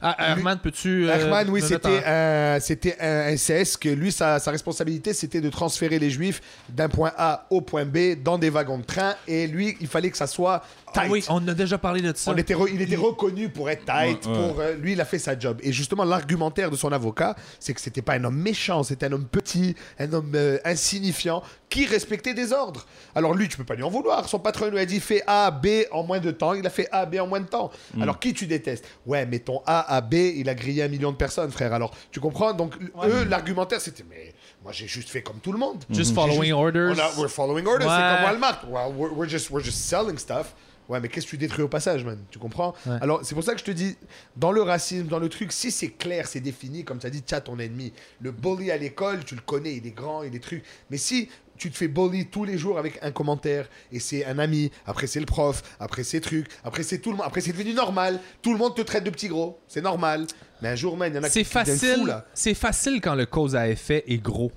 Ah, Herman, peux-tu. euh,
Eichmann, oui,
me mettre
c'était un, c'était un SS que lui, sa, sa responsabilité, c'était de transférer les Juifs d'un point A au point B dans des wagons de train. Et lui, il fallait que ça soit
en-
tight.
Ah oui, on en a déjà parlé de ça.
euh, On était re- il était reconnu pour être tight,
Ouais, ouais.
pour euh, lui il a fait sa job. Et justement l'argumentaire de son avocat, c'est que c'était pas un homme méchant, c'était un homme petit, un homme euh, insignifiant qui respectait des ordres. Alors lui tu peux pas lui en vouloir. Son patron lui a dit fais A B en moins de temps, il a fait A B en moins de temps. Alors qui tu détestes Ouais mais ton A à B il a grillé un million de personnes frère. Alors tu comprends donc eux l'argumentaire c'était mais moi j'ai juste fait comme tout le monde.
Just
J'ai
following orders.
on a- we're following orders,
Ouais.
c'est comme Walmart. Well, we're, we're just, we're just selling stuff. Ouais, mais qu'est-ce que tu détruis au passage, man Tu comprends
Ouais.
Alors, c'est pour ça que je te dis, dans le racisme, dans le truc, si c'est clair, c'est défini, comme tu as dit, t'as ton ennemi. Le bully à l'école, tu le connais, il est grand, il est truc. Mais si tu te fais bully tous les jours avec un commentaire, et c'est un ami, après c'est le prof, après c'est truc, après c'est tout le monde, après c'est devenu normal, tout le monde te traite de petit gros, c'est normal. Mais un jour, man, il y en a
C'est
qui deviennent fous,
facile.
là.
C'est facile quand le cause à effet est gros.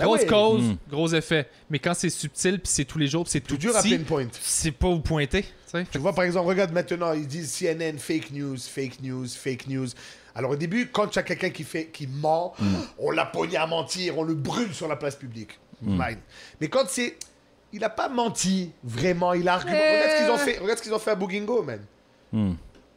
Ah
Grosse
ouais.
cause, gros effet. Mais quand c'est subtil, puis c'est tous les jours, puis c'est tout
Plus dur à
petit,
pinpoint.
c'est pas vous pointer. tu sais.
Tu vois, par exemple, regarde maintenant, ils disent CNN, fake news, fake news, fake news. Alors au début, quand tu as quelqu'un qui, fait, qui ment,
Mm.
on l'a pogné à mentir, on le brûle sur la place publique.
Mm.
Mine. Mais quand c'est... Il a pas menti, vraiment, il a argumenté. Regarde ce qu'ils ont fait, regarde ce qu'ils ont fait à Bougingo, man.
Mm.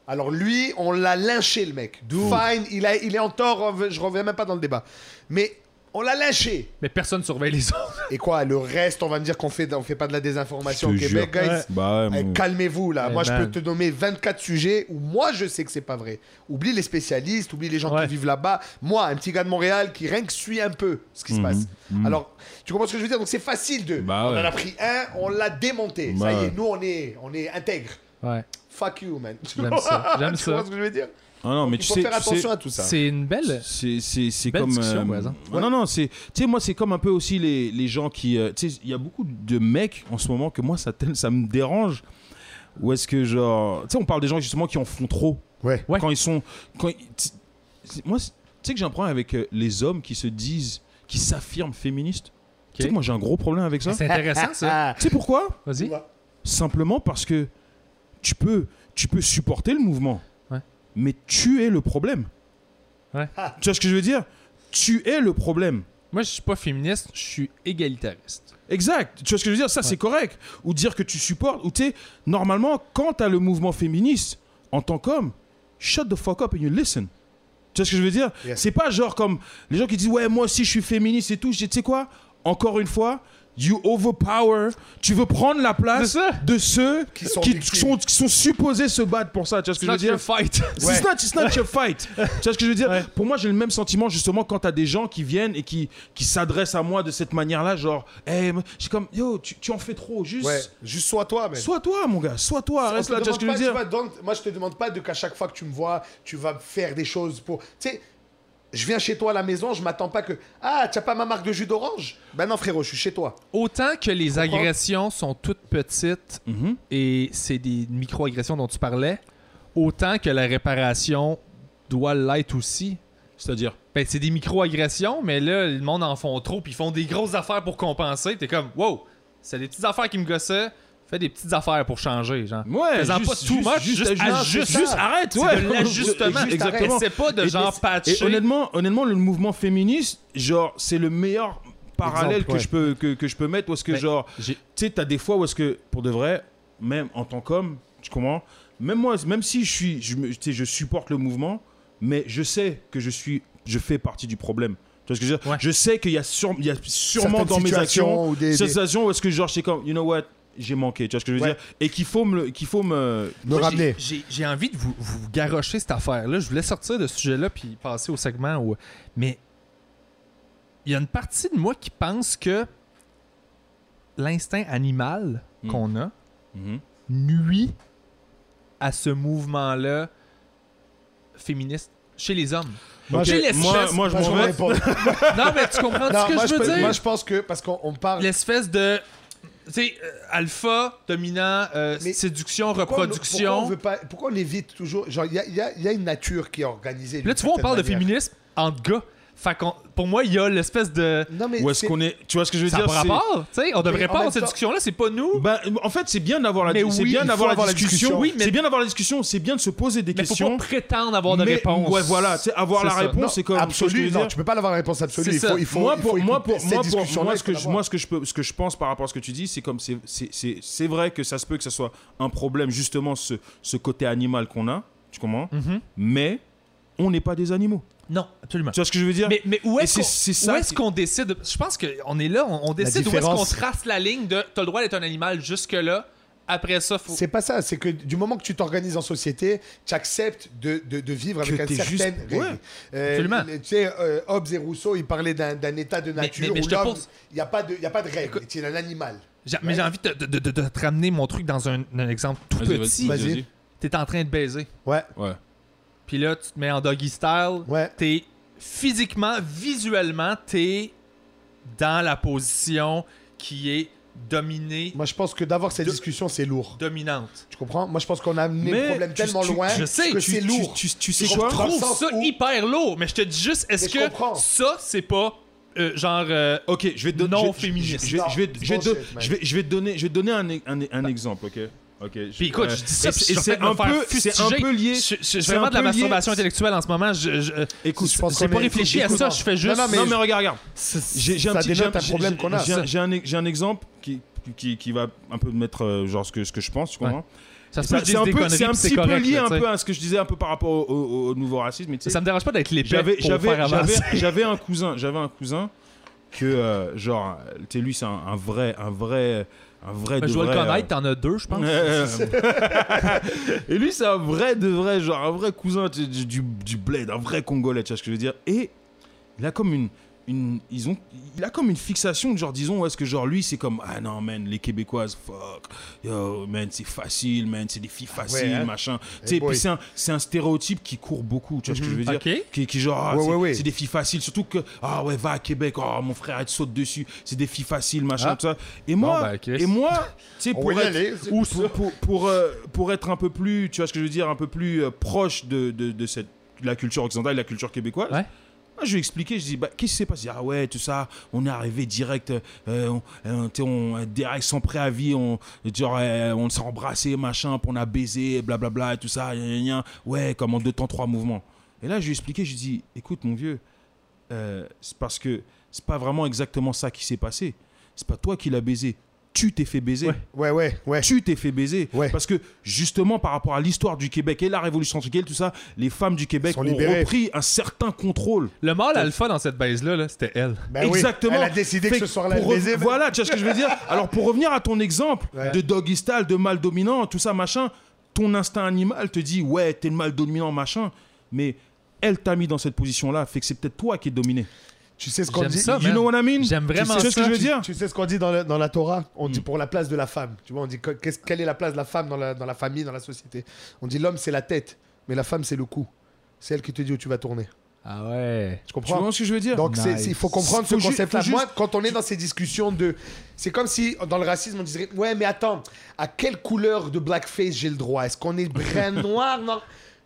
Alors lui, on l'a lynché, le mec. Fine, il, a, il est en tort, je reviens même pas dans le débat. Mais on l'a lynché.
Mais personne surveille les autres.
Et quoi, le reste, on va me dire qu'on fait, on fait pas de la désinformation au
Je te
Québec,
jure.
guys.
Ouais. Bah ouais,
Eh,
mon-
Calmez-vous là.
Eh,
moi, je
man.
peux te nommer 24 sujets où moi, je sais que c'est pas vrai. Oublie les spécialistes, oublie les gens
Ouais.
qui vivent là-bas. Moi, un petit gars de Montréal qui rien que suit un peu ce qui se passe. Alors, tu comprends ce que je veux dire Donc, c'est facile de.
Bah
on
ouais.
en a pris un, on l'a démonté.
Bah
Ça y
ouais.
est, nous, on est, on est intègre.
Ouais.
Fuck you, man. <laughs> Tu
J'aime
vois-
ça, j'aime
Tu comprends
ça.
ce que je veux dire
Ah non, mais
Il
tu
faut
sais,
faire
tu sais-
attention à tout ça.
C'est une belle.
C'est, c'est, c'est
Belle
comme.
discussion, hein. par exemple.
ouais, Non, non, c'est. Tu sais, moi, c'est comme un peu aussi les, les gens qui. euh, tu sais, il y a beaucoup de mecs en ce moment que moi, ça, tel- ça me dérange. Ou est-ce que, genre. Tu sais, on parle des gens justement qui en font trop.
Ouais.
Ouais.
Quand ils sont. Quand ils- tu- c'est- moi, c'est- tu sais que j'ai un problème avec euh, les hommes qui se disent. qui s'affirment féministes. Tu sais que moi, j'ai un gros problème avec ça.
C'est intéressant, ça.
<laughs> Ah,
Tu sais pourquoi
Vas-y.
Simplement parce que tu peux, tu peux supporter le mouvement,
Ouais.
mais tu es le problème.
Ouais.
Tu vois ce que je veux dire Tu es le problème.
Moi, je suis pas féministe, je suis égalitariste.
Exact. Tu vois ce que je veux dire Ça, c'est correct. Ou dire que tu supportes, ou tu sais, normalement, quand tu as le mouvement féministe, en tant qu'homme, shut the fuck up and you listen. Tu vois ce que je veux dire
Yes.
C'est pas genre comme les gens qui disent, ouais, moi aussi, je suis féministe et tout. Je dis, tu sais quoi Encore une fois, you overpower. Tu veux prendre la place
C'est ça.
de ceux qui
sont
sont,
victimes.
qui, sont, supposés se battre pour ça. Tu vois ce que je veux dire
fight.
Ouais.
It's not, it's not
<laughs>
your fight. tu vois ce que je veux dire
Ouais.
Pour moi, j'ai le même sentiment justement quand t'as des gens qui viennent et qui, qui s'adressent à moi de cette manière-là, genre, hey, moi, je suis comme, yo, tu, tu en fais trop, juste.
Ouais, juste sois toi, mais.
Sois toi, mon gars, sois toi,
On
reste
te
là, tu vois ce que je veux
demande
dire
pas, tu vois, don't- moi, je te demande pas de qu'à chaque fois que tu me vois, tu vas faire des choses pour. Tu sais, je viens chez toi à la maison, je m'attends pas que. Ah, t'as pas ma marque de jus d'orange Ben non, frérot, je suis chez toi.
Autant que les
comprends?
agressions sont toutes petites
Mhm.
et c'est des micro-agressions dont tu parlais, autant que la réparation doit l'être aussi.
C'est-à-dire
Ben, c'est des micro-agressions, mais là, le monde en font trop, puis ils font des grosses affaires pour compenser. T'es comme, wow, c'est des petites affaires qui me gossaient, fais des petites affaires pour changer, genre.
Ouais,
Fais-en pas too much, juste
ajuste-
ajuste,
juste,
ça.
arrête,
C'est
ouais.
de l'ajustement.
Juste arrête.
Exactement. C'est pas de
Et-
genre
et-
patcher.
Et honnêtement, honnêtement, le mouvement féministe, genre, c'est le meilleur parallèle
Exemple,
que,
ouais.
je peux, que, que je peux mettre, parce que
Mais
genre,
j'ai-
tu sais, t'as des fois où est-ce que, pour de vrai, même en tant qu'homme, tu comprends Même moi, même si je suis, je, me- tu sais, je supporte le mouvement, mais je sais que je suis, je fais partie du problème. Tu vois ce que je veux dire
Ouais.
Je sais qu'il y a, sûre- il y a sûrement
Certaines
dans mes
situations
actions
ou des-
cette
des-
sensation où est-ce que genre, c'est comme, you know what j'ai manqué, tu vois ce que je veux
Ouais.
dire Et qu'il faut me, le- qu'il faut me,
Me
Moi, j'ai-
ramener.
J'ai j'ai envie de vous, vous garrocher cette affaire-là. Je voulais sortir de ce sujet-là puis passer au segment où. Mais il y a une partie de moi qui pense que l'instinct animal
Mm.
qu'on a
Mhm.
nuit à ce mouvement-là féministe chez les hommes.
Moi,
chez
j'ai-
l'espèce.
moi, moi, je
Moi, je
m'en
vais
vais. <laughs>
répondre.
Non, mais tu comprends
Non,
ce que
moi,
je veux
peux-
dire?
moi, je pense que. Parce qu'on on parle.
L'espèce de. Tu sais, euh, alpha, dominant, euh,
Mais
séduction,
Pourquoi on-
reproduction.
Pourquoi on, veut pas, pourquoi on évite toujours Genre, il y a, il y a- il y a une nature qui est organisée.
Puis là,
d'une
tu vois, on
certaine
parle de
manière.
féminisme entre gars. Fait qu'on- pour moi, il y a l'espèce de.
Non, mais
Où est-ce
c'est-
qu'on est Tu vois ce que je veux
Ça a
dire
pas
c'est-
rapport, tu sais. On devrait
en
pas
même
avoir cette
temps-
discussion-là, c'est pas nous.
Ben, en fait, c'est bien d'avoir la,
Mais
c'est
oui,
bien
il
d'avoir
faut
la
avoir la
discussion.
discussion. Oui, mais-
C'est bien d'avoir la discussion. C'est bien de se poser des
Mais faut
questions.
pas prétendre avoir de
Mais-
réponse.
Ouais, voilà. tu sais, avoir
C'est
la
ça.
réponse,
Non,
c'est comme. tu vois ce que je
absolu,
veux
non,
dire
tu peux pas l'avoir la réponse absolue.
C'est
Il
ça.
faut, il faut,
moi,
il
pour,
faut
moi,
écouter
pour,
cette
moi, pour-
discussion-là,
moi,
il
ce
faut
que je,
l'avoir.
moi, ce que je peux, ce que je pense par rapport à ce que tu dis, c'est comme c'est, c'est, c'est, c'est vrai que ça se peut que ça soit un problème justement ce, ce côté animal qu'on a, tu comprends
Mhm.
Mais on n'est pas des animaux.
Non, absolument.
Tu vois ce que je veux dire
Mais, mais où
Et
est-ce
c'est-
qu'on,
c'est ça
où est-ce
qui-
qu'on décide Je pense qu'on est là, on, on décide où est-ce qu'on
différence-
trace la ligne de t'as le droit d'être un animal jusque-là, après ça, faut.
C'est pas ça, c'est que du moment que tu t'organises en société, tu acceptes de, de- de vivre avec
Que
une
t'es juste-
certaine règle.
Ouais,
Euh,
absolument.
Tu sais, euh, Hobbes et Rousseau, ils parlaient d'un d'un état de nature
mais- mais
où
je te
l'homme,
pose-
il n'y a, pas de- il y a pas de règle, tu es un animal.
J'ai- Mais j'ai envie de, de- de- de te ramener mon truc dans un, un exemple tout
Vas-y,
petit.
vas-y.
T'es en train de baiser,
Ouais,
Ouais.
puis là, tu te mets en doggy style.
ouais.
t'es physiquement, visuellement, t'es dans la position qui est dominée,
Moi, je pense que d'avoir cette discussion, c'est lourd.
dominante.
Tu comprends Moi, je pense qu'on a amené
Mais
le problème
tu-
tellement
tu-
loin
je sais,
que
tu-
c'est
Tu-
lourd.
Tu, tu, tu sais
Je
quoi
Je
Dans le
trouve
sens
ça
où-
hyper lourd, mais je te dis juste, est-ce
Mais je
que
comprends.
ça, c'est pas euh, genre euh,
Ok, je vais donner.
Non
je, je-
féministe.
Je, je- je vais,
Non,
je, vais,
bullshit,
don-
man.
je, vais, je vais donner, je vais donner un, e- un, e- un exemple, ok. Ok. je-
Puis écoute,
euh,
je dis ça,
et
puis
c'est-
je suis en
c'est
train de
un
me faire
peu, c'est un
fustiger.
peu lié.
je, je- je
c'est
fais vraiment
un
de la
peu lié-
masturbation intellectuelle en ce moment. Je, je- euh,
Écoute,
Je pense
j'ai
qu'on
pas
est-
réfléchi à
écoute,
ça,
non.
je fais juste.
Non, non, mais-
Non mais regarde, regarde. J'ai j'ai un
ça
petit,
dénote
j'ai
un problème
j'ai-
qu'on a.
J'ai un, j'ai un e- j'ai un exemple qui, qui, qui va un peu mettre euh, genre ce que, ce que je pense, tu comprends
ça se peut
Ça-
que je
C'est un,
dise des
peu,
conneries,
c'est un
puis
petit peu
correct,
lié
là,
un
tu sais.
peu à ce que je disais un peu par rapport au, au- au nouveau racisme. mais tu sais,
Ça me dérange pas d'être l'épée
j'avais
pour
j'avais
faire avancer.
j'avais- j'avais un cousin j'avais un cousin que euh, genre tu sais lui c'est un, un vrai un vrai un
Mais Ben,
vrai de
Bah, Je dois le
vrai, euh,
connaître, t'en as deux, je pense.
euh, <laughs> et lui, c'est un vrai de vrai, genre un vrai cousin tu sais, du, du, du bled, un vrai Congolais, tu vois ce que je veux dire. Et il a comme une, une, ils ont, il a comme une fixation de genre, disons, est-ce que genre lui, c'est comme, ah non, man, les Québécoises, fuck, yo, man, c'est facile, man, c'est des filles faciles,
hein.
machin.
Eh
Tu sais,
boy. Mhm.
puis c'est un, c'est un stéréotype qui court beaucoup, tu vois ce que je veux dire?
Ok.
Qui, qui genre, ah,
Ouais,
c'est,
ouais, ouais.
c'est des filles faciles, surtout que, ah ouais, va à Québec, oh, mon frère, elle te saute dessus, c'est des filles faciles, machin,
Ah.
tout ça. Et moi,
bah, Chris.
et moi, tu sais,
<laughs> On
pour
va y
être-
aller.
ou pour, pour, pour, euh, pour être un peu plus, tu vois ce que je veux dire, un peu plus euh, proche de, de, de cette, de la culture occidentale et de la culture québécoise.
Ouais.
Moi, je lui ai expliqué, je dis, bah, qu'est-ce qui s'est passé Ah ouais, tout ça, on est arrivé direct, euh, on, euh, tu sais, on, euh, direct sans préavis, on, genre, euh, on s'est embrassé, machin, puis on a baisé, blablabla, et tout ça, gna, gna, gna. ouais, comme en deux temps, trois mouvements. Et là, je lui ai expliqué, je lui ai dit, écoute, mon vieux, euh, c'est parce que c'est pas vraiment exactement ça qui s'est passé. C'est pas toi qui l'as baisé, tu t'es fait baiser
Ouais, ouais, ouais.
tu t'es fait baiser.
Ouais.
Parce que justement, par rapport à l'histoire du Québec et la révolution tranquille, tout ça, les femmes du Québec
Sont
ont
libérées.
repris un certain contrôle.
Le mâle alpha dans cette baise-là, là, c'était elle.
Ben oui.
Exactement.
Elle a décidé
Fait
que ce soir-là, elle
pour re-
baisait. mais-
Voilà, tu vois ce que je
<laughs>
veux dire. Alors, pour revenir à ton exemple
Ouais.
de doggy style, de mal dominant, tout ça, machin, ton instinct animal te dit, ouais, t'es le mal dominant, machin, mais elle t'a mis dans cette position-là, fait que c'est peut-être toi qui es dominé.
Tu sais ce qu'on
J'aime
dit
ça,
you
man.
know what I mean
J'aime vraiment
Tu sais ce que
ça.
je veux dire Mm.
Tu sais ce qu'on dit dans, le- dans la Torah On dit pour la place de la femme. Tu vois, on dit que- qu'est-ce- quelle est la place de la femme dans la, dans la famille, dans la société On dit l'homme, c'est la tête, mais la femme, c'est le cou. C'est elle qui te dit où tu vas tourner.
Ah ouais.
Tu
Tu
comprends
vois ce que je veux dire
Donc, c'est-
Nice.
c'est- il faut comprendre ce
Faut ju-
concept-là.
faut
Moi,
juste-
quand on est dans ces discussions de. C'est comme si, dans le racisme, on disait Ouais, mais attends, à quelle couleur de blackface j'ai le droit Est-ce qu'on est
<laughs>
brun, noir Non.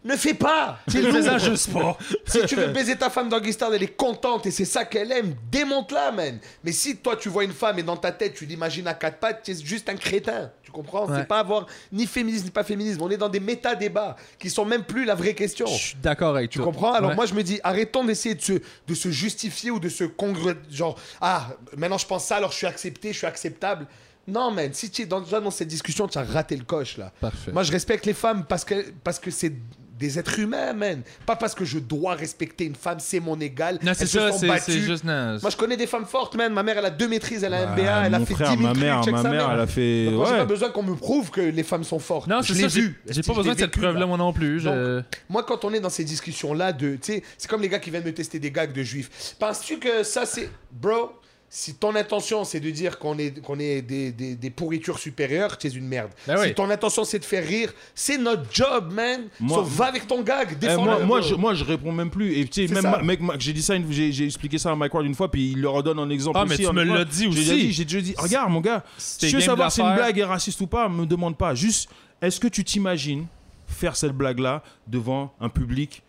Ne fais pas C'est lourd.
juste
<laughs>
pas.
Si tu veux baiser ta femme d'Anguistan, elle est contente et c'est ça qu'elle aime, démonte-la, man. Mais si toi tu vois une femme et dans ta tête tu l'imagines à quatre pattes, tu es juste un crétin. Tu comprends
Ouais.
C'est pas avoir ni féminisme ni pas féminisme. On est dans des méta-débats qui sont même plus la vraie question.
Je suis d'accord avec
Oh. Tu
toi.
comprends Alors
Ouais.
moi je me dis, arrêtons d'essayer de se, de se justifier ou de se congre... Genre, ah, maintenant je pense ça, alors je suis accepté, je suis acceptable. Non, man, si tu es dans, déjà dans cette discussion, tu as raté le coche, là.
Parfait.
Moi je respecte les femmes parce que parce que c'est des êtres humains, man. Pas parce que je dois respecter une femme, c'est mon égal.
Non, c'est
Elles se
ça,
sont
c'est-
battues.
c'est juste. non,
Moi je connais des femmes fortes, man. Ma mère, elle a deux maîtrises, elle a un
Ah,
MBA, elle a
mon
fait
frère,
10 000
ma mère,
trucs, check
ma
sa
mère, elle a fait.
Donc, moi, j'ai
ouais.
pas besoin qu'on me prouve que les femmes sont fortes.
Non,
je
c'est
l'ai
ça. J'ai
vu.
j'ai
Je
pas
l'ai
besoin de cette
vécu,
preuve-là,
là.
moi non plus. je-
Moi, quand on est dans ces discussions-là, de, tu sais, c'est comme les gars qui viennent me tester des gags de juifs. Penses-tu que ça, c'est. Bro, si ton intention, c'est de dire qu'on est, qu'on est des, des, des pourritures supérieures, t'es une merde.
Ben
si
oui.
ton intention, c'est de faire rire, c'est notre job, man.
Moi-
Sauf va avec ton gag,
Eh,
défends-le.
moi, moi,
bro.
je, moi, je réponds même plus. Et tu sais,
C'est
même,
ça.
Ma- mec, Ma- j'ai dit ça, une- j'ai j'ai expliqué ça à Mike Ward une fois, puis il le redonne en exemple.
Ah,
aussi,
mais tu
en
me
une fois.
l'as dit
J'ai déjà
aussi.
dit- J'ai déjà dit, regarde, mon gars, si
t'es
tu veux
game
savoir si une
d'affaires.
blague est raciste ou pas, me demande pas. Juste, est-ce que tu t'imagines faire cette blague-là devant un public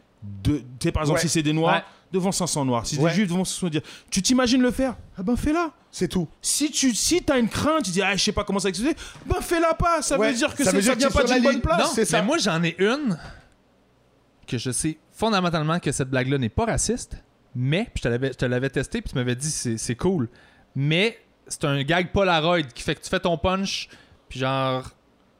de. Tu sais, par exemple,
Ouais.
si c'est des noirs,
Ouais.
devant 500 noirs. Si c'est
Ouais.
des juifs, devant 500 dire Tu t'imagines le faire Ah ben fais-la.
C'est tout.
Si tu si as une crainte, tu dis, ah, je sais pas comment ça expliquer, ben fais-la pas. Ça
Ouais.
veut dire que
Ça
c'est-
veut
ça
dire que
vient
c'est
pas
sur la
d'une bonne
ligne.
place.
Non,
ah, c'est ça.
mais moi j'en ai une que je sais fondamentalement que cette blague-là n'est pas raciste, mais puis je te l'avais, je te l'avais testé puis tu m'avais dit c'est, c'est cool, mais c'est un gag Polaroid qui fait que tu fais ton punch puis genre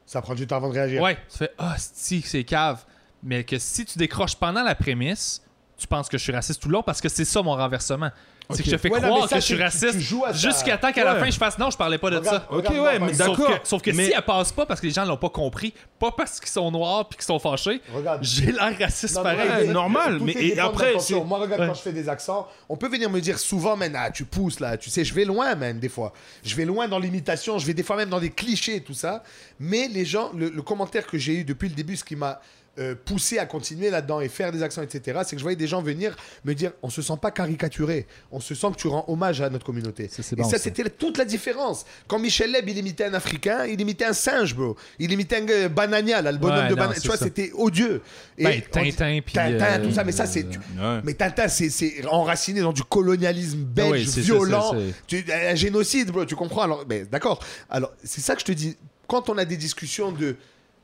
Ça prend du temps avant de réagir.
ouais tu fais ah si c'est cave, mais que si tu décroches pendant la prémisse tu penses que je suis raciste tout le long parce que c'est ça mon renversement. C'est que je te fais
Ouais, non,
croire
mais ça,
que je suis
c'est- tu-
raciste
tu joues à ça.
jusqu'à temps qu'à la
Ouais.
fin je fasse non, je parlais pas de
Regarde-
ça.
Ok,
regarde-moi,
ouais,
par
mais
exemple.
Sauf
D'accord,
que, sauf que
mais-
si elle passe pas parce que les gens l'ont pas compris, pas parce qu'ils sont noirs puis qu'ils sont fâchés,
Regarde.
j'ai l'air raciste
Non, mais
pareil.
regarde,
Ouais, normal,
tout
mais-
est
et
dépendant
après,
d'attention.
c'est-
Moi, regarde, quand je fais des accents, on peut venir me dire souvent, man, ah, tu pousses là, tu sais, je vais loin, man, des fois. Je vais loin dans l'imitation, je vais des fois même dans des clichés, tout ça. Mais les gens, le, le commentaire que j'ai eu depuis le début, ce qui m'a euh, poussé à continuer là-dedans et faire des accents, etc., c'est que je voyais des gens venir me dire, on se sent pas caricaturé, on se sent que tu rends hommage à notre communauté.
Ça, c'est
et
bon,
ça,
ça.
c'était toute la différence. Quand Michel Leb, il imitait un Africain, il imitait un singe, bro. Il imitait un euh, banania, là, le bonhomme
Ouais,
de
non,
banania.
c'est
Tu vois,
ça.
c'était odieux. Et
Ben,
on dit-
Tintin, puis,
Tintin,
euh,
tout ça, mais ça, c'est. tu-
Ouais.
Mais Tintin, c'est- c'est enraciné dans du colonialisme belge,
Ah oui, c'est-
violent.
c'est-
Tu- un génocide, bro, tu comprends Alors, mais d'accord. Alors, c'est ça que je te dis. Quand on a des discussions de.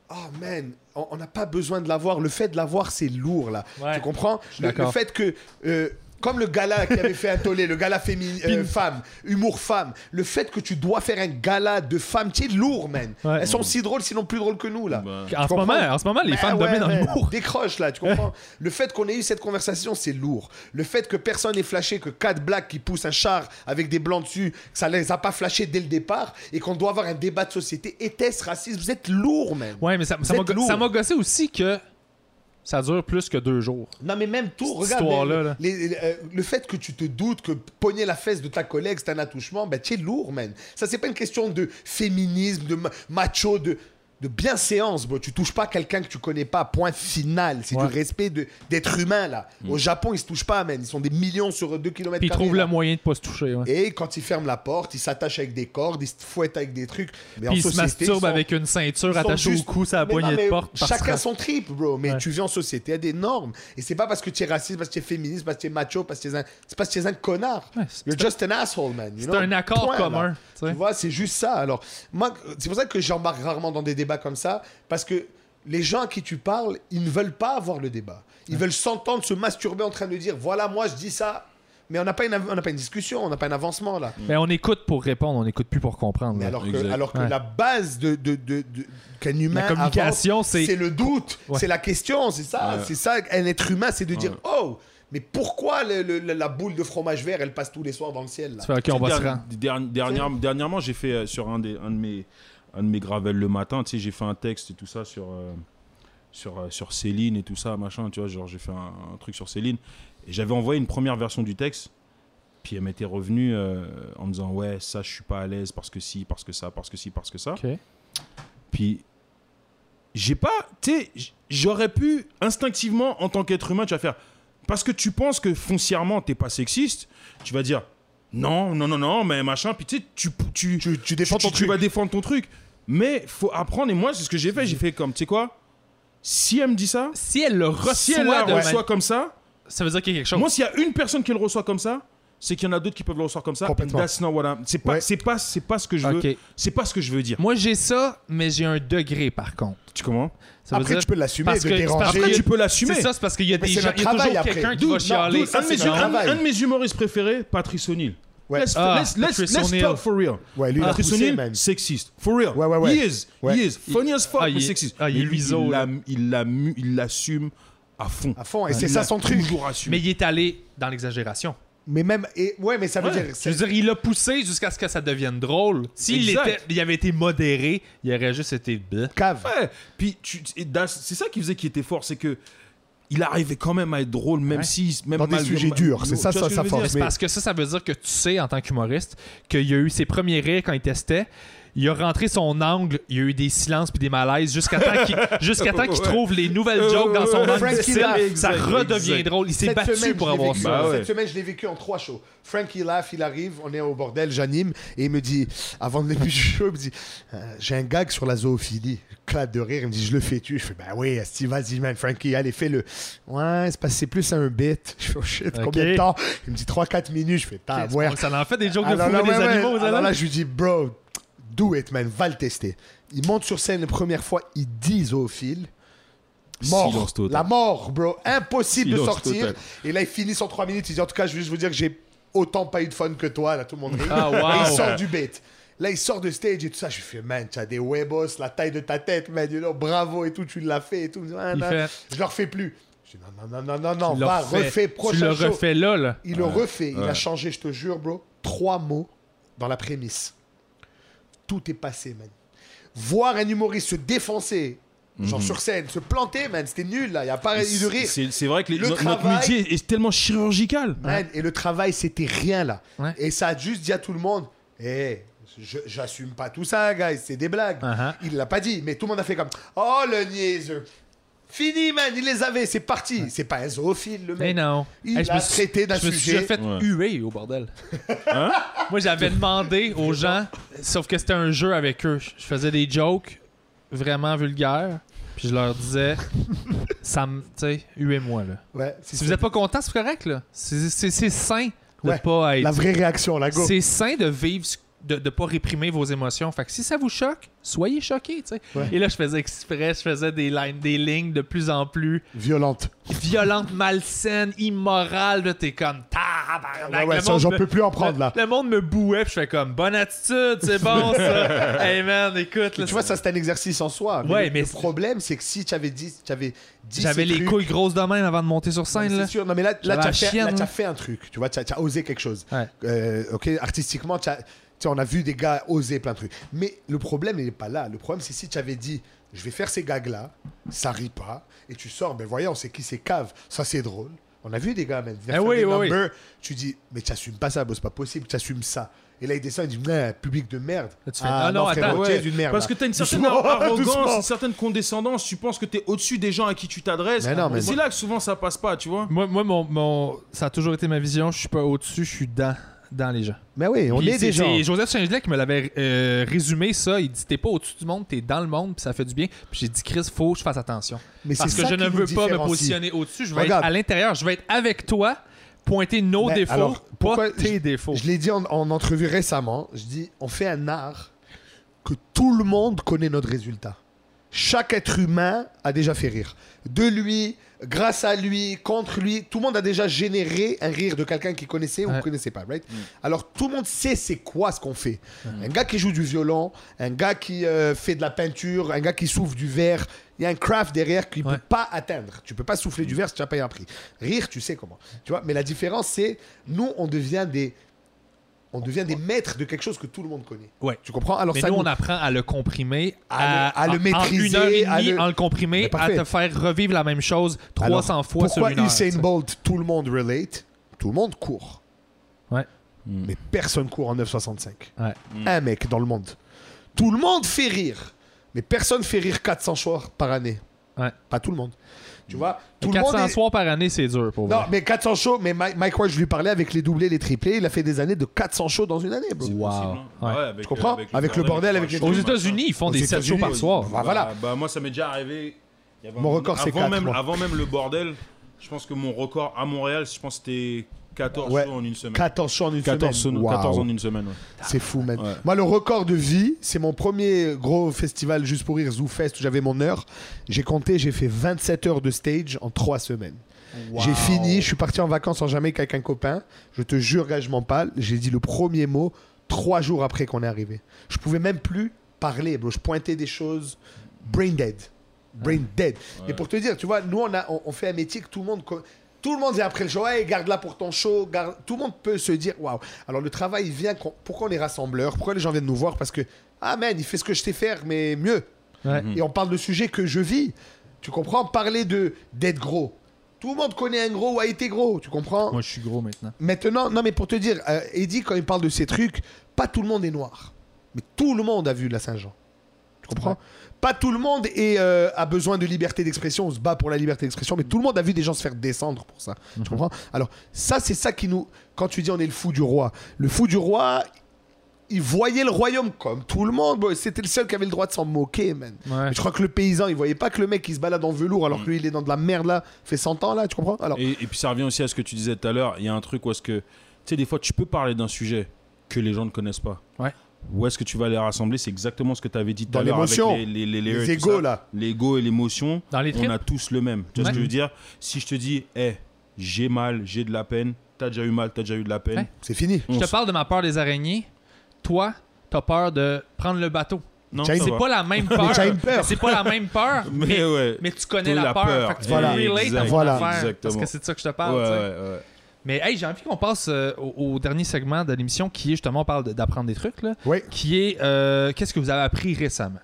Oh man, on on n'a pas besoin de l'avoir. Le fait de l'avoir, c'est lourd, là.
Ouais.
Tu comprends le, le
d'accord.
fait que. euh, comme le gala qui avait fait un tollé, le gala féminin femme, humour femme, le fait que tu dois faire un gala de femmes, tu es lourd, man.
Ouais.
Elles sont aussi drôles, sinon plus drôles que nous, là.
Bah.
En ce,
comprends?
moment, en ce moment, les
Ben
femmes
ouais,
dominent
mais
dans l'humour.
Décroche là, tu comprends Le fait qu'on ait eu cette conversation, c'est lourd. Le fait que personne n'ait flashé que quatre blacks qui poussent un char avec des blancs dessus, que ça les a pas flashé dès le départ et qu'on doit avoir un débat de société. Était-ce raciste Vous êtes lourd même.
Ouais, mais ça,
Vous
ça m'a
êtes
go-
lourd.
ça m'a gossé aussi que ça dure plus que deux jours.
Non, mais même tout,
Cette
regarde.
histoire-là,
les-
là.
les- les- euh, le fait que tu te doutes que pogner la fesse de ta collègue, c'est un attouchement, ben, tu es lourd, man. Ça, c'est pas une question de féminisme, de ma- macho, de, de bienséance, bro. Tu touches pas quelqu'un que tu connais pas, point final. C'est
Ouais.
du respect de- d'être humain, là. Au Japon, ils se touchent pas, man. Ils sont des millions sur 2 km.
Puis ils trouvent le moyen de pas se toucher. ouais.
Et quand ils ferment la porte, ils s'attachent avec des cordes, ils se fouettent avec des trucs. Mais
Puis
en
ils se
société,
masturbent
sont-
avec une
ils
ceinture
sont
attachée
juste-
au cou, ça la
Mais non,
poignée
mais
de porte. parce que-
Chacun son trip, bro. Mais
Ouais.
tu vis en société, il y a des normes. Et c'est pas parce que tu es raciste, parce que tu es féministe, parce que tu es macho, parce que tu es un, c'est parce que tu es un connard.
Ouais, c'est-
You're just an asshole, man. you
C'est
know?
un accord
Point, là.
commun, tu sais.
Tu vois, c'est juste ça. Alors, moi, c'est pour ça que j'embarque rarement dans des débats comme ça, parce que les gens à qui tu parles, ils ne veulent pas avoir le débat. Ils veulent s'entendre, se masturber en train de dire voilà, moi, je dis ça. Mais on n'a pas, une av- on n'a pas une discussion, on n'a pas un avancement, là.
Mais on écoute pour répondre, on écoute plus pour comprendre.
Mais
là.
alors que,
Exact.
alors que
Ouais.
la base de, de, de, de- qu'un humain
La communication,
avance,
c'est-
c'est le doute,
Ouais.
c'est la question, c'est ça,
Ouais.
c'est ça. Un être humain, c'est de dire oh, mais pourquoi le- le- la boule de fromage vert, elle passe tous les soirs dans le ciel là
Tu fais, OK, on va se
Derni-
rendre.
derni- dernière- dernièrement, j'ai fait euh, sur un, des, un de mes un de mes gravels le matin, tu sais, j'ai fait un texte et tout ça sur euh, sur euh, sur Céline et tout ça, machin, tu vois, genre j'ai fait un, un truc sur Céline et j'avais envoyé une première version du texte. Puis elle m'était revenue euh, en me disant ouais, ça je suis pas à l'aise parce que si, parce que ça, parce que si, parce que ça.
OK.
Puis j'ai pas, tu sais, j- j'aurais pu instinctivement en tant qu'être humain, tu vas faire parce que tu penses que foncièrement t'es pas sexiste, tu vas dire non, non, non, non, mais machin, puis tu sais, tu, tu,
tu, tu défends
tu-
ton
tu
truc.
vas défendre ton truc. Mais faut apprendre, et moi, c'est ce que j'ai fait, j'ai fait comme, tu sais quoi, si elle me dit ça,
Si elle le reçoit,
si elle la
de
reçoit
mani-
comme ça,
ça veut dire qu'il y a quelque chose.
moi, s'il y a une personne qui le reçoit comme ça, c'est qu'il y en a d'autres qui peuvent le recevoir comme ça.
Complètement.
That's not what I'm- C'est pas,
Ouais.
c'est pas, c'est pas ce que je veux.
OK.
C'est pas ce que je veux dire.
Moi, j'ai ça, mais j'ai un degré, par contre.
Tu comprends
Ça veut
Après,
dire-
tu peux l'assumer,
parce
de
que-
déranger.
parce
Après,
que-
tu peux l'assumer.
C'est ça, c'est parce qu'il y a des
c'est
gens,
le
il y a toujours
travail après.
quelqu'un qui
Dude,
va
non,
chialer.
dude, ça,
Un de, mes,
c'est le
un-
travail.
un de mes humoristes préférés, Patrice O'Neill.
Ouais.
Let's,
Ah,
let's- let's-
Patrice
let's
O'Neill.
talk for real.
Ouais, lui, il a
Patrice
poussé,
O'Neill,
man.
sexiste. For real.
Ouais, ouais, ouais.
He is.
Ouais.
He is. Funny as fuck,
Ah,
mais
il est-
sexiste.
ah, il est
Mais lui,
luiseau,
il
là.
l'am- il l'amu- il l'assume à fond.
À fond, et c'est
Il
ça
l'a
son truc.
toujours assumé.
Mais il est allé dans l'exagération.
Mais même, et, ouais, mais ça veut
Ouais.
dire.
Je
c'est-
veux dire, il l'a poussé jusqu'à ce que ça devienne drôle. S'il
Exact.
était- il avait été modéré, il aurait juste été. bleh.
Cave.
Ouais. Puis tu- et dans- c'est ça qui faisait qu'il était fort, c'est que il arrivait quand même à être drôle, même
Ouais.
si même
Dans des
malgré-
sujets durs,
Tu
c'est ça,
vois ce
ça,
que
ça
je veux dire?
force.
C'est
Mais-
parce que ça, ça veut dire que tu sais, en tant qu'humoriste, qu'il y a eu ses premiers rires quand il testait. Il a rentré son angle, il y a eu des silences puis des malaises jusqu'à temps qu'il
<laughs>
jusqu'à temps qu'il
Ouais.
trouve les nouvelles jokes dans son
Euh,
angle
Frankie
difficile.
Laff.
Ça
Exact,
redevient
exact.
drôle. Il s'est
Cette
battu
semaine,
pour
je l'ai
avoir
vécu.
ça.
Bah ouais.
Cette semaine, je l'ai vécu en trois shows. Frankie Laff, il arrive, on est au bordel, j'anime, et il me dit, avant le début du show, il me dit Euh, J'ai un gag sur la zoophilie. Clap de rire, il me dit Je le fais tu Je fais Bah oui, Steve, vas-y, man, Frankie, allez, fais-le. Ouais, c'est passé plus à un bit. Je fais Oh shit,
Ok.
combien de temps Il me dit 3-4 minutes. Je fais T'as, Ah, ouais.
Donc, Ça en fait des jokes de
Alors
fou
là,
et des
ouais, ouais.
animaux. vous
Alors
allez?
là, je lui dis, bro, do it, man, va le tester. Il monte sur scène la première fois, il dit zoophile. Mort.
Silence total.
La mort, bro. Impossible de
Silence
sortir.
total.
Et là, il finit sur 3 minutes. Il dit, en tout cas, je veux juste vous dire que j'ai autant pas eu de fun que toi. Là, tout le monde rit.
Ah, wow.
Et il sort du bête. Là, il sort de stage et tout ça. Je lui fais, man, t'as des huevos, la taille de ta tête, man. You know, bravo et tout, tu l'as fait et tout. Ah,
Il
non,
fait-
Je le refais plus. Je dis, non, non, non, non, non,
Tu l'as
non, va,
refait.
refais
Tu
prochain
le
show.
refais là, là.
Il le refait. Il
ouais.
a changé, je te jure, bro. Trois mots dans la prémisse. Tout est passé, man. Voir un humoriste se défoncer, genre sur scène, se planter, man, c'était nul, là. Eh, Il n'y a pas eu de rire.
Mhm. C'est c'est vrai que les-
Le
no- notre
travail-
métier est tellement chirurgical.
Man, et le travail, c'était rien, là.
Ouais.
Et ça a juste dit à tout le monde, hé, je- j'assume pas tout ça, guys, c'est des blagues.
Uh-huh.
Il l'a pas dit, mais tout le monde a fait comme, oh, le niaiseux. Fini, man, il les avait, c'est parti. C'est pas un zoophile, le
Mais
mec.
non.
Il
Hey, je
a
me suis-
traité d'un
Je me suis
sujet.
déjà fait
Ouais.
huer au bordel. Moi, j'avais
<laughs>
demandé aux gens, sauf que c'était un jeu avec eux. Je faisais des jokes vraiment vulgaires, puis je leur
<laughs>
disais, ça me. Tu sais, huez-moi, là.
Ouais, c'est
Si
ça.
vous êtes pas content, c'est correct, là. C'est c'est- c'est sain de
Ouais.
pas être.
La vraie réaction, la go.
C'est sain de vivre, ce- de, de pas réprimer vos émotions. Fait que si ça vous choque, soyez choqués, tu sais.
Ouais.
Et là, je faisais exprès, je faisais des lines, des lignes de plus en plus
Violente.
violente, malsaine, immorale, là, t'es comme tabarnak.
Ouais, ouais,
Le
ça,
monde
j'en
me-
peux plus en prendre,
le-
là.
Le monde me bouait, puis je fais comme bonne attitude, c'est bon
<laughs>
ça. hey man, écoute, là,
Tu vois, ça, c'est un exercice en soi.
Ouais,
le,
mais
le
c'est-
problème, c'est que si tu avais dit, tu avais dit
j'avais
ces
les
trucs-
couilles grosses de même avant de monter sur
Non, mais
scène
c'est
là.
sûr. Non, mais là, là
J'avais
tu
la
as, fait-
chienne,
là, tu as
là.
fait un truc. Tu vois, tu as, tu as osé quelque chose.
hein. Ouais.
Euh, ok, artistiquement, tu as- tu sais, on a vu des gars oser plein de trucs. Mais le problème, il n'est pas là. Le problème, c'est si tu avais dit, je vais faire ces gags-là, ça rit pas, et tu sors, mais voyons, c'est qui ces caves, ça c'est drôle. On a vu des gars, man. venir
Ah
faire
oui,
des
oui, oui.
numbers. Tu dis, mais tu n'assumes pas ça, boss, c'est pas possible, tu assumes ça. Et là, il descend, il dit, mais public de merde.
Là, tu fais, ah non,
frérot,
attends,
tu es
Ouais,
d'une merde.
Parce
là.
que t'as une
<laughs>
certaine
Doucement,
arrogance,
doucement.
une certaine condescendance. Tu penses que t'es au-dessus des gens à qui tu t'adresses.
Mais non, mais-
C'est là que souvent ça passe pas, tu vois.
Moi, moi mon, mon- ça a toujours été ma vision. Je suis pas au-dessus, je suis dans, dans les gens.
Mais oui, on
Puis
est
c'est-
des gens.
C'est Joseph Changelet qui me l'avait euh, résumé ça. Il dit T'es pas au-dessus du monde, t'es dans le monde, puis ça fait du bien. Puis j'ai dit Chris, faut que je fasse attention.
Mais
Parce
c'est
que
ça
je ne
qui
veux
nous
pas me
différencie.
positionner au-dessus. Je vais
Regarde.
être à l'intérieur. Je vais être avec toi, pointer nos
Mais
défauts,
alors,
pas
pourquoi-
tes défauts.
Je l'ai dit en, en entrevue récemment, je dis, on fait un art que tout le monde connaît notre résultat. Chaque être humain a déjà fait rire. De lui, grâce à lui, contre lui, tout le monde a déjà généré un rire de quelqu'un qui connaissait ou ne
Ouais. Mm.
connaissait pas, right Alors tout le monde sait c'est quoi ce qu'on fait. Un gars qui joue du violon, un gars qui euh, fait de la peinture, un gars qui souffle du verre, il y a un craft derrière qu'il ne
Ouais.
peut pas atteindre. Tu peux pas souffler du verre si tu n'as pas appris. Rire, tu sais comment. Tu vois, mais la différence c'est nous on devient des on devient des maîtres de quelque chose que tout le monde connaît.
Ouais.
Tu comprends Alors
Mais
ça
nous, on
nous-
apprend à le comprimer,
À
à,
le- à le
en-
maîtriser,
En une heure et
à
demie,
le-
en le comprimer,
Mais
à
parfait.
te faire revivre la même chose 300
Alors,
fois sur
pourquoi
une heure.
Usain
tu sais.
Bolt, tout le monde relate, tout le monde court.
Ouais.
Hmm.
Mais personne court en 965.
Ouais.
Un mec dans le monde. Tout le monde fait rire, mais personne fait rire 400 soirs par année.
Ouais.
Pas tout le monde. Tu vois, tout le
400
monde est-
soirs par année, c'est dur pour
Non,
moi.
mais 400 shows, mais Mike, Mike Ward, je lui parlais avec les doublés, les triplés, il a fait des années de 400 shows dans une année, bro.
Wow.
hein. Ouais,
Ouais.
avec,
Tu Ah, comprends
euh,
Avec le bordel, avec
les
les-
Aux
machin.
États-Unis, ils font
Aux
des 7 shows
États-Unis,
par
oui.
soir.
Bah, voilà.
Bah, moi, ça m'est déjà arrivé. Il y avait
Mon
un-
record, c'est
avant
quatre,
même-
moi.
Avant même le bordel, je pense que mon record à Montréal, je pense que c'était 14
Ouais.
shows en une semaine.
14 shows en une
14,
semaine.
shows- 14
Wow.
en une semaine, ouais.
C'est fou, man.
Ouais.
Moi, le record de vie, c'est mon premier gros festival juste pour rire, ZooFest, où j'avais mon heure. J'ai compté, j'ai fait 27 heures de stage en 3 semaines. J'ai fini, je suis parti en vacances en Jamaïque avec un copain. Je te jure, gars, je m'en parle. J'ai dit le premier mot 3 jours après qu'on est arrivé. Je pouvais même plus parler, bro. Je pointais des choses. Brain dead. Brain dead. Et pour te dire, tu vois, nous, on, a, on, on fait un métier que tout le monde. co- Tout le monde dit après le show, hey, garde-la pour ton show. Garde... Tout le monde peut se dire, waouh. Alors le travail il vient. qu'on- Pourquoi on est rassembleurs Pourquoi les gens viennent nous voir Parce que, ah man, il fait ce que je sais faire, mais mieux.
Ouais.
Et on parle de sujets que je vis. Tu comprends Parler de d'être gros. Tout le monde connaît un gros ou a été gros. Tu comprends
Moi, je suis gros maintenant.
Maintenant, non, mais pour te dire, euh, Eddie, quand il parle de ces trucs, pas tout le monde est noir. Mais tout le monde a vu la Saint-Jean. Tu comprends Pas tout le monde est, euh, a besoin de liberté d'expression. On se bat pour la liberté d'expression, mais tout le monde a vu des gens se faire descendre pour ça. Tu comprends Alors, ça, c'est ça qui nous. Quand tu dis on est le fou du roi, le fou du roi. Il voyait le royaume comme tout le monde. boy. C'était le seul qui avait le droit de s'en moquer, man.
Ouais.
Mais Je crois que le paysan, il voyait pas que le mec il se balade en velours alors que lui il est dans de la merde là, fait 100 ans là, tu comprends Alors,
Et, et puis ça revient aussi à ce que tu disais tout à l'heure. Il y a un truc où est-ce que, tu sais, des fois, tu peux parler d'un sujet que les gens ne connaissent pas.
Ouais.
Où est-ce que tu vas les rassembler C'est exactement ce que tu avais dit tout
Dans
à l'heure. avec
l'émotion.
les, les, les, les-
Les
tout
égos,
ça.
là.
L'ego et l'émotion.
Dans les
on
tripes.
a tous le même. Tu vois ce que je veux dire Si je te dis, hé, j'ai mal, j'ai de la peine, t'as déjà eu mal, t'as déjà eu de la peine.
Ouais.
c'est fini.
On
Je te
s-
parle de ma peur des araignées. Toi, t'as peur de prendre le bateau.
Non,
Jane,
ça
c'est
va.
Pas la
<laughs>
même peur.
t'as une peur.
Mais C'est pas la même peur.
<laughs> Mais
mais,
ouais.
mais tu connais
Toi,
la,
la
peur.
peur.
Fait que tu
Voilà.
peux relate à
Exact.
ton
Voilà.
affaire, Parce
Exactement.
que c'est de ça que je te
Ouais,
parle. tu sais.
ouais, ouais.
Mais hey, j'ai envie qu'on passe euh, au, au dernier segment de l'émission qui est justement, on parle de- d'apprendre des trucs. Là,
Oui.
Qui est euh, qu'est-ce que vous avez appris récemment?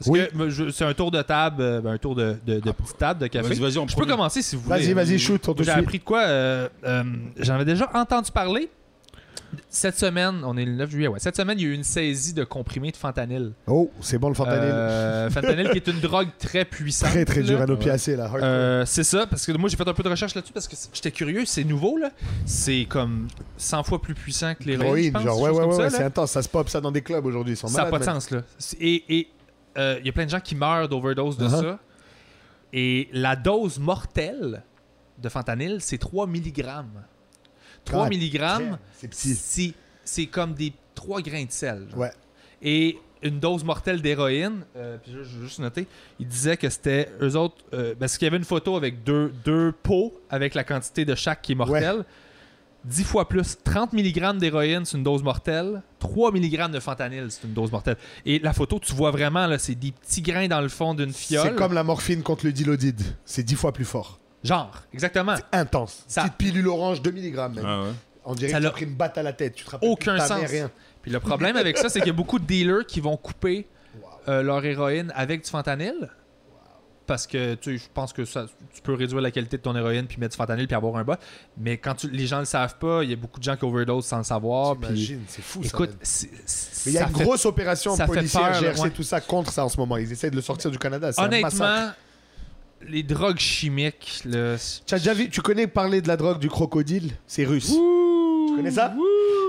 Parce
Oui.
que, me- je- C'est un tour de table, euh, ben, un tour de, de, de petite table de café.
Vas-y, vas-y, on
je
prend
peux
le-
commencer si vous voulez.
Vas-y, vas-y, shoot, on te
J'ai
suit.
appris de quoi euh, euh, J'en avais déjà entendu parler. Cette semaine, on est le 9 juillet, ouais. Cette semaine, il y a eu une saisie de comprimés de fentanyl.
Oh, c'est bon le fentanyl.
Euh, fentanyl qui est une drogue très puissante.
très très
là.
dur à opiacé là. hardcore.
Euh, c'est ça, parce que moi j'ai fait un peu de recherche là-dessus parce que c'est- j'étais curieux, c'est nouveau là. C'est comme 100 fois plus puissant que l'héroïne. je
Héroïne,
pense,
genre
quelque
ouais
chose
ouais
comme
ouais,
ça,
ouais,
là.
c'est intense, ça se pop ça dans des clubs aujourd'hui, ils sont
Ça n'a
malades.
pas de
man.
sens là. C'est- Et il y a plein de gens qui meurent d'overdose de
Uh-huh.
ça. Et la dose mortelle de fentanyl, c'est 3 mg. 3
God
mg,
damn, c'est petit.
c'est c'est comme des 3 grains de sel. genre.
Ouais.
et une dose mortelle d'héroïne. Euh, puis là, je veux juste noter, il disait que c'était eux autres. euh, parce qu'il y avait une photo avec deux, deux pots avec la quantité de chaque qui est mortelle. 10 fois plus. 30 mg d'héroïne, c'est une dose mortelle. 3 mg de fentanyl, c'est une dose mortelle. Et la photo, tu vois vraiment, là, c'est des petits grains dans le fond d'une fiole.
C'est comme la morphine contre le dilodide, c'est 10 fois plus fort.
Genre, exactement.
Intense.
Ça-
Petite pilule orange 2 mg même.
<laughs>
Ah ouais.
On dirait
Ça
que tu
l'a-
as pris une batte à la tête, tu te rappelles plus de
Aucun
ta
sens.
mère, rien.
Puis le problème avec ça, c'est qu'il y a beaucoup de dealers qui vont couper euh, leur héroïne avec du fentanyl. Parce que tu sais, je pense que ça, tu peux réduire la qualité de ton héroïne puis mettre du fentanyl puis avoir un bas. Mais quand tu- les gens le savent pas, il y a beaucoup de gens qui overdose sans le savoir. Oh, Puis,
T'imagines, c'est fou
écoute,
ça. man.
c'est-
Mais il y a
ça
une
fait-
grosse opération
ça fait
policière,
peur,
GRC,
ouais.
tout ça contre ça en ce moment. Ils essaient de le sortir du Canada. c'est un massacre.
honnêtement, les drogues chimiques, le...
Tu as déjà vu- tu connais parler de la drogue du crocodile C'est russe. tu connais ça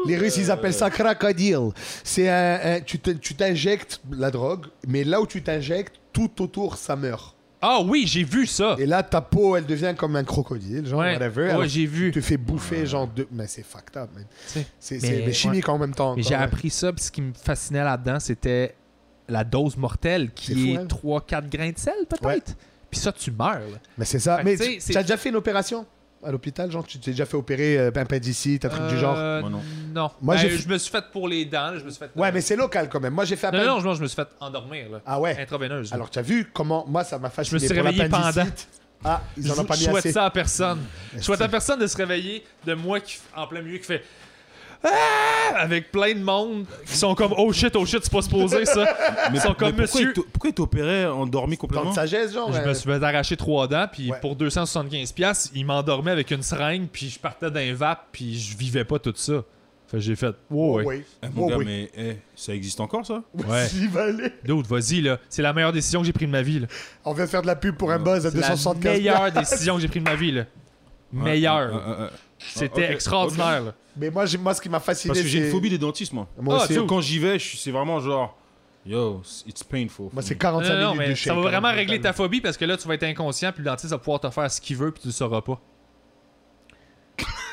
Les Russes, ils appellent ça crocodile. C'est un- un- tu te- tu t'injectes la drogue, mais là où tu t'injectes, tout autour, ça meurt.
Ah oui, j'ai vu ça.
Et là, ta peau, elle devient comme un crocodile, genre
Ouais,
whatever.
ouais,
Alors,
j'ai vu.
tu te fais bouffer, genre de. Mais c'est fucked up, man.
sais,
C'est c'est-
mais-
mais chimique en même temps.
Mais
encore,
j'ai
ouais.
appris ça, puis ce qui me fascinait là-dedans, c'était la dose mortelle qui
C'est
est
fou, hein?
3-4 grains de sel, peut-être.
Ouais.
Puis ça, tu meurs. là.
Mais c'est ça.
Fait que
Mais
tu sais,
tu
c'est-
tu as déjà fait une opération à l'hôpital, genre tu t'es déjà fait opérer euh, appendicite, un truc du genre.
Euh,
Moi, non.
Non.
Moi,
Ben,
j'ai-
je me suis fait pour les dents. là, Je me suis fait,
Ouais, mais c'est local quand même. Moi, j'ai fait
euh. Non,
appel.
non, non, je me suis fait endormir. Là.
Ah ouais.
Intraveineuse. là.
Alors, tu as vu comment moi ça m'a
je
fasciné.
me suis
pour
réveillé pendant.
l'appendicite. Ah, ils
<laughs>
en
je
ont pas
je
mis
souhaite
assez.
ça à personne. Je souhaite à personne de se réveiller de moi qui, en plein milieu qui fait Ah! avec plein de monde qui sont comme oh shit, oh shit, c'est pas supposé
<laughs>
ça. Ils sont comme
Mais pourquoi
monsieur.
il t- Pourquoi il t'opérait endormi
Tant de
complètement
sagesse, genre.
Je
euh,
me suis fait arracher trois dents, puis
Ouais.
pour 275$, piastres, il m'endormait avec une seringue, puis je partais d'un vape, puis je vivais pas tout ça. Fait que j'ai fait, wow, ouais.
Oui.
Eh,
Oh,
Mon gars,
oui.
mais eh, ça existe encore ça
Ouais.
<laughs> S'il valait.
Dude, vas-y, là. C'est la meilleure décision que j'ai prise de ma vie, là.
On vient de faire de la pub pour un buzz à
La
275
meilleure décision que j'ai prise de ma vie, là. Meilleure.
Ah, ah, ah, ah.
C'était
Ah, ok,
extraordinaire, là.
Mais moi, j'ai- moi, ce qui m'a fasciné,
Parce que j'ai
c'est-
une phobie des dentistes, moi.
Moi
Ah,
aussi. hein.
tu-
Quand j'y vais, je suis- c'est vraiment genre, yo, it's painful.
Moi, c'est
Non,
45
non, non,
minutes
mais ça
de shake,
va
quand
vraiment
même,
régler ta
totalement.
phobie parce que là, tu vas être inconscient, puis le dentiste va pouvoir te faire ce qu'il veut, puis tu le sauras
<laughs>
pas.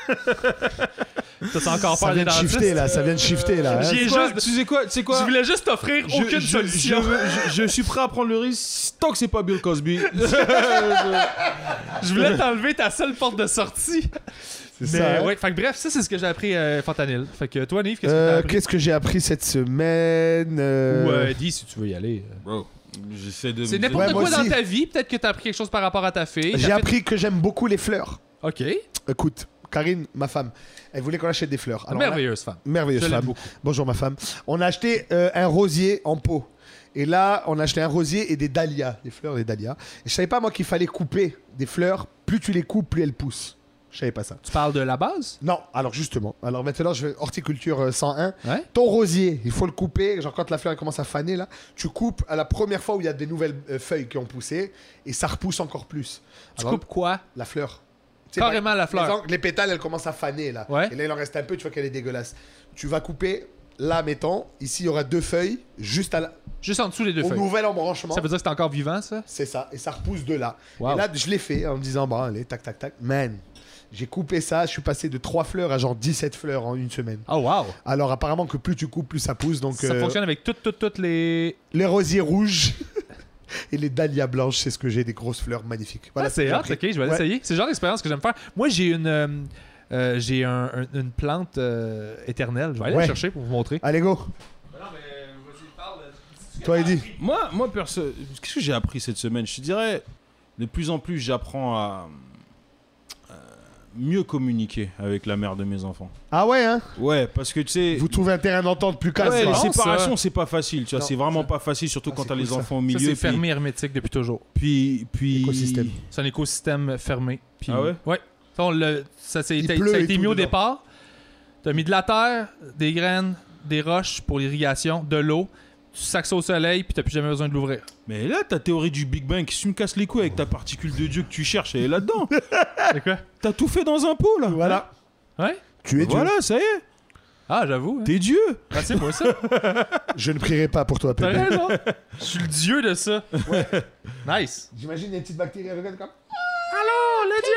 T'as encore
Ça
peur des
vient de shifter,
dentistes?
là. Ça vient de shifter, là. hein.
J'ai-
Tu sais
juste-
quoi, Tu sais quoi, tu sais quoi
Je voulais juste t'offrir
Je-
aucune
je,
solution.
Je, je- je suis prêt à prendre le risque tant que c'est pas Bill Cosby.
Je voulais t'enlever ta seule porte de sortie.
C'est
Mais
ça, hein.
ouais, fait que bref, ça c'est ce que j'ai appris euh, Fentanyl. Fait que toi, Nive, qu'est-ce que t'as
Euh,
appris?
Qu'est-ce que j'ai appris cette semaine euh,
Ou euh, dis si tu veux y aller.
Bro, j'essaie de.
C'est
Ouais,
n'importe
moi
quoi dans
aussi.
ta vie. Peut-être que t'as appris quelque chose par rapport à ta fille. T'as
J'ai
fait-
appris que j'aime beaucoup les fleurs.
Ok.
Écoute, Karine, ma femme, elle voulait qu'on achète des fleurs. Alors, on a-
Merveilleuse femme. Je
Merveilleuse
l'aime
femme.
beaucoup.
Bonjour ma femme. On a acheté euh, un rosier en pot. Et là, on a acheté un rosier et des dahlias, des fleurs des dahlias. Et je savais pas moi qu'il fallait couper des fleurs. Plus tu les coupes, plus elles poussent. Je savais pas ça.
Tu parles de la base?
Non, alors justement. Alors maintenant, je vais horticulture euh, 101.
Ouais.
Ton rosier, il faut le couper. Genre quand la fleur elle commence à faner là, tu coupes à la première fois où il y a des nouvelles euh, feuilles qui ont poussé et ça repousse encore plus.
Tu
Alors,
coupes quoi?
la fleur. Tu sais,
Carrément la
par- les,
fleur.
angles- les pétales, elles commencent à faner là.
Ouais.
Et là, il en reste un peu, tu vois qu'elle est dégueulasse. Tu vas couper, là, mettons, ici, il y aura deux feuilles, juste à la-
Juste en dessous les deux
au
feuilles.
nouvel embranchement.
Ça veut dire que c'est encore vivant, ça?
C'est ça, et ça repousse de là.
Wow.
Et là, je l'ai fait en me disant, bon, allez, tac, tac, tac. Man, j'ai coupé ça, je suis passé de 3 fleurs à genre 17 fleurs en une semaine.
Oh wow!
Alors, apparemment, que plus tu coupes, plus ça pousse. Donc,
Ça
euh,
fonctionne avec toutes, toutes, toutes les.
les rosiers rouges <laughs> et les dahlias blanches, c'est ce que j'ai, des grosses fleurs magnifiques.
Ah, c'est
j'ai
hot,
appris.
ok, je vais
Ouais.
l'essayer. C'est le genre d'expérience que j'aime faire. Moi, j'ai une. euh, euh, j'ai un- un- une plante euh, éternelle. Je vais aller la
Ouais.
chercher pour vous montrer.
Allez, go. Toi, Eddy.
Moi, moi perso, qu'est-ce que j'ai appris cette semaine Je te dirais, de plus en plus, j'apprends à euh, mieux communiquer avec la mère de mes enfants.
Ah ouais, hein
Ouais, parce que tu sais,
Vous trouvez un terrain d'entente plus calme.
ouais, les
quoi.
marrant,
séparations, c'est pas facile. Tu vois,
Non,
c'est vraiment pas facile, surtout
Ah,
quand
c'est
t'as
cool,
les
ça.
enfants au
Ça,
milieu.
c'est
puis-
fermé hermétique depuis toujours.
Puis, puis,
Écosystème.
C'est un écosystème fermé. Puis-
Ah ouais?
Ouais. Ça, on l'a- ça, s'est-
Il
ça
pleut
a
et
été
tout
mis au
dedans.
départ. T'as mis de la terre, des graines, des roches pour l'irrigation, de l'eau. Tu sacs ça au soleil, puis t'as plus jamais besoin de l'ouvrir.
<laughs> Mais là, ta théorie du Big Bang, si tu me casses les couilles avec ta particule de Dieu que tu cherches, elle est là-dedans.
Ah!
C'est quoi?
T'as tout fait dans un pot là.
Voilà.
Ouais?
Tu es Dieu.
Voilà, ça y est,
Ah, j'avoue. hein.
t'es Dieu.
Ah, c'est moi ça.
Je ne prierai pas pour toi,
T'as
Pépé.
raison. Je suis le dieu de ça. Nice.
J'imagine des petites bactéries avec elle comme.
Allô, le dieu.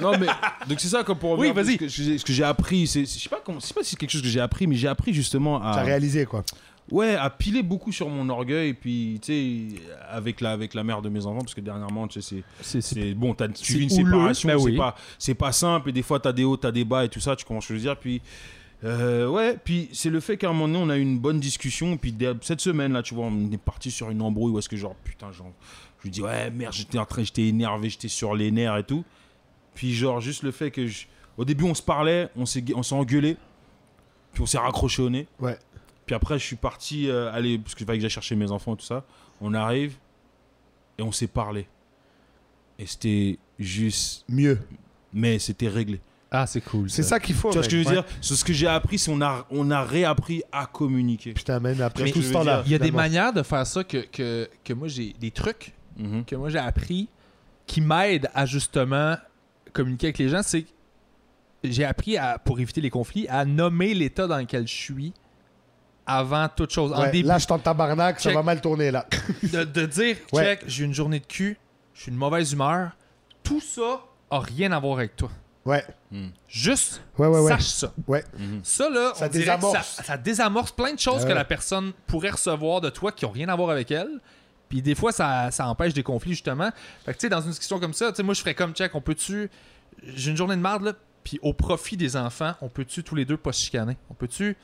Non mais donc c'est ça comme pour
Oui,
revenir
vas-y.
un peu, Ce que, j'ai- ce que j'ai appris, c'est c'est- je sais pas comment, je sais pas si c'est quelque chose que j'ai appris, mais j'ai appris justement
T'as
à
Ah.
réalisé quoi.
ouais à piler beaucoup sur mon orgueil, puis tu sais avec la avec la mère de mes enfants parce que dernièrement tu sais
C'est
c'est c'est- bon t'as- tu
c'est
vis une
houleux,
séparation,
mais
c'est
oui.
pas c'est pas simple et des fois t'as des hauts, t'as des bas et tout ça, tu commences à dire puis euh, ouais, puis c'est le fait qu'à un moment donné, on a eu une bonne discussion. Puis dès- cette semaine, là, tu vois, on est parti sur une embrouille où est-ce que, genre, putain, genre, je lui dis, ouais, merde, j'étais en train, j'étais énervé, j'étais sur les nerfs et tout. Puis, genre, juste le fait que. je- Au début, on se parlait, on s'est gu- on s'est engueulé, puis on s'est raccroché au nez.
Ouais.
Puis après, je suis parti euh, aller, parce qu'il fallait que j'aille chercher mes enfants, tout ça. On arrive et on s'est parlé. Et c'était juste.
Mieux.
Mais c'était réglé.
Ah, c'est cool.
C'est ça qu'il faut.
Tu vois ce que je
mec.
veux dire C'est ce que j'ai appris, c'est on a, on a réappris à communiquer.
Putain, man, après
Mais
tout
je
ce
veux
temps-là.
dire,
Il y a des
finalement.
manières de faire ça que, que, que moi j'ai. Des trucs
Mhm.
que moi j'ai appris qui m'aident à justement communiquer avec les gens. C'est que j'ai appris à, pour éviter les conflits, à nommer l'état dans lequel je suis avant toute chose. En
Ouais,
début,
Là, je tente tabarnak, ça
Check.
va mal tourner là.
de, de dire
Ouais.
check, j'ai une journée de cul, je suis de mauvaise humeur. Tout ça a rien à voir avec toi.
Ouais,
Juste,
ouais, ouais, ouais.
sache ça.
Ouais.
Ça, là,
Ça
on dirait que
désamorce.
ça, ça désamorce plein de choses
Ah
que
ouais.
la personne pourrait recevoir de toi qui n'ont rien à voir avec elle. Puis des fois, ça, ça empêche des conflits, justement. Fait que, tu sais, dans une discussion comme ça, tu sais, moi, je ferais comme check, on peut-tu. J'ai une journée de marde, là, puis au profit des enfants, on peut-tu tous les deux pas se chicaner On peut-tu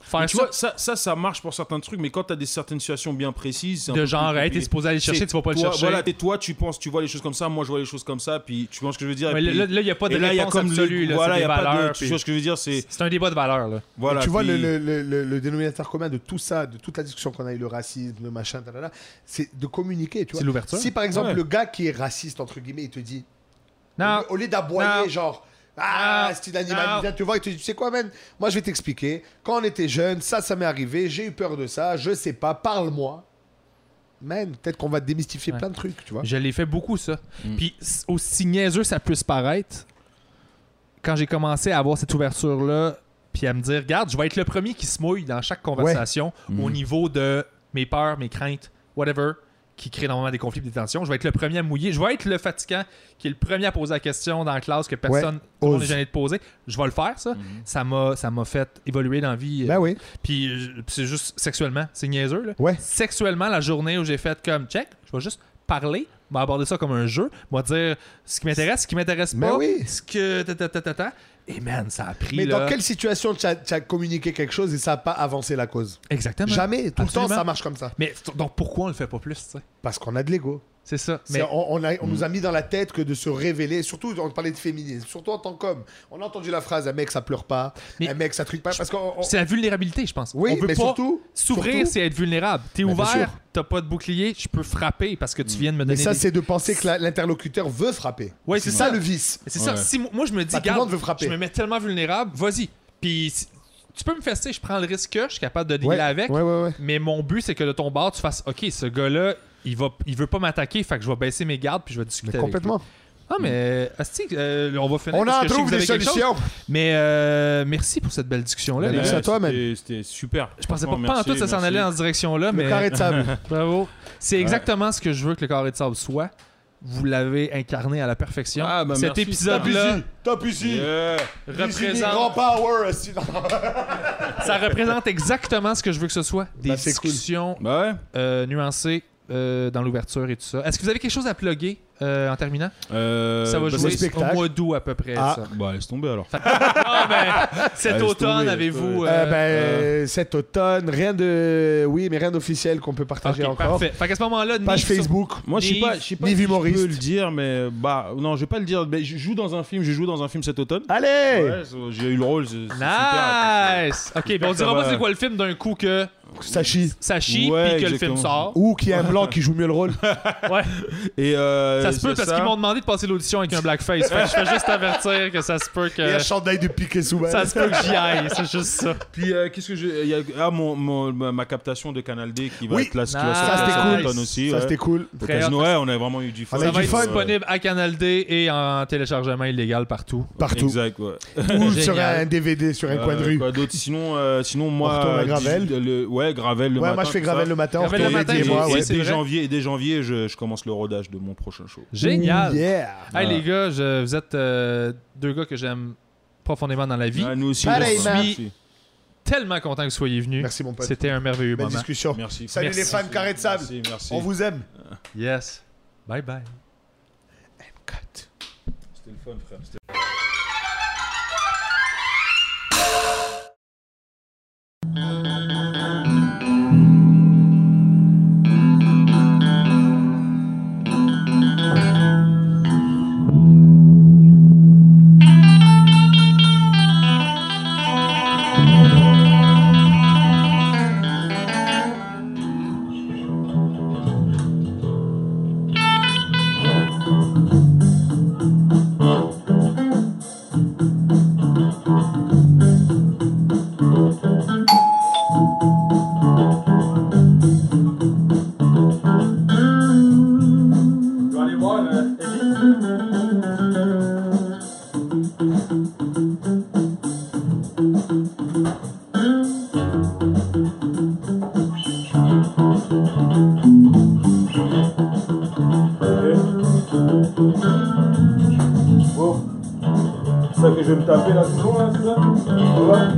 faire
Mais tu
ça
vois, ça, ça, ça marche pour certains trucs, mais quand tu as des, certaines situations bien précises. c'est un
de
peu
genre,
plus
hey, t'es
compliqué.
supposé aller le chercher,
C'est
tu vas pas le
toi-
chercher.
Voilà, t'es toi, tu penses, tu vois les choses comme ça, moi je vois les choses comme ça, puis tu penses ce que je veux dire. et
Mais
puis-
là, il n'y a pas de
et là, il y a
réponse
comme le-
absolue. là,
voilà,
c'est
il y
des
a pas de.
valeurs,
Tu
puis-
vois ce que je veux dire, c'est
C'est un débat de valeurs, là.
voilà.
tu vois,
puis-
le, le- le- le- le dénominateur commun de tout ça, de toute la discussion qu'on a eu, le racisme, le machin, talala, c'est de communiquer, tu
C'est
vois.
l'ouverture.
Si par exemple
Ouais.
le gars qui est raciste, entre guillemets, il te dit,
Non.
au lieu d'aboyer,
Non.
genre, ah,
Non.
c'est un animal,
Non.
il vient te voir, il te dit, tu sais quoi, man, moi je vais t'expliquer, quand on était jeune, ça, ça m'est arrivé, j'ai eu peur de ça, je sais pas, parle-moi. Man, peut-être qu'on va démystifier
Ouais.
plein de trucs, tu vois.
Je l'ai fait beaucoup, ça.
Mm.
Puis, s- aussi niaiseux ça puisse paraître, quand j'ai commencé à avoir cette ouverture-là, puis à me dire, regarde, je vais être le premier qui se mouille dans chaque conversation
Mm.
au niveau de mes peurs, mes craintes, whatever, qui crée normalement des conflits, des tensions. Je vais être le premier à mouiller. Je vais être le fatigant qui est le premier à poser la question dans la classe que personne tout le monde
ose. Mm-hmm.
n'est gêné de poser. Je vais le faire, ça. Ça m'a Ça m'a fait évoluer dans la vie.
Ben oui.
Puis euh, puis c'est juste sexuellement, c'est niaiseux. Là.
Ouais.
Sexuellement, la journée où j'ai fait comme check, je vais juste parler, m'a abordé ça comme un jeu, m'a dire ce qui m'intéresse, ce qui m'intéresse
Ben
pas,
oui.
ce que ta, ta, ta, ta, ta. Et man, ça a pris
Mais
là.
dans quelle situation tu as, tu as communiqué quelque chose et ça n'a pas avancé la cause
Exactement.
Jamais, tout le
Ah,
temps
Absolument.
ça marche comme ça.
Mais t- donc pourquoi on le fait pas plus, tu sais
Parce qu'on a de l'ego.
C'est ça.
C'est-
Mais Mm.
On, on a- on nous a mis dans la tête que de se révéler, surtout on parlait de féminisme, surtout en tant qu'homme. On a entendu la phrase un mec ça pleure pas,
Mais-
un mec ça truc pas. Parce qu'on. on-
c'est la vulnérabilité, je pense.
Oui,
on veut
mais
pas
surtout.
s'ouvrir,
surtout-
c'est être vulnérable. T'es
Ben, bien
ouvert,
sûr. Mm.
t'as pas de bouclier, je peux frapper parce que tu viens de me
Mais
donner.
ça,
des-
c'est de penser que la- l'interlocuteur veut frapper.
Ouais,
c'est
c'est
ça,
ça.
le vice.
Mais c'est
Ouais.
ça. Si mo- moi, je me dis,
Bah, tout le
garde,
monde veut frapper.
je me mets tellement vulnérable, vas-y. Puis si- tu peux me fester, je prends le risque que je suis capable de dealer
Ouais,
avec.
ouais, ouais, ouais.
Mais mon but, c'est que de ton bord, tu fasses OK, ce gars-là, il, va, il veut pas m'attaquer, fait que je vais baisser mes gardes puis je vais discuter.
Mais
avec lui.
complètement.
Ah, mais asti, euh, on va finir.
On
parce
en
que je sais que
trouve
vous
des
avez quelque chose.
solutions.
Mais euh, merci pour cette belle discussion-là.
Ben,
les
merci
gars.
à toi, man.
c'était- C'était super.
Je pensais pas,
Franchement,
pas en tout
merci,
ça s'en
merci.
allait dans cette direction-là,
Le
mais
carré de sable. <laughs>
bravo. C'est exactement ce que je veux que le carré de sable soit. Vous l'avez incarné à la perfection.
Ah, ben,
Cet
merci.
épisode-là
Top ici.
Yeah.
Ici,
représente
Grand power. euh, ici.
Ça représente exactement ce que je veux que ce soit. Des
Ben, c'est cool.
discussions
Bah ouais.
euh, nuancées euh, dans l'ouverture et tout ça. Est-ce que vous avez quelque chose à plugger euh, en terminant?
Euh,
ça va
bah,
jouer
le ben, spectacle.
au mois d'août à peu près.
Ah.
ça.
c'est- Bah laisse tomber alors.
Ah,
<laughs>
ben, cet
Laisse
automne,
tomber,
avez-vous...
Euh, ben, cet automne, rien de. Oui, mais rien d'officiel qu'on peut partager
ok,
encore.
parfait. Fait qu'à ce moment-là...
Page
ni sur-
Facebook.
Moi, je sais
Ni-
pas, je sais pas
ni
si je
humoriste.
peux le dire, mais bah non, je vais pas le dire. Mais je joue dans un film, je joue dans un film cet automne.
Allez
Ouais, c'est- j'ai eu le rôle. c'est- c'est super.
Nice! Ok, ben
que
on
ça
dira pas
va.
c'est quoi le film d'un coup que
Ça chie.
ça chie puis
Ouais,
que le
exactement.
film sort.
Ou qu'il y a un blanc qui joue mieux le rôle.
Ouais.
Et euh,
Ça se peut
c'est
parce qu'ils m'ont demandé de passer l'audition avec un blackface. Fait que je fais juste avertir que ça se peut
Et
que...
un chandail de piquet sous
Ça se peut que j'y aille, c'est juste ça.
Puis euh, qu'est-ce que je il y a ah, mon, mon- ma, ma captation de Canal D qui va
Oui.
être là qui va
Nice.
sortir
Ça, c'était
cet
cool.
automne aussi.
Ça,
ouais.
c'était cool.
Au
Très
casino, ouais, on a vraiment eu du fun.
On a eu
Ça
du
va être
fun.
disponible à Canal D et en téléchargement illégal partout.
Partout.
Exact, ouais.
Ou
Génial.
sur un DVD, sur un
Euh,
coin de rue.
quoi d'autre Sinon, euh, sinon moi,
retourne à
euh,
Gravel.
dix- le- ouais, Gravel le
ouais,
matin.
moi je fais
tout
Gravel
ça.
le matin.
Gravel
entre
le matin,
Eddie et
j'ai-
moi,
j'ai-
ouais.
et
c'est
dès
vrai.
janvier, et dès janvier, je, je commence le rodage de mon prochain show.
Génial!
Yeah.
Hey les gars, je- vous êtes euh, deux gars que j'aime profondément dans la vie.
Ah, nous aussi,
Pareil,
on-
man.
Merci.
Tellement content que vous soyez venus.
Merci mon pote.
C'était un merveilleux
Belle
moment.
discussion.
Merci.
Salut les
Merci.
fans carré de sable.
Merci, merci.
On vous aime.
Yes. Bye bye.
C'était le fun, frère. C'était- taper là, c'est bon, là, c'est ça Ouais.